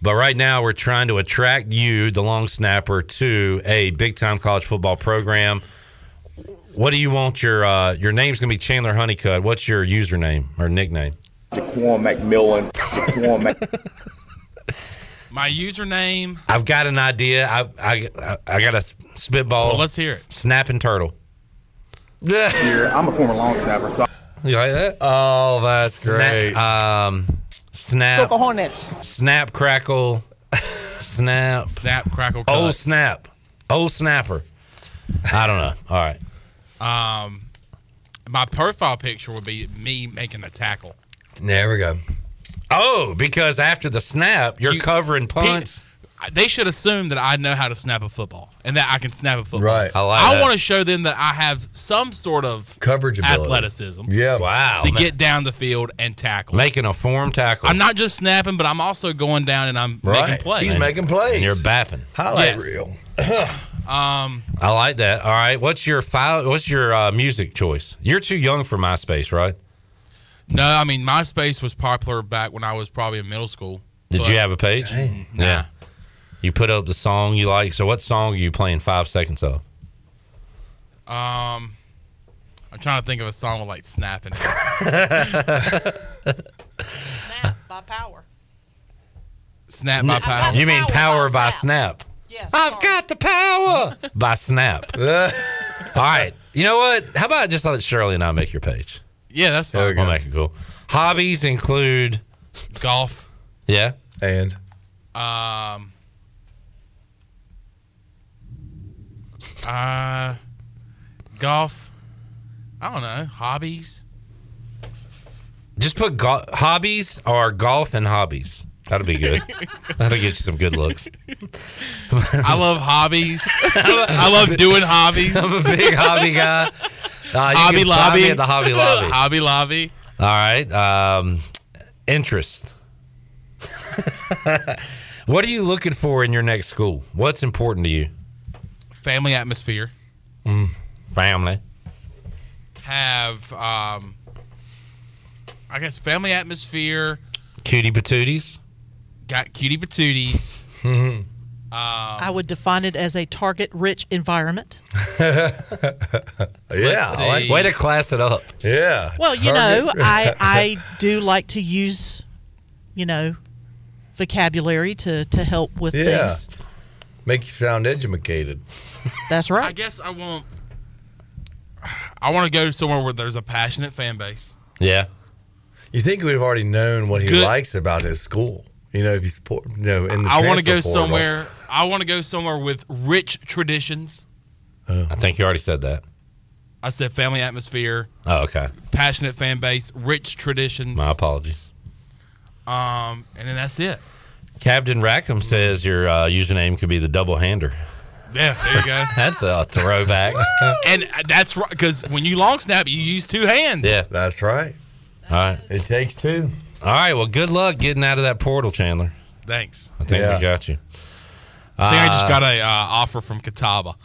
I: But right now we're trying to attract you, the long snapper, to a big time college football program. What do you want your uh, your name's gonna be Chandler Honeycutt. What's your username or nickname?
K: Jaquan McMillan. Jaquan Mc-
J: My username.
I: I've got an idea. I I I- I got a spitball.
J: Well, let's hear it.
I: Snapping turtle.
K: Here, I'm a former long snapper, so
I: You like that? Oh, that's
K: great.
I: Um, snap.
U: Pocahontas.
I: Snap crackle, snap,
J: snap crackle.
I: Oh snap, oh snapper. I don't know. All right,
J: Um, my profile picture would be me making a tackle.
S: There we go.
I: Oh, because after the snap, you're covering punts.
J: They should assume that I know how to snap a football and that I can snap a football.
I: Right. I like
J: I
I: that.
J: want to show them that I have some sort of
S: coverage
I: ability.
J: athleticism.
S: Yeah.
I: Wow.
J: To
I: man.
J: get down the field and tackle.
I: making a form tackle.
J: I'm not just snapping, but I'm also going down and I'm making plays.
I: And- and you're bapping.
J: Highlight Yes.
S: reel.
J: Um,
I: I like that. All right, what's your file? What's your uh, music choice? You're too young for MySpace, right?
J: no, I mean MySpace was popular back when I was probably in middle school.
I: Did
J: but-
I: you have a page? Yeah. You put up the song you like. So, what song are you playing five seconds of?
J: Um, I'm trying to think of a song with like snapping.
I: Snap
G: by power.
J: Snap by power.
I: You mean power by snap? I've got the power. by snap. All right. You know what? How about just let Shirley and I make your page?
J: Yeah, that's
I: fine. We'll make it cool. Hobbies include
J: golf.
I: Yeah.
S: And
J: Um, uh, golf. I don't know. Hobbies.
I: Just put go- hobbies or golf and hobbies. That'll be good. That'll get you some good looks.
J: I love hobbies. I love doing hobbies.
I: I'm a big hobby guy. Uh, you
J: hobby
I: can find me
J: Lobby.
I: at the Hobby Lobby.
J: Hobby Lobby.
I: All right. Um, interest. what are you looking for in your next school? What's important to you?
J: Family atmosphere.
I: Mm, family.
J: Have um, I guess family atmosphere.
I: Cutie patooties.
J: Got cutie patooties.
I: Mhm.
J: um,
G: I would define it as a target rich environment.
S: Uh, Yeah, I like-
I: way to class it up.
S: Yeah.
G: Well, you know, I I do like to use, you know, vocabulary to to help with
S: Yeah.
G: things.
S: Make you sound educated.
G: That's right.
J: I guess I want. I want to go somewhere where there's a passionate fan base.
I: Yeah.
S: You think we'd have already known what he
J: Good.
S: likes about his school? You know, if he's poor, you know, in the
J: I want to
S: transfer
J: go
S: portal.
J: somewhere. I want to go somewhere with rich traditions.
I: I think you already said that.
J: I said family atmosphere,
I: Oh, okay.
J: passionate fan base, rich traditions.
I: My apologies.
J: Um, and then that's it.
I: Captain Rackham says your uh, username could be the double hander.
J: Yeah, there you go.
I: That's a throwback.
J: and that's right because when you long snap, you use two hands.
I: Yeah,
S: that's right.
I: All right.
S: It takes two.
I: All right. Well, good luck getting out of that portal, Chandler.
J: Thanks.
I: I think
J: Yeah.
I: we got you.
J: I think I just
I: Uh,
J: got a uh, offer from Catawba.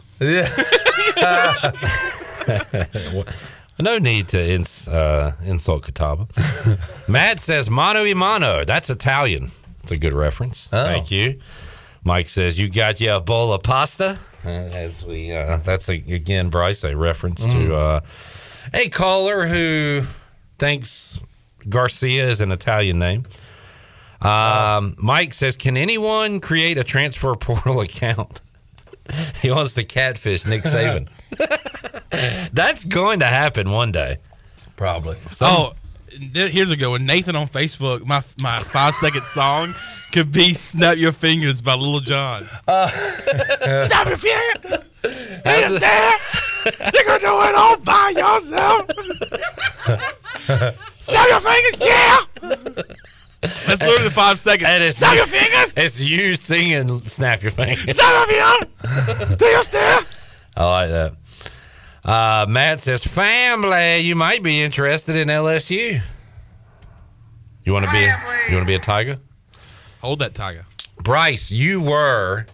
I: no need to ins- uh, insult Catawba. Matt says mano e mano. That's Italian. That's a good reference. Thank you. Mike says you got you a bowl of pasta. Uh, As we, uh, that's a, again, Bryce, a reference to
J: Mm.
I: uh, a caller who thinks Garcia is an Italian name. Um, Mike says, "Can anyone create a transfer portal account?" he wants to catfish Nick Saban. That's going to happen one day.
S: Probably.
J: oh, th- here's a good one. Nathan on Facebook, my my five second song could be "Snap Your Fingers" by Lil Jon.
F: Uh,
I: Uh,
J: Snap your fingers. Is there? You can do it all by yourself. Snap your fingers, yeah. That's literally five seconds. Snap your fingers.
I: It's you singing Snap Your Fingers.
J: Snap your fingers. Do you stare?
I: I like that. Uh, Matt says, Family, you might be interested in LSU. You want to be you want to be a tiger?
J: Hold that tiger.
I: Bryce, you were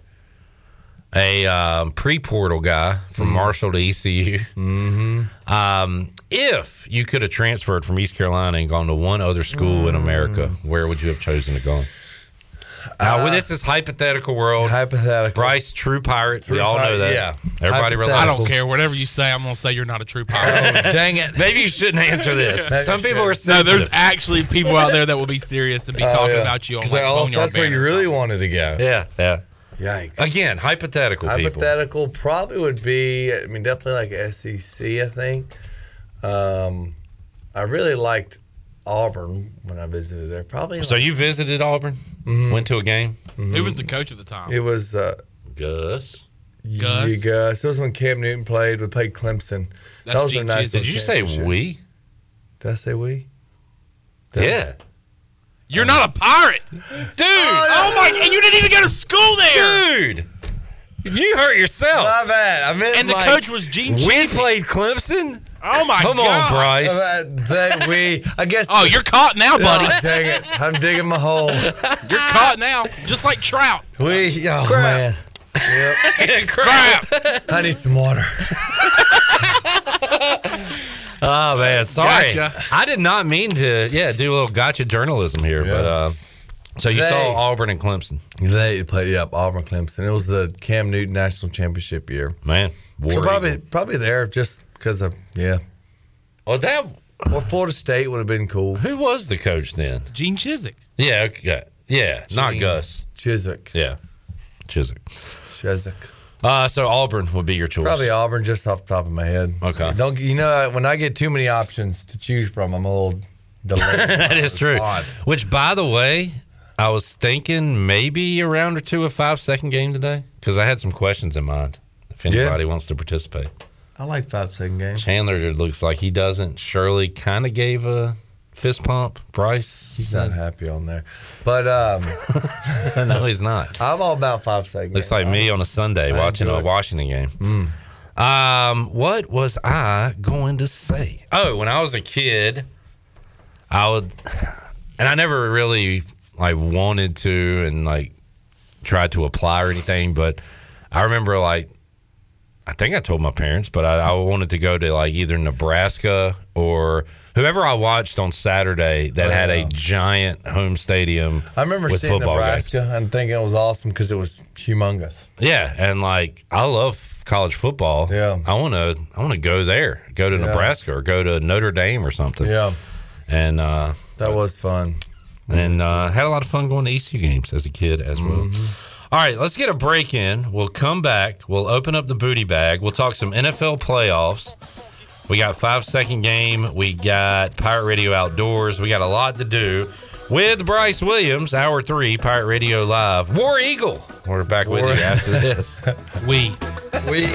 I: a um, pre-portal guy from
J: Mm-hmm.
I: Marshall to ECU. Mm-hmm. Um, if you could have transferred from East Carolina and gone to one other school
J: Mm.
I: in America, where would you have chosen to go? Now, well, this is hypothetical world.
S: Hypothetical.
I: Bryce, true pirate. we
J: True
I: all know
J: pirate,
I: that.
J: yeah.
I: Everybody
J: Hypothetical.
I: relax.
J: I don't care. Whatever you say, I'm gonna say you're not a true pirate.
S: dang it.
I: Maybe you shouldn't answer this.
J: Yeah.
I: Some people are
J: No, there's
I: sensitive.
J: actually people out there that will be serious and be
I: Oh,
J: talking
I: yeah.
J: about you on
I: 'Cause
J: like
I: all-
J: boneyard
I: that's where you
J: banners.
S: Really wanted to go.
I: Yeah, yeah.
S: Yikes.
I: Again, hypothetical. people.
S: Hypothetical probably would be. I mean, definitely like SEC. I think. Um, I really liked Auburn when I visited there. Probably.
I: So
S: like-
I: you visited Auburn,
S: Mhm.
I: went to a game.
J: Who was the coach at the time?
S: It was uh,
I: Gus.
S: Gus.
J: Gus?
S: Gus. It was when Cam Newton played. We played Clemson. that
I: That's
S: was a
I: Gene
S: nice.
I: Chisel. Did you say
S: championship.
I: we?
S: Did I say we?
I: Yeah.
J: You're not a pirate, dude. Oh, my! And you didn't even go to school there,
I: dude. You hurt yourself.
S: My bad. I meant
J: And the
S: like-
J: coach was Gene.
I: We
J: Chizik.
I: played Clemson.
J: Oh my
I: Come on,
J: God.
I: Bryce.
S: Uh, that we. I guess.
J: Oh, you're caught now, buddy.
S: Oh, dang it! I'm digging my hole.
J: You're caught now, just like Trout.
S: We. Oh man.
I: Crap.
S: I need some water.
I: Oh man, sorry.
S: Gotcha.
I: I did not mean to. Yeah, do a little gotcha journalism here, but uh, so you
S: They-
I: saw Auburn and Clemson.
S: They played, yeah, Auburn Clemson. It was the Cam Newton National Championship year.
I: Man,
S: so
I: War
S: probably probably there just because of yeah.
I: Oh, that
S: or Florida State would have been cool.
I: Who was the coach then?
J: Gene Chiswick.
I: Yeah, okay. yeah, not
S: Gene
I: Gus.
S: Chiswick.
I: Yeah, Chiswick.
S: Chiswick.
I: Uh, so Auburn would be your choice.
S: Probably Auburn, just off the top of my head. Okay. Don't you know when I get too many options to choose from, I'm a little delayed.
I: that is true. Which, by the way, I was thinking maybe a round or two of five second game today because I had some questions in mind. If
S: Yeah.
I: anybody wants to participate,
S: I like five second game.
I: Chandler looks like he doesn't. Shirley kind of gave a fist pump. Bryce,
S: He's not happy on there, but um,
I: no, he's not.
S: I'm all about five second.
I: Looks like me on a Sunday
S: I
I: watching
S: enjoy
I: a
S: it. Mm.
I: Washington game. Um, what was I going to say? Oh, when I was a kid, I would, and I never really like wanted to and like tried to apply or anything, but I remember like I think I told my parents, but I, I wanted to go to like either Nebraska or whoever I watched on Saturday
S: Oh,
I: that had a giant home stadium.
S: I remember
I: with
S: seeing
I: football games.
S: Nebraska and thinking it was awesome because it was humongous.
I: Yeah, and like I love college football. Yeah, I want to. I want to go there. Go to
S: Yeah.
I: Nebraska or go to Notre Dame or something.
S: Yeah.
I: and uh,
S: that was fun.
I: And uh, had a lot of fun going to ECU games as a kid as well. All right, let's get a break in. We'll come back. We'll open up the booty bag. We'll talk some NFL playoffs. We got five second game. We got Pirate Radio Outdoors. We got a lot to do with Bryce Williams, Hour 3, Pirate Radio Live. War Eagle. We're back with
S: War-
I: you after this. we.
S: We.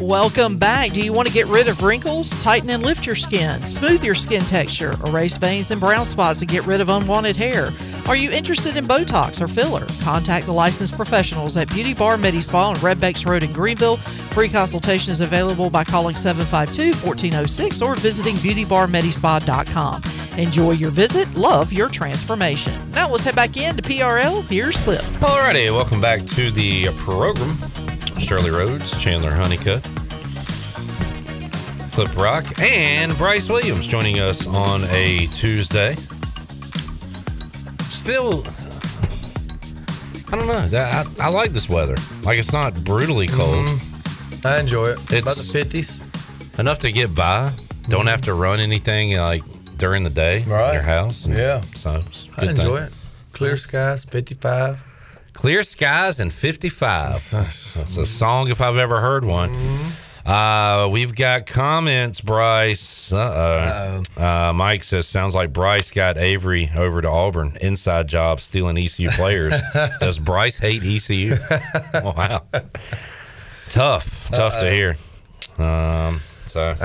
G: Welcome back. Do you want to get rid of wrinkles, tighten and lift your skin, smooth your skin texture, erase veins and brown spots, and get rid of unwanted hair? Are you interested in Botox or filler? Contact the licensed professionals at Beauty Bar Medi Spa on Red Bakes Road in Greenville. Free consultation is available by calling 752 1406 or visiting beautybarmedispa.com. Enjoy your visit, love your transformation. Now let's head back in to PRL. Here's Clip.
I: Alrighty, welcome back to the program. Shirley Rhodes, Chandler Honeycutt, Clip Rock, and Bryce Williams joining us on a Tuesday. Still, I don't know. that- I, I like this weather. Like it's not brutally cold.
S: Mm-hmm. I enjoy it.
I: It's
S: About the fifties. Mm-hmm.
I: Enough to get by. Don't have to run anything like during the day in your house.
S: Yeah.
I: So it's a
S: I
I: good thing.
S: enjoy it. Clear skies, fifty five.
I: Clear Skies and 55. That's a song if I've ever heard one. Uh, we've got comments, Bryce. Uh-oh. Uh, Mike says, sounds like Bryce got Avery over to Auburn. Inside job, stealing ECU players. Does Bryce hate ECU? wow. Tough. Tough
S: Uh-oh.
I: to hear. Um, so.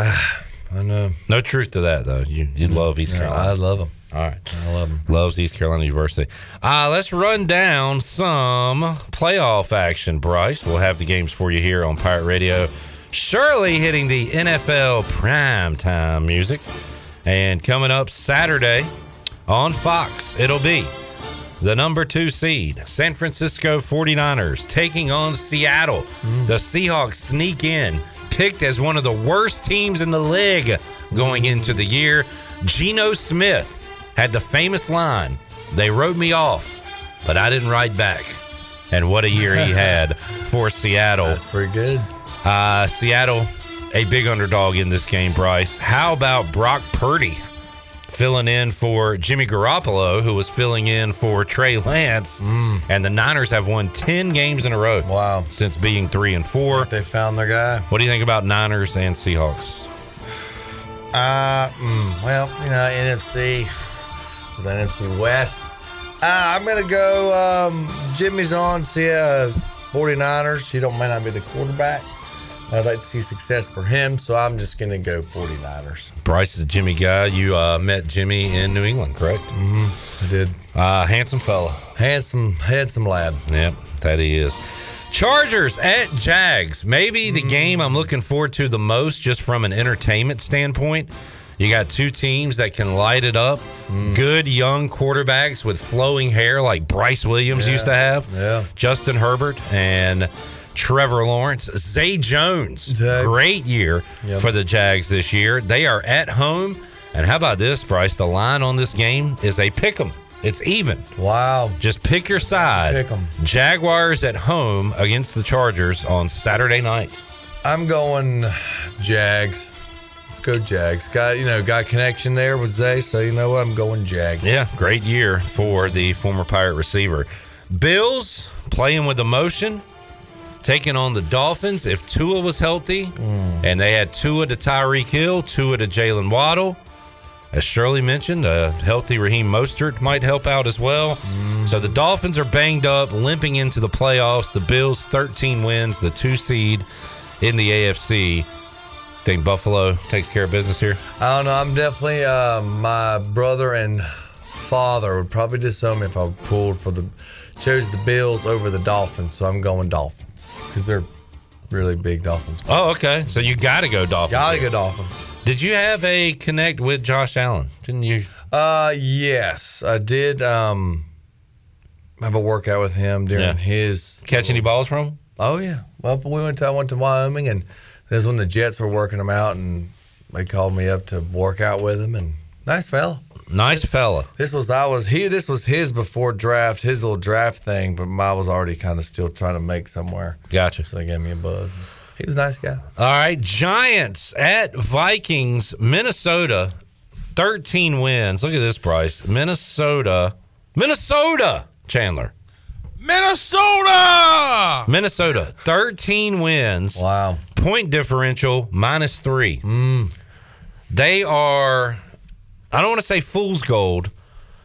S: I know.
I: No truth to that, though. You, you love E East
S: Yeah,
I: Carolina.
S: I love 'em.
I: All right.
S: I love them.
I: Loves East Carolina University. Uh, let's run down some playoff action, Bryce. We'll have the games for you here on Pirate Radio. Shirley hitting the NFL primetime music. And coming up Saturday on Fox, it'll be the number two seed, San Francisco 49ers, taking on Seattle.
S: Mm.
I: The Seahawks sneak in, picked as one of the worst teams in the league going into the year. Geno Smith had the famous line They wrote me off, but I didn't write back. And what a year he had for Seattle. That's
S: pretty good.
I: Uh, Seattle, a big underdog in this game, Bryce. How about Brock Purdy? filling in for Jimmy Garoppolo, who was filling in for Trey Lance.
S: Mm.
I: And the Niners have won 10 games in a row. Wow. Since being three and four.
S: They found their guy.
I: What do you think about Niners and Seahawks?
S: Uh, mm, well, you know, NFC, with NFC West. Uh, I'm going to go um, Jimmy's on Sierra's 49ers. He don't, may not be the quarterback. I'd like to see success for him, so I'm just going to go 49ers.
I: Bryce is a Jimmy guy. You uh, met Jimmy in New England, correct? Mm-hmm.
S: I did.
I: Uh, handsome fella.
S: Handsome, handsome lad.
I: Yep, that he is. Chargers at Jags. Maybe
S: Mm-hmm.
I: the game I'm looking forward to the most, just from an entertainment standpoint. You got two teams that can light it up.
S: Mm.
I: Good young quarterbacks with flowing hair like Bryce Williams
S: Yeah,
I: used to have.
S: yeah.
I: Justin Herbert and Trevor Lawrence, Zay Jones. Great year for the Jags this year. They are at home. And how about this, Bryce? The line on this game is a pick 'em. It's even.
S: Wow.
I: Just pick your side. Pick
S: 'em.
I: Jaguars at home against the Chargers on Saturday night.
S: I'm going Jags. Let's go Jags. Got you know got connection there with Zay, so you know what I'm going Jags.
I: Yeah, great year for the former Pirate receiver. Bills playing with emotion, taking on the Dolphins. If Tua was healthy, and they had Tua to Tyreek Hill, Tua to Jalen Waddle. As Shirley mentioned, a healthy Raheem Mostert might help out as well. So the Dolphins are banged up, limping into the playoffs. The Bills, 13 wins, the two seed in the AFC. Think Buffalo takes care of business here?
S: I don't know. I'm definitely uh, my brother and father would probably disown me if I pulled for the chose the Bills over the Dolphins. So I'm going Dolphins because they're really big Dolphins.
I: Oh, okay. So you got to go Dolphins.
S: Gotta
I: here.
S: go Dolphins.
I: Did you have a connect with Josh Allen? Didn't you?
S: Uh, yes, I did. Um, have a workout with him during
I: Yeah.
S: his
I: catch any balls from him.
S: Oh yeah. Well, we went to I went to Wyoming, and this is when the Jets were working him out, and they called me up to work out with him, and nice fella.
I: Nice fella.
S: This was I was he. This was his before draft, his little draft thing, but mine was already kind of still trying to make somewhere.
I: Gotcha.
S: So they gave me a buzz. He was a nice guy.
I: All right, Giants at Vikings, Minnesota, 13 wins. Look at this, Bryce. Minnesota, Minnesota, Chandler.
J: Minnesota.
I: Minnesota, 13 wins.
S: Wow. Mm.
I: Point differential, minus three. They are, I don't want to say fool's gold,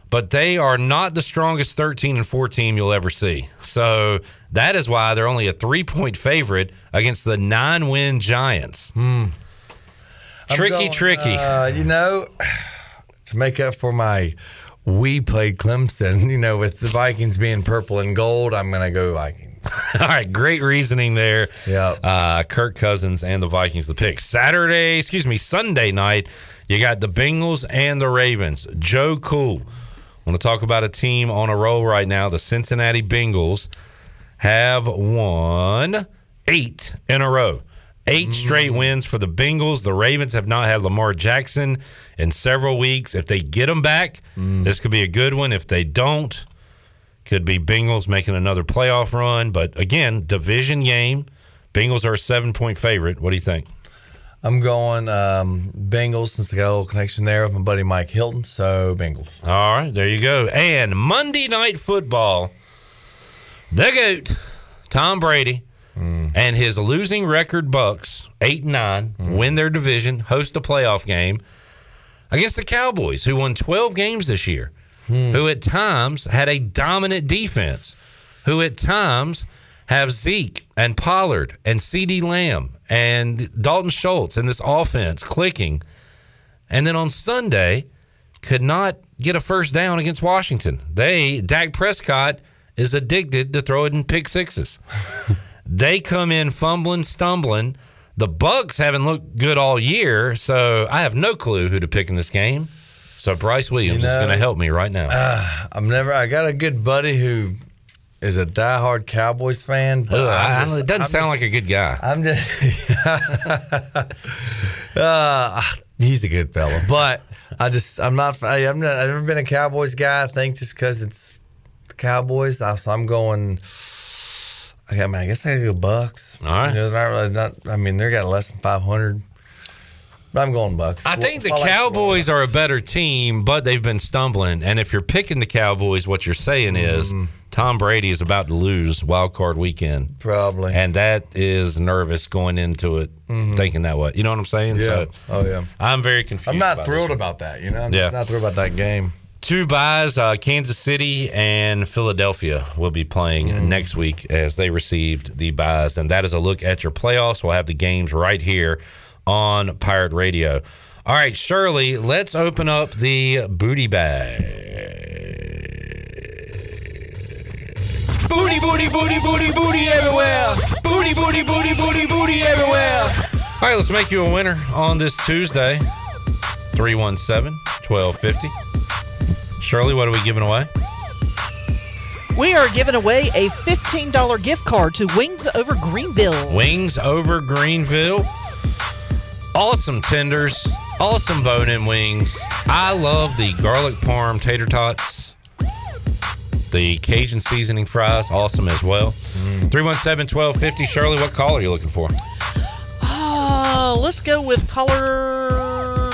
I: but they are not the strongest 13 and 4 team you'll ever see. So that is why they're only a three point favorite against the nine win Giants.
S: Hmm. I'm
I: Tricky,
S: going,
I: tricky.
S: Uh, you know, to make up for my, we played Clemson. You know, with the Vikings being purple and gold, I'm gonna go Vikings.
I: All right, great reasoning there.
S: Yeah.
I: Uh, Kirk Cousins and the Vikings, the pick. Saturday, excuse me, Sunday night, you got the Bengals and the Ravens. Joe Cool. Want to talk about a team on a roll right now. The Cincinnati Bengals have won eight in a row. Eight straight wins for the Bengals. The Ravens have not had Lamar Jackson in several weeks. If they get him back, this could be a good one. If they don't, could be Bengals making another playoff run. But again, division game. Bengals are a seven point favorite. What do you think?
S: I'm going um, Bengals since I got a little connection there with my buddy Mike Hilton. So Bengals.
I: All right, there you go. And Monday Night Football, the goat, Tom Brady, and his losing record Bucks eight and nine win their division, host a playoff game against the Cowboys, who won twelve games this year, who at times had a dominant defense, who at times have Zeke and Pollard and C.D. Lamb and Dalton Schultz and this offense clicking. And then on Sunday, could not get a first down against Washington. They Dak Prescott is addicted to throwing in pick sixes. they come in fumbling, stumbling. The Bucks haven't looked good all year, so I have no clue who to pick in this game. So Bryce Williams is
S: know-
I: going to help me right now.
S: Uh, I'm never. I got a good buddy who is a diehard Cowboys fan. But
I: Ugh,
S: I'm
I: I- I-
S: just-
I: it doesn't
S: I'm
I: sound
S: just-
I: like a good guy.
S: I'm just. uh, he's a good fella, but I just I'm not. I, am not. I've never been a Cowboys guy. I think just because it's the Cowboys, I, so I'm going. I mean, I guess I gotta go Bucks.
I: All right.
S: You know, they're not really not. I mean, they got less than 500. But I'm going Bucks.
I: I think the
S: Well, I like-
I: Cowboys are a better team, but they've been stumbling. And if you're picking the Cowboys, what you're saying is
S: Mm-hmm.
I: Tom Brady is about to lose wild card weekend.
S: Probably.
I: And that is nervous going into it,
S: Mhm.
I: thinking that way. You know what I'm saying? So
S: Yeah. Oh yeah.
I: I'm very confused.
S: I'm not
I: about
S: thrilled
I: this one.
S: about that. You know, I'm
I: Yeah.
S: just not thrilled about that game.
I: Two buys, uh, Kansas City and Philadelphia will be playing
S: Mm-hmm.
I: next week as they received the buys. And that is a look at your playoffs. We'll have the games right here on Pirate Radio. All right, Shirley, let's open up the booty bag.
F: Booty, booty, booty, booty, booty everywhere. Booty, booty, booty, booty, booty everywhere.
I: All right, let's make you a winner on this Tuesday 317 1250. Shirley, what are we giving away?
G: We are giving away a $15 gift card to Wings Over Greenville.
I: Wings over Greenville. Awesome tenders. Awesome bone in wings. I love the garlic parm tater tots. The Cajun seasoning fries, awesome as well. 317 1250. Shirley, what call are you looking for?
G: Uh, let's go with color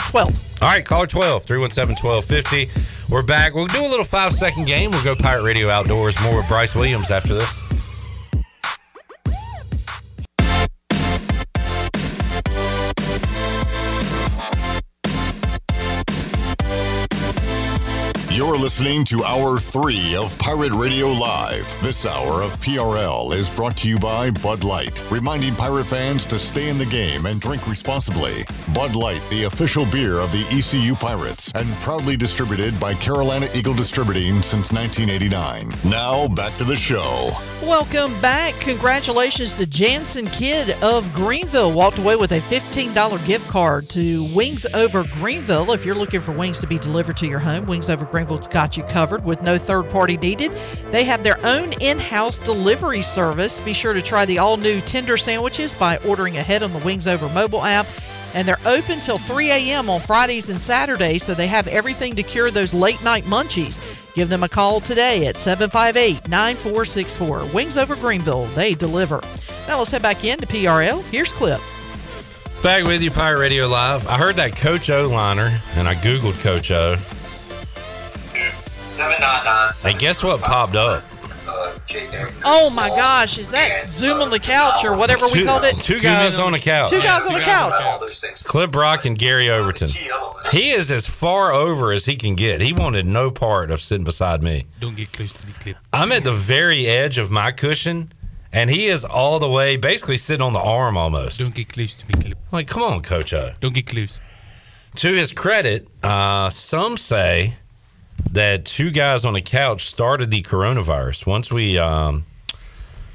G: 12.
I: All right, caller 12, 317 1250. We're back. We'll do a little five second game. We'll go Pirate Radio Outdoors. More with Bryce Williams after this.
B: You're listening to Hour 3 of Pirate Radio Live. This hour of PRL is brought to you by Bud Light, reminding pirate fans to stay in the game and drink responsibly. Bud Light, the official beer of the ECU Pirates, and proudly distributed by Carolina Eagle Distributing since 1989. Now, back to the show.
G: Welcome back. Congratulations to Jansen Kidd of Greenville. Walked away with a $15 gift card to Wings Over Greenville. If you're looking for wings to be delivered to your home, Wings Over Greenville's got you covered with no third party needed. They have their own in house delivery service. Be sure to try the all new tender sandwiches by ordering ahead on the Wings Over mobile app. And they're open till 3 a.m. on Fridays and Saturdays, so they have everything to cure those late night munchies. Give them a call today at 758 9464. Wings Over Greenville, they deliver. Now let's head back in to PRL. Here's Clip.
I: Back with you, Pirate Radio Live. I heard that Coach O liner, and I Googled Coach O. And guess what popped up?
G: Oh my gosh, is that Zoom on the Couch or whatever we
I: Two-
G: called it?
I: Two guys on a couch.
G: Two guys on a couch.
I: Clip Rock and Gary Overton. He is as far over as he can get. He wanted no part of sitting beside me.
J: Don't get close to the clip.
I: I'm at the very edge of my cushion, and he is all the way, basically sitting on the arm almost. Don't
J: get close to me, Clip.
I: Like, come on, Coach O.
J: Don't get close.
I: To his credit, uh, some say that two guys on a couch started the coronavirus. Once we um,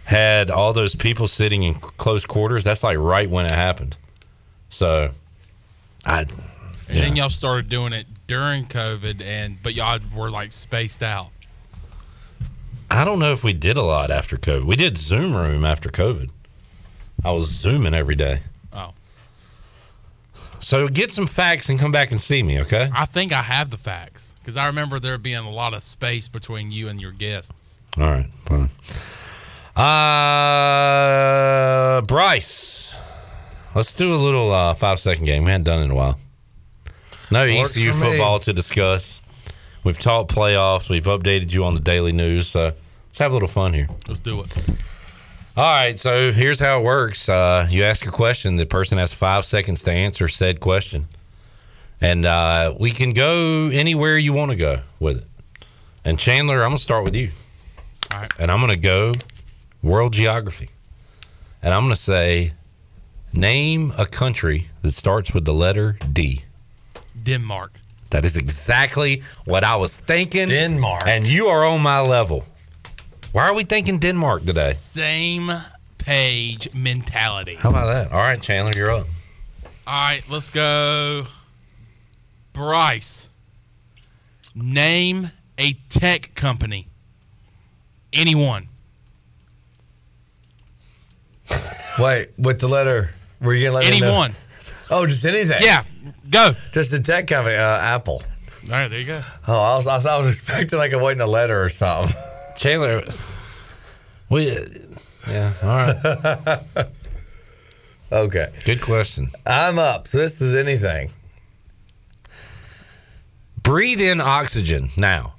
I: had all those people sitting in close quarters, that's like right when it happened. So, I.
J: And then y'all started doing it during COVID, and but y'all were like spaced out.
I: I don't know if we did a lot after COVID. We did Zoom room after COVID. I was zooming every day.
J: Oh.
I: So get some facts and come back and see me, okay?
J: I think I have the facts because I remember there being a lot of space between you and your guests.
I: All right, fine. Uh, Bryce, let's do a little uh, five second game. We hadn't done it in a while. No
S: Works
I: ECU
S: for me.
I: football to discuss. We've talked playoffs. We've updated you on the daily news. So let's have a little fun here.
J: Let's do it.
I: All right, so here's how it works. Uh, you ask a question, the person has five seconds to answer said question. And uh, we can go anywhere you want to go with it. And Chandler, I'm going to start with you.
J: All right.
I: And I'm going to go world geography. And I'm going to say, name a country that starts with the letter D.
J: Denmark.
I: That is exactly what I was thinking. Denmark. And you are on my level. Why are we thinking Denmark today?
J: Same page mentality.
I: How about that? All right, Chandler, you're up.
J: All right, let's go. Bryce, name a tech company. Anyone.
S: Wait, with the letter, were you gonna let me know?
J: Anyone.
S: Oh, just anything.
J: Yeah, go.
S: Just a tech company, uh, Apple.
J: All right, there you go.
S: Oh, I was, I, thought I was expecting like a waiting a letter or something.
I: Chandler, we, yeah, all
S: right. okay.
I: Good question.
S: I'm up. So this is anything.
I: Breathe in oxygen now.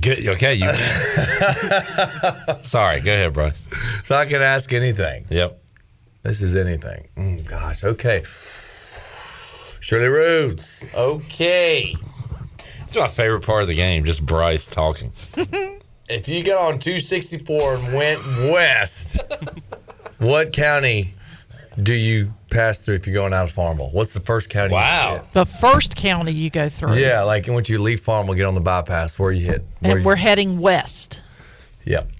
I: Good. Okay. You. Sorry. Go ahead, Bryce.
S: So I can ask anything.
I: Yep.
S: This is anything. Mm, gosh. Okay. Shirley Rhodes.
I: Okay. It's my favorite part of the game, just Bryce talking.
S: If you got on 264 and went west, what county do you pass through if you're going out of Farmville? What's the first county? Wow.
G: The first county you go through.
S: Yeah, like once you leave Farmville, get on the bypass. Where you hit? Where
G: And
S: you-
G: we're heading west.
S: Yep.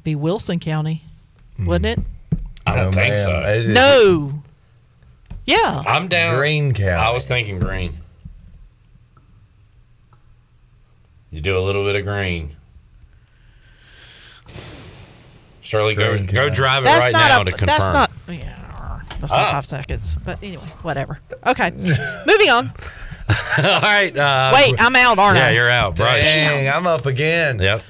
G: It'd be Wilson County,
I: Mm-hmm.
G: wouldn't it? Oh.
I: I don't think so.
G: No. Yeah.
I: I'm down.
S: Green County.
I: I was thinking green. You do a little bit of green. Shirley, go, go drive it
G: That's
I: right
G: not
I: now
G: a-
I: to confirm.
G: That's not. Yeah, that's not
I: Ah.
G: five seconds. But anyway, whatever. Okay, moving on.
I: All right. Uh,
G: Wait, I'm out, aren't
I: yeah,
G: I?
I: you're out. Bryce.
S: Dang, I'm up again.
I: Yep.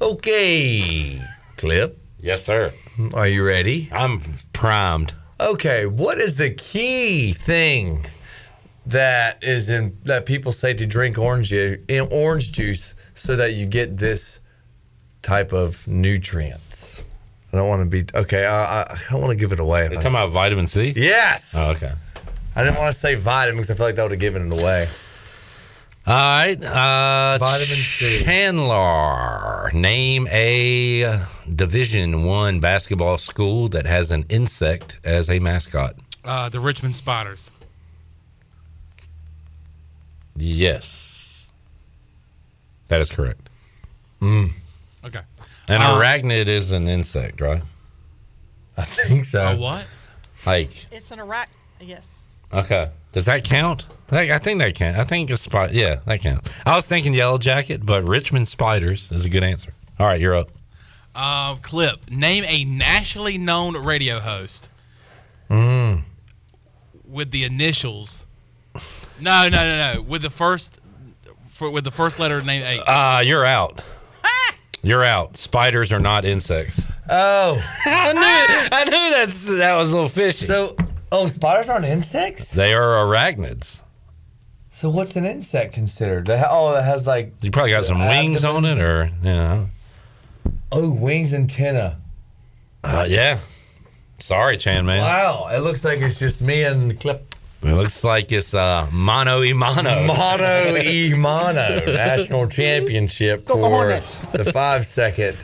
S: Okay. Clip.
I: Yes, sir.
S: Are you ready?
I: I'm primed.
S: Okay. What is the key thing that is in that people say to drink orange ju- in orange juice so that you get this type of nutrients? I don't want to be okay. I, I, I don't want to give it away.
I: They talking about vitamin C?
S: Yes.
I: Oh, okay.
S: I didn't want to say vitamin because I feel like that would have given it away.
I: All right. Uh,
S: Vitamin C.
I: Chandler, name a Division One basketball school that has an insect as a mascot.
J: Uh, the Richmond Spiders.
I: Yes, that is correct.
J: Okay.
I: An
J: Uh,
I: arachnid is an insect, right?
S: I think so.
I: Uh,
J: A what?
I: Like,
G: It's an Iraq. Yes.
I: okay, does that count? Like, I think that counts. I think a spider. Yeah, that counts. I was thinking yellow jacket, but Richmond spiders is a good answer. All right, you're up.
J: Uh, clip. Name a nationally known radio host
S: Hmm.
I: Mm.
J: with the initials. No, no, no, no. With the first, for, with the first letter of name A.
I: Uh, you're out. You're out. Spiders are not insects.
S: Oh,
I: I knew. I knew that's that was a little fishy.
S: So, oh, spiders aren't insects.
I: They are arachnids.
S: So what's an insect considered? That, oh, that has like
I: You probably got some wings on it, or yeah,
S: oh wings antenna.
I: uh, yeah. Sorry, Chan man.
S: Wow, it looks like it's just me and Clip.
I: It looks like it's uh, mono e mono.
S: Mono e mono national championship
I: Go
S: for
I: Hornets.
S: the five second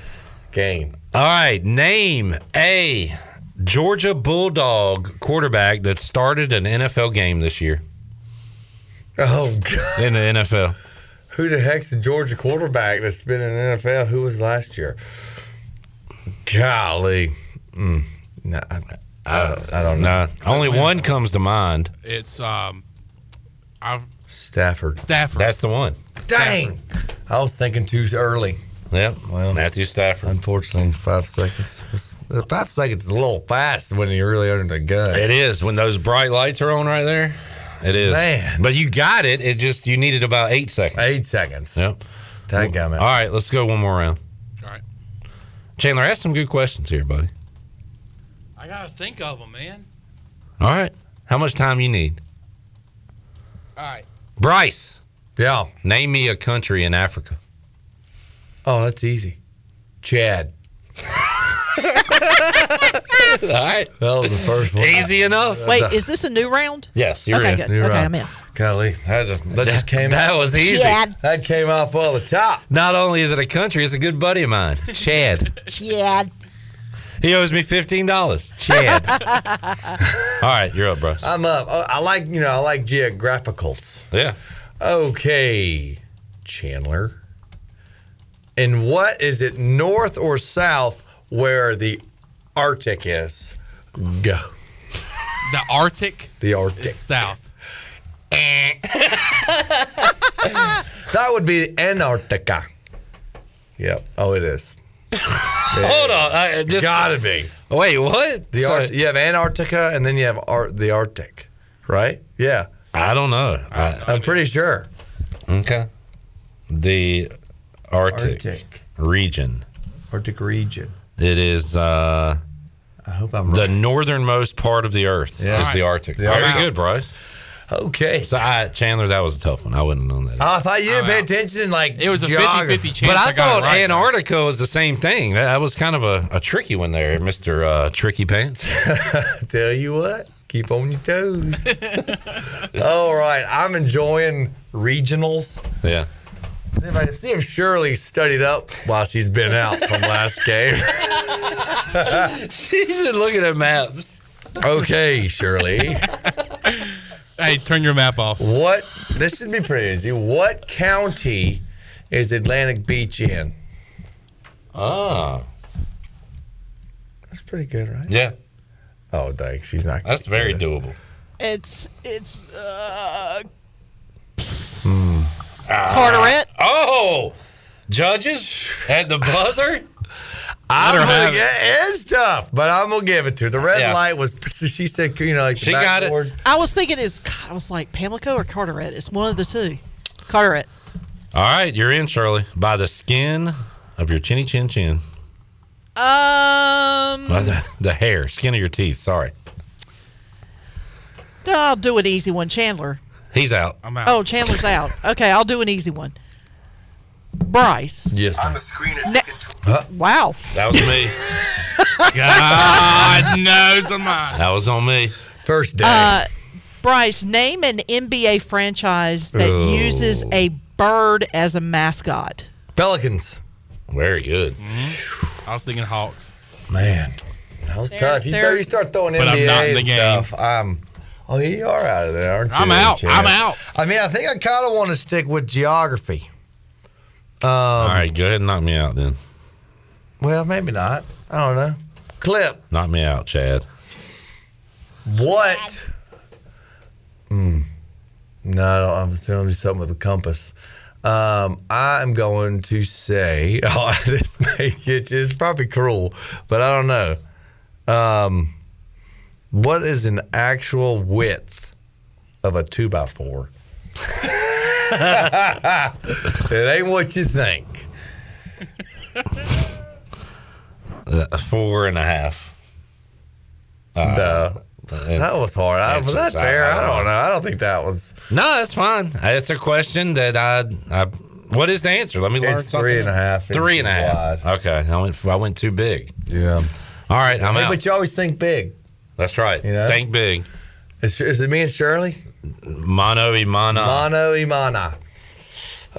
S: game.
I: All right, name a Georgia Bulldog quarterback that started an NFL game this year.
S: Oh god!
I: In the NFL,
S: Who the heck's the Georgia quarterback that's been in the NFL? Who was last year? Golly, mm, nah, I, I don't, I don't
I: Nah,
S: know.
I: only one comes to mind.
J: It's um, I
S: Stafford.
J: Stafford.
I: That's the one.
S: Dang, I was thinking too early.
I: Yep. Well, Matthew Stafford.
S: Unfortunately, five seconds. was- uh, Five seconds is a little fast when you're really under the gun.
I: It is when those bright lights are on right there. It is.
S: Man.
I: But you got it. It just you needed about eight seconds.
S: Eight seconds.
I: Yep.
S: Thank God, man.
I: All right, let's go one more round.
J: All right.
I: Chandler, ask some good questions here, buddy.
J: I gotta think of them, man.
I: All right. How much time you need?
J: All right.
I: Bryce.
S: Yeah.
I: Name me a country in Africa.
S: Oh, that's easy. Chad.
I: All right.
S: That was the first one.
I: Easy enough.
G: Wait, is this a new round? okay, Good.
S: You're
G: okay,
S: right.
G: I'm in.
S: Golly, that just, that just came
I: That
S: out.
I: was easy.
G: Chad.
S: That came off all the top.
I: Not only is it a country, it's a good buddy of mine, Chad.
G: Chad.
I: he owes me fifteen dollars. Chad. All right, you're up, Bryce.
S: I'm up. Oh, I like, you know, I like geographicals.
I: Yeah.
S: Okay, Chandler. And what is it north or south where the Arctic is? Go.
J: The Arctic.
S: The Arctic. Eh.
J: is South.
S: That would be Antarctica. Yep. Oh, it is.
I: Hold
J: Uh,
I: on. I, just,
S: Gotta be.
I: Wait, what?
S: The
I: So-
S: Art- you have Antarctica and then you have Ar- the Arctic, right? Yeah.
I: I don't know. I,
S: I'm pretty sure.
I: Okay. The Arctic,
S: Arctic.
I: region.
S: Arctic region.
I: It is uh,
S: I hope I'm
I: the northernmost part of the Earth
S: Yeah.
I: is the
S: Right.
I: Arctic.
S: The
I: Very
S: Arctic.
I: good, Bryce.
S: Okay.
I: So, I, Chandler, that was a tough one. I wouldn't have known that.
S: Oh, I thought you didn't pay attention. Like
J: It was a
S: geography.
J: 50-50 chance
I: but I,
J: I got it
I: thought
J: right.
I: Antarctica was the same thing. That, that was kind of a, a tricky one there, Mister uh, Tricky Pants.
S: Tell you what, keep on your toes. All right, I'm enjoying regionals.
I: yeah.
S: Anybody see if Shirley studied up while she's been out from last game?
I: She's been looking at maps.
S: Okay, Shirley.
J: Hey, turn your map off.
S: What? This should be pretty easy. What county is Atlantic Beach in?
I: Ah.
S: That's pretty good, right?
I: Yeah.
S: Oh, dang, she's not.
I: That's very doable.
G: It's it's uh,
I: Ah.
G: Carteret.
I: Oh, Oh, judges at the buzzer.
S: I'm
I: Let her
S: gonna
I: have
S: get, it's tough, but I'm gonna give it to her. The red
I: Yeah.
S: light was. She said, you know, like the
I: She got it.
S: backboard.
G: I was thinking it's God, I was like Pamlico or Carteret. It's one of the two. Carteret.
I: All right, you're in, Shirley. By the skin of your chinny chin chin.
G: Um,
I: By the, the hair, skin of your teeth. Sorry.
G: I'll do an easy one. Chandler.
I: He's out. I'm
G: Oh, Chandler's out. Okay, I'll do an easy one. Bryce.
I: Yes.
G: I'm a screener. wow.
I: That was me.
J: God knows I'm
I: That was on me.
S: First
G: Uh, Bryce, name an NBA franchise that
I: Oh.
G: uses a bird as a mascot.
S: Pelicans.
I: Very good.
J: Mm-hmm. I was thinking Hawks.
S: Man, that was
J: They're-
S: tough. You,
J: they're-
S: throw- you start throwing
J: But
S: NBA
J: I'm not in the
S: and
J: game.
S: stuff. I'm, oh, you are out of there, aren't you?
J: I'm out.
S: champ?
J: I'm out.
S: I mean, I think I kind of want to stick with geography. Um,
I: All right, go ahead and knock me out then.
S: Well, maybe not. I don't know. Clip.
I: Knock me out, Chad.
S: What? Mm. No, I don't, I'm still gonna do something with a compass. Um, I am going to say, oh, this may get you, it's probably cruel, but I don't know. Um, what is an actual width of a two by four? it ain't what you think.
I: Uh, Four and a half. Uh,
S: Duh. that was hard. I, was that fair? I don't know. I don't think that was.
I: No, that's fine. That's a question that I. I what is the answer? Let me learn.
S: It's three
I: something.
S: and a half
I: Three and a
S: inches
I: half. Okay, I went. I went too big.
S: Yeah.
I: All right, I'm
S: Hey,
I: out.
S: But you always think big.
I: That's right.
S: know?
I: Think big.
S: Is, is it me and Shirley?
I: Mono Imana.
S: Mono Imana.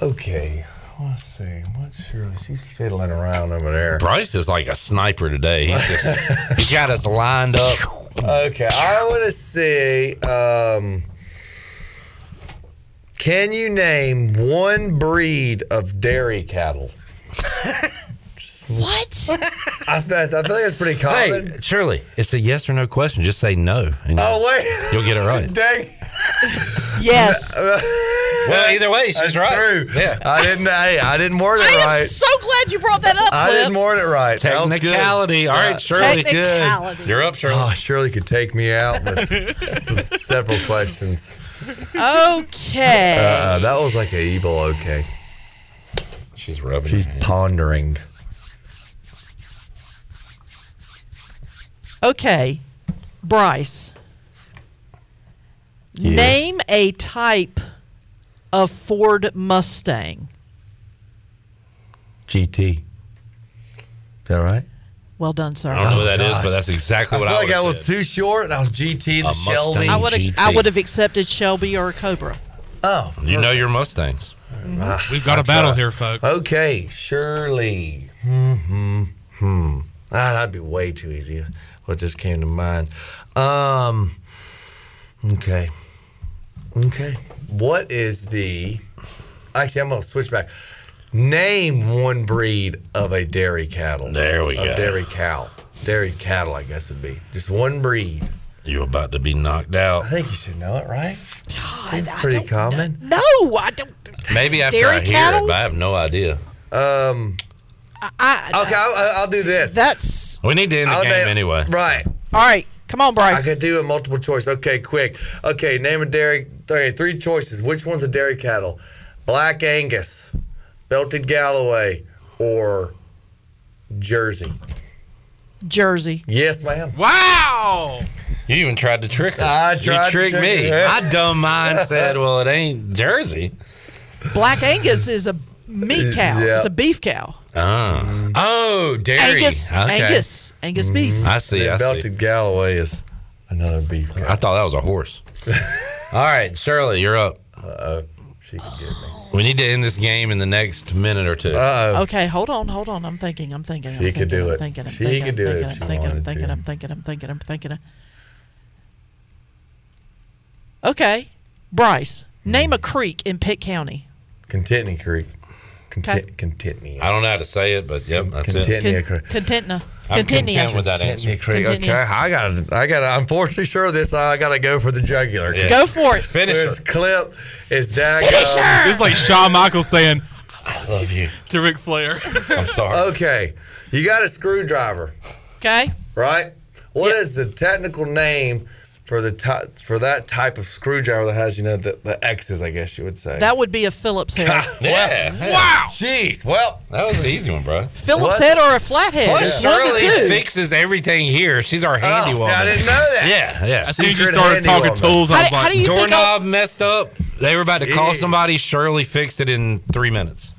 S: Okay. Let's see. What's Shirley? She's fiddling around over there.
I: Bryce is like a sniper today. He's just he's got us lined up.
S: Okay. I want to see. Um, can you name one breed of dairy cattle?
G: what?
S: I, th- I think it's pretty common.
I: Hey, Shirley, it's a yes or no question. Just say no. and
S: Oh, wait.
I: You'll get it right.
S: Dang.
G: Yes.
I: Well, either way, she's
S: That's
I: right.
S: True. Yeah. I didn't. Hey, I didn't word it
G: I
S: right.
G: am so glad you brought that up,
S: I
G: Clip.
S: didn't word it right. That was good.
I: Technicality. All right, Shirley.
G: Technicality.
I: You're up, Shirley.
S: Oh, Shirley could take me out with several questions.
G: Okay.
S: Uh, that was like a evil okay.
I: She's rubbing.
S: She's pondering. Uh,
G: Okay, Bryce. Name a type of Ford Mustang.
S: GT. Is that right?
G: Well done, sir.
I: I don't know what that is,
S: gosh.
I: but that's exactly
S: I
I: what
S: feel
I: I
S: like
I: would
S: I
I: have
S: was too short and I was GT
I: A
S: the Shelby.
I: Mustang
G: I would have.
I: GT.
G: I would have accepted Shelby or a Cobra.
S: Oh,
I: You know your Mustangs.
S: Ah,
J: We've got a
S: that's
J: battle
S: right.
J: here, folks.
S: Okay, Shirley. Hmm. Hmm. Ah, that'd be way too easy. What just came to mind? Um. Okay. Okay. What is the? Actually, I'm gonna switch back. Name one breed of a dairy cattle.
I: There we
S: of
I: go.
S: Dairy cow. Dairy cattle, I guess would be just one breed.
I: You're about to be knocked out.
S: I think you should know it, right? Seems pretty common.
G: No, I don't.
I: Maybe after
G: Dairy
I: I hear
G: cattle?
I: it, but I have no idea.
S: Um. okay, I'll, I'll do this.
G: That's
I: We need to end the
S: I'll
I: game
S: name-
I: anyway.
S: Right.
G: All right, come on, Bryce.
S: I could do a multiple choice. Okay, quick. Okay, name a dairy. Okay, three choices. Which one's a dairy cattle? Black Angus, Belted Galloway, or Jersey?
G: Jersey.
S: Yes, ma'am.
J: Wow.
I: You even tried to trick her.
S: I tried
I: you
S: to
I: tricked
S: trick
I: me.
S: her.
I: My dumb mind said, "Well, it ain't Jersey."
G: Black Angus is a meat cow.
I: Yeah.
G: It's a beef cow.
S: Mm.
I: Oh, oh, dairy.
G: Angus.
I: Okay.
G: Angus. Angus beef.
I: I see.
S: Then
I: I
S: Belted
I: see.
S: Galloway is another beef.
I: I thought that was a horse. All right, Shirley, you're up.
S: Uh-oh. She can get me.
I: We need to end this game in the next minute or two.
S: Uh-oh.
G: Okay, hold on, hold on. I'm thinking. I'm thinking. I'm
I: She
G: thinking,
I: could do
G: I'm
I: it.
G: Thinking, I'm
I: She
G: thinking,
I: could
G: I'm
I: do it if
G: thinking,
I: she
G: I'm thinking. I'm
I: wanted
G: thinking.
I: to.
G: I'm thinking. I'm thinking. I'm thinking. Okay, Bryce, name a creek in Pitt County.
S: Contentney Creek.
G: Okay.
S: Content, Contentney.
I: I don't know how to say it, but yep, that's
S: Contentney
I: it.
S: Creek.
G: Contentna.
I: I'm
G: Continua.
I: content with that answer.
S: Contentney Creek. Okay, I gotta, I gotta. I'm fortunately sure of this. I gotta go for the jugular.
I: Yeah.
G: Go for it.
I: Finish
S: This clip is that.
J: It's like Shawn Michaels saying,
I: I love you.
J: to Ric Flair.
I: I'm sorry.
S: Okay, you got a screwdriver,
G: Okay.
S: right? What is the technical name for the ty- for that type of screwdriver that has you know the, the X's? I guess you would say
G: That would be a Phillips head.
I: Yeah.
S: Wow. Jeez. Well,
I: that was an easy one, bro.
G: Phillips head or a flathead.
I: Plus,
G: It's one of the
I: Shirley
G: two.
I: fixes everything here. She's our handy
S: Oh, see,
I: woman.
S: I didn't know that.
I: Yeah, yeah.
S: As soon as you Secret started handy talking woman. tools, I How was do- like, how do you think
I: doorknob messed up. They were about to call
S: Jeez.
I: somebody. Shirley fixed it in three minutes.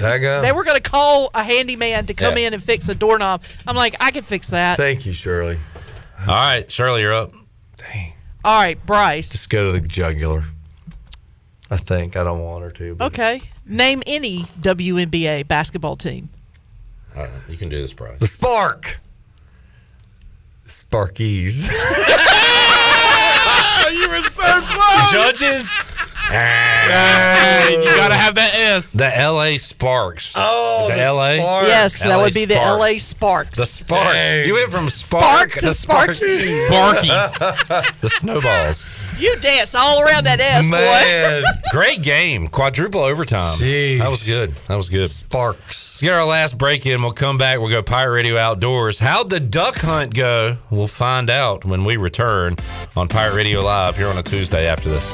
G: They were going to call a handyman to come
I: Yeah.
G: in and fix a doorknob. I'm like, I can fix that.
S: Thank you, Shirley.
I: All right, Shirley, you're up.
G: All right, Bryce.
S: Just go to the jugular. I think I don't want her to. But
G: Okay. Name any WNBA basketball team.
I: All right, you can do this, bro.
S: The spark. Sparkies.
F: Ah, you were so close.
I: Judges.
J: you gotta have that S.
I: The L.A. Sparks.
S: Oh,
I: the L.A.
G: Yes, that
I: LA
G: would be the
I: Sparks.
G: LA Sparks.
I: The spark.
G: Dang.
I: You went from spark,
G: Spark to
I: spark-
G: Sparkies.
I: Barkies. the snowballs.
G: You dance all around that ass, boy.
I: Great game. Quadruple overtime. That was good. That was good.
S: Sparks.
I: Let's get our last break in. We'll come back. We'll go Pirate Radio Outdoors. How'd the duck hunt go? We'll find out when we return on Pirate Radio Live here on a Tuesday after this.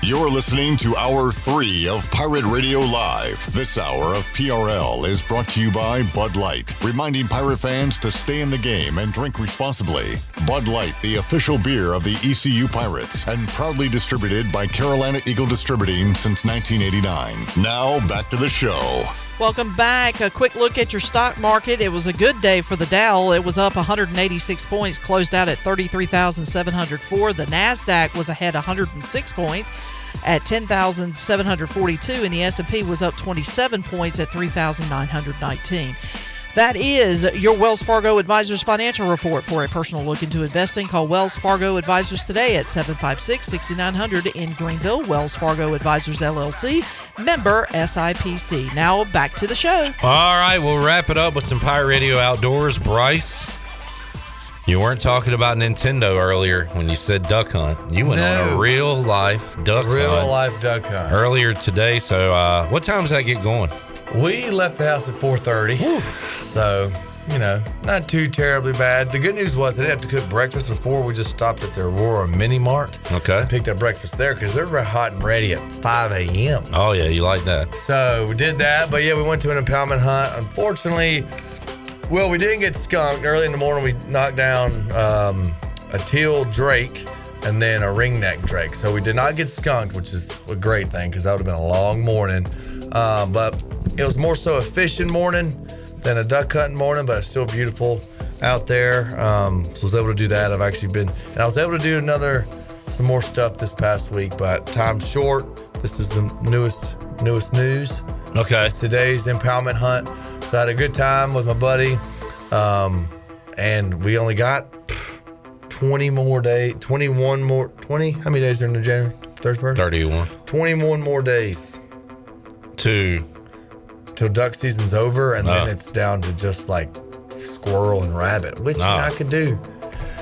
B: You're listening to Hour 3 of Pirate Radio Live. This hour of PRL is brought to you by Bud Light, reminding pirate fans to stay in the game and drink responsibly. Bud Light, the official beer of the ECU Pirates, and proudly distributed by Carolina Eagle Distributing since 1989. Now, back to the show.
G: Welcome back. A quick look at your stock market. It was a good day for the Dow. It was up 186 points, closed out at 33,704. The Nasdaq was ahead 106 points at 10,742 and the S&P was up 27 points at 3,919. That is your Wells Fargo Advisors financial report. For a personal look into investing, call Wells Fargo Advisors today at 756 6900 in Greenville. Wells Fargo Advisors LLC, member SIPC. Now back to the show.
I: All right, we'll wrap it up with some Pirate Radio Outdoors. Bryce, you weren't talking about Nintendo earlier when you said duck hunt. You went on a
S: No.
I: real life duck
S: Real
I: hunt
S: life duck hunt.
I: earlier today. So, uh, what time does that get going?
S: We left the house at 4:30, so you know, not too terribly bad. The good news was they didn't have to cook breakfast before. We just stopped at the Aurora Mini Mart.
I: Okay.
S: and picked up breakfast there because they're re- hot and ready at 5 a.m.
I: Oh yeah, you like that?
S: So we did that, but yeah, we went to an impoundment hunt. Unfortunately, well, we didn't get skunked. Early in the morning, we knocked down um, a teal drake and then a ringneck drake. So we did not get skunked, which is a great thing because that would have been a long morning. Um, but it was more so a fishing morning than a duck hunting morning, but it's still beautiful out there. Um, so I was able to do that. I've actually been, and I was able to do another some more stuff this past week, but time's short. This is the newest newest news.
I: Okay.
S: It's today's impoundment hunt. So I had a good time with my buddy, um, and we only got pff, 20 more day, 21 more, 20. How many days are in the January? 31st.
I: 31.
S: 21 more days
I: to
S: till duck season's over, and then
I: Ah.
S: it's down to just like squirrel and rabbit, which
I: Ah.
S: I could do.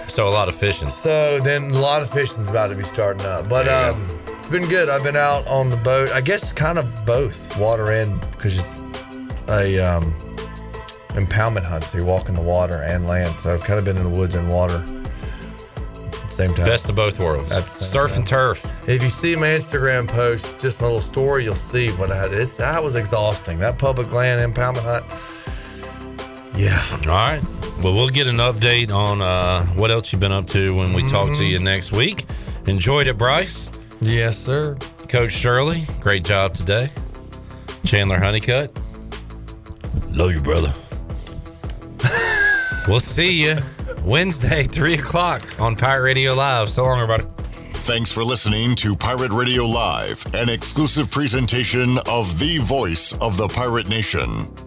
I: So a lot of fishing.
S: So then a lot of fishing's about to be starting up. But
I: Yeah.
S: um, it's been good. I've been out on the boat. I guess kind of both water and because it's a um, impoundment hunt. So you walk in the water and land. So I've kind of been in the woods and water at the same time.
I: Best of both worlds. Surf and turf.
S: If you see my Instagram post, just my little story, you'll see what I had. It's that was exhausting. That public land impoundment hunt. Yeah.
I: All right. Well, we'll get an update on uh, what else you've been up to when we talk to you next week. Enjoyed it, Bryce.
S: Mm-hmm. Yes, sir.
I: Coach Shirley, great job today. Chandler Honeycutt, love you, brother. we'll see you Wednesday, 3 o'clock on Pirate Radio Live. So long, everybody.
B: Thanks for listening to Pirate Radio Live, an exclusive presentation of the voice of the pirate nation.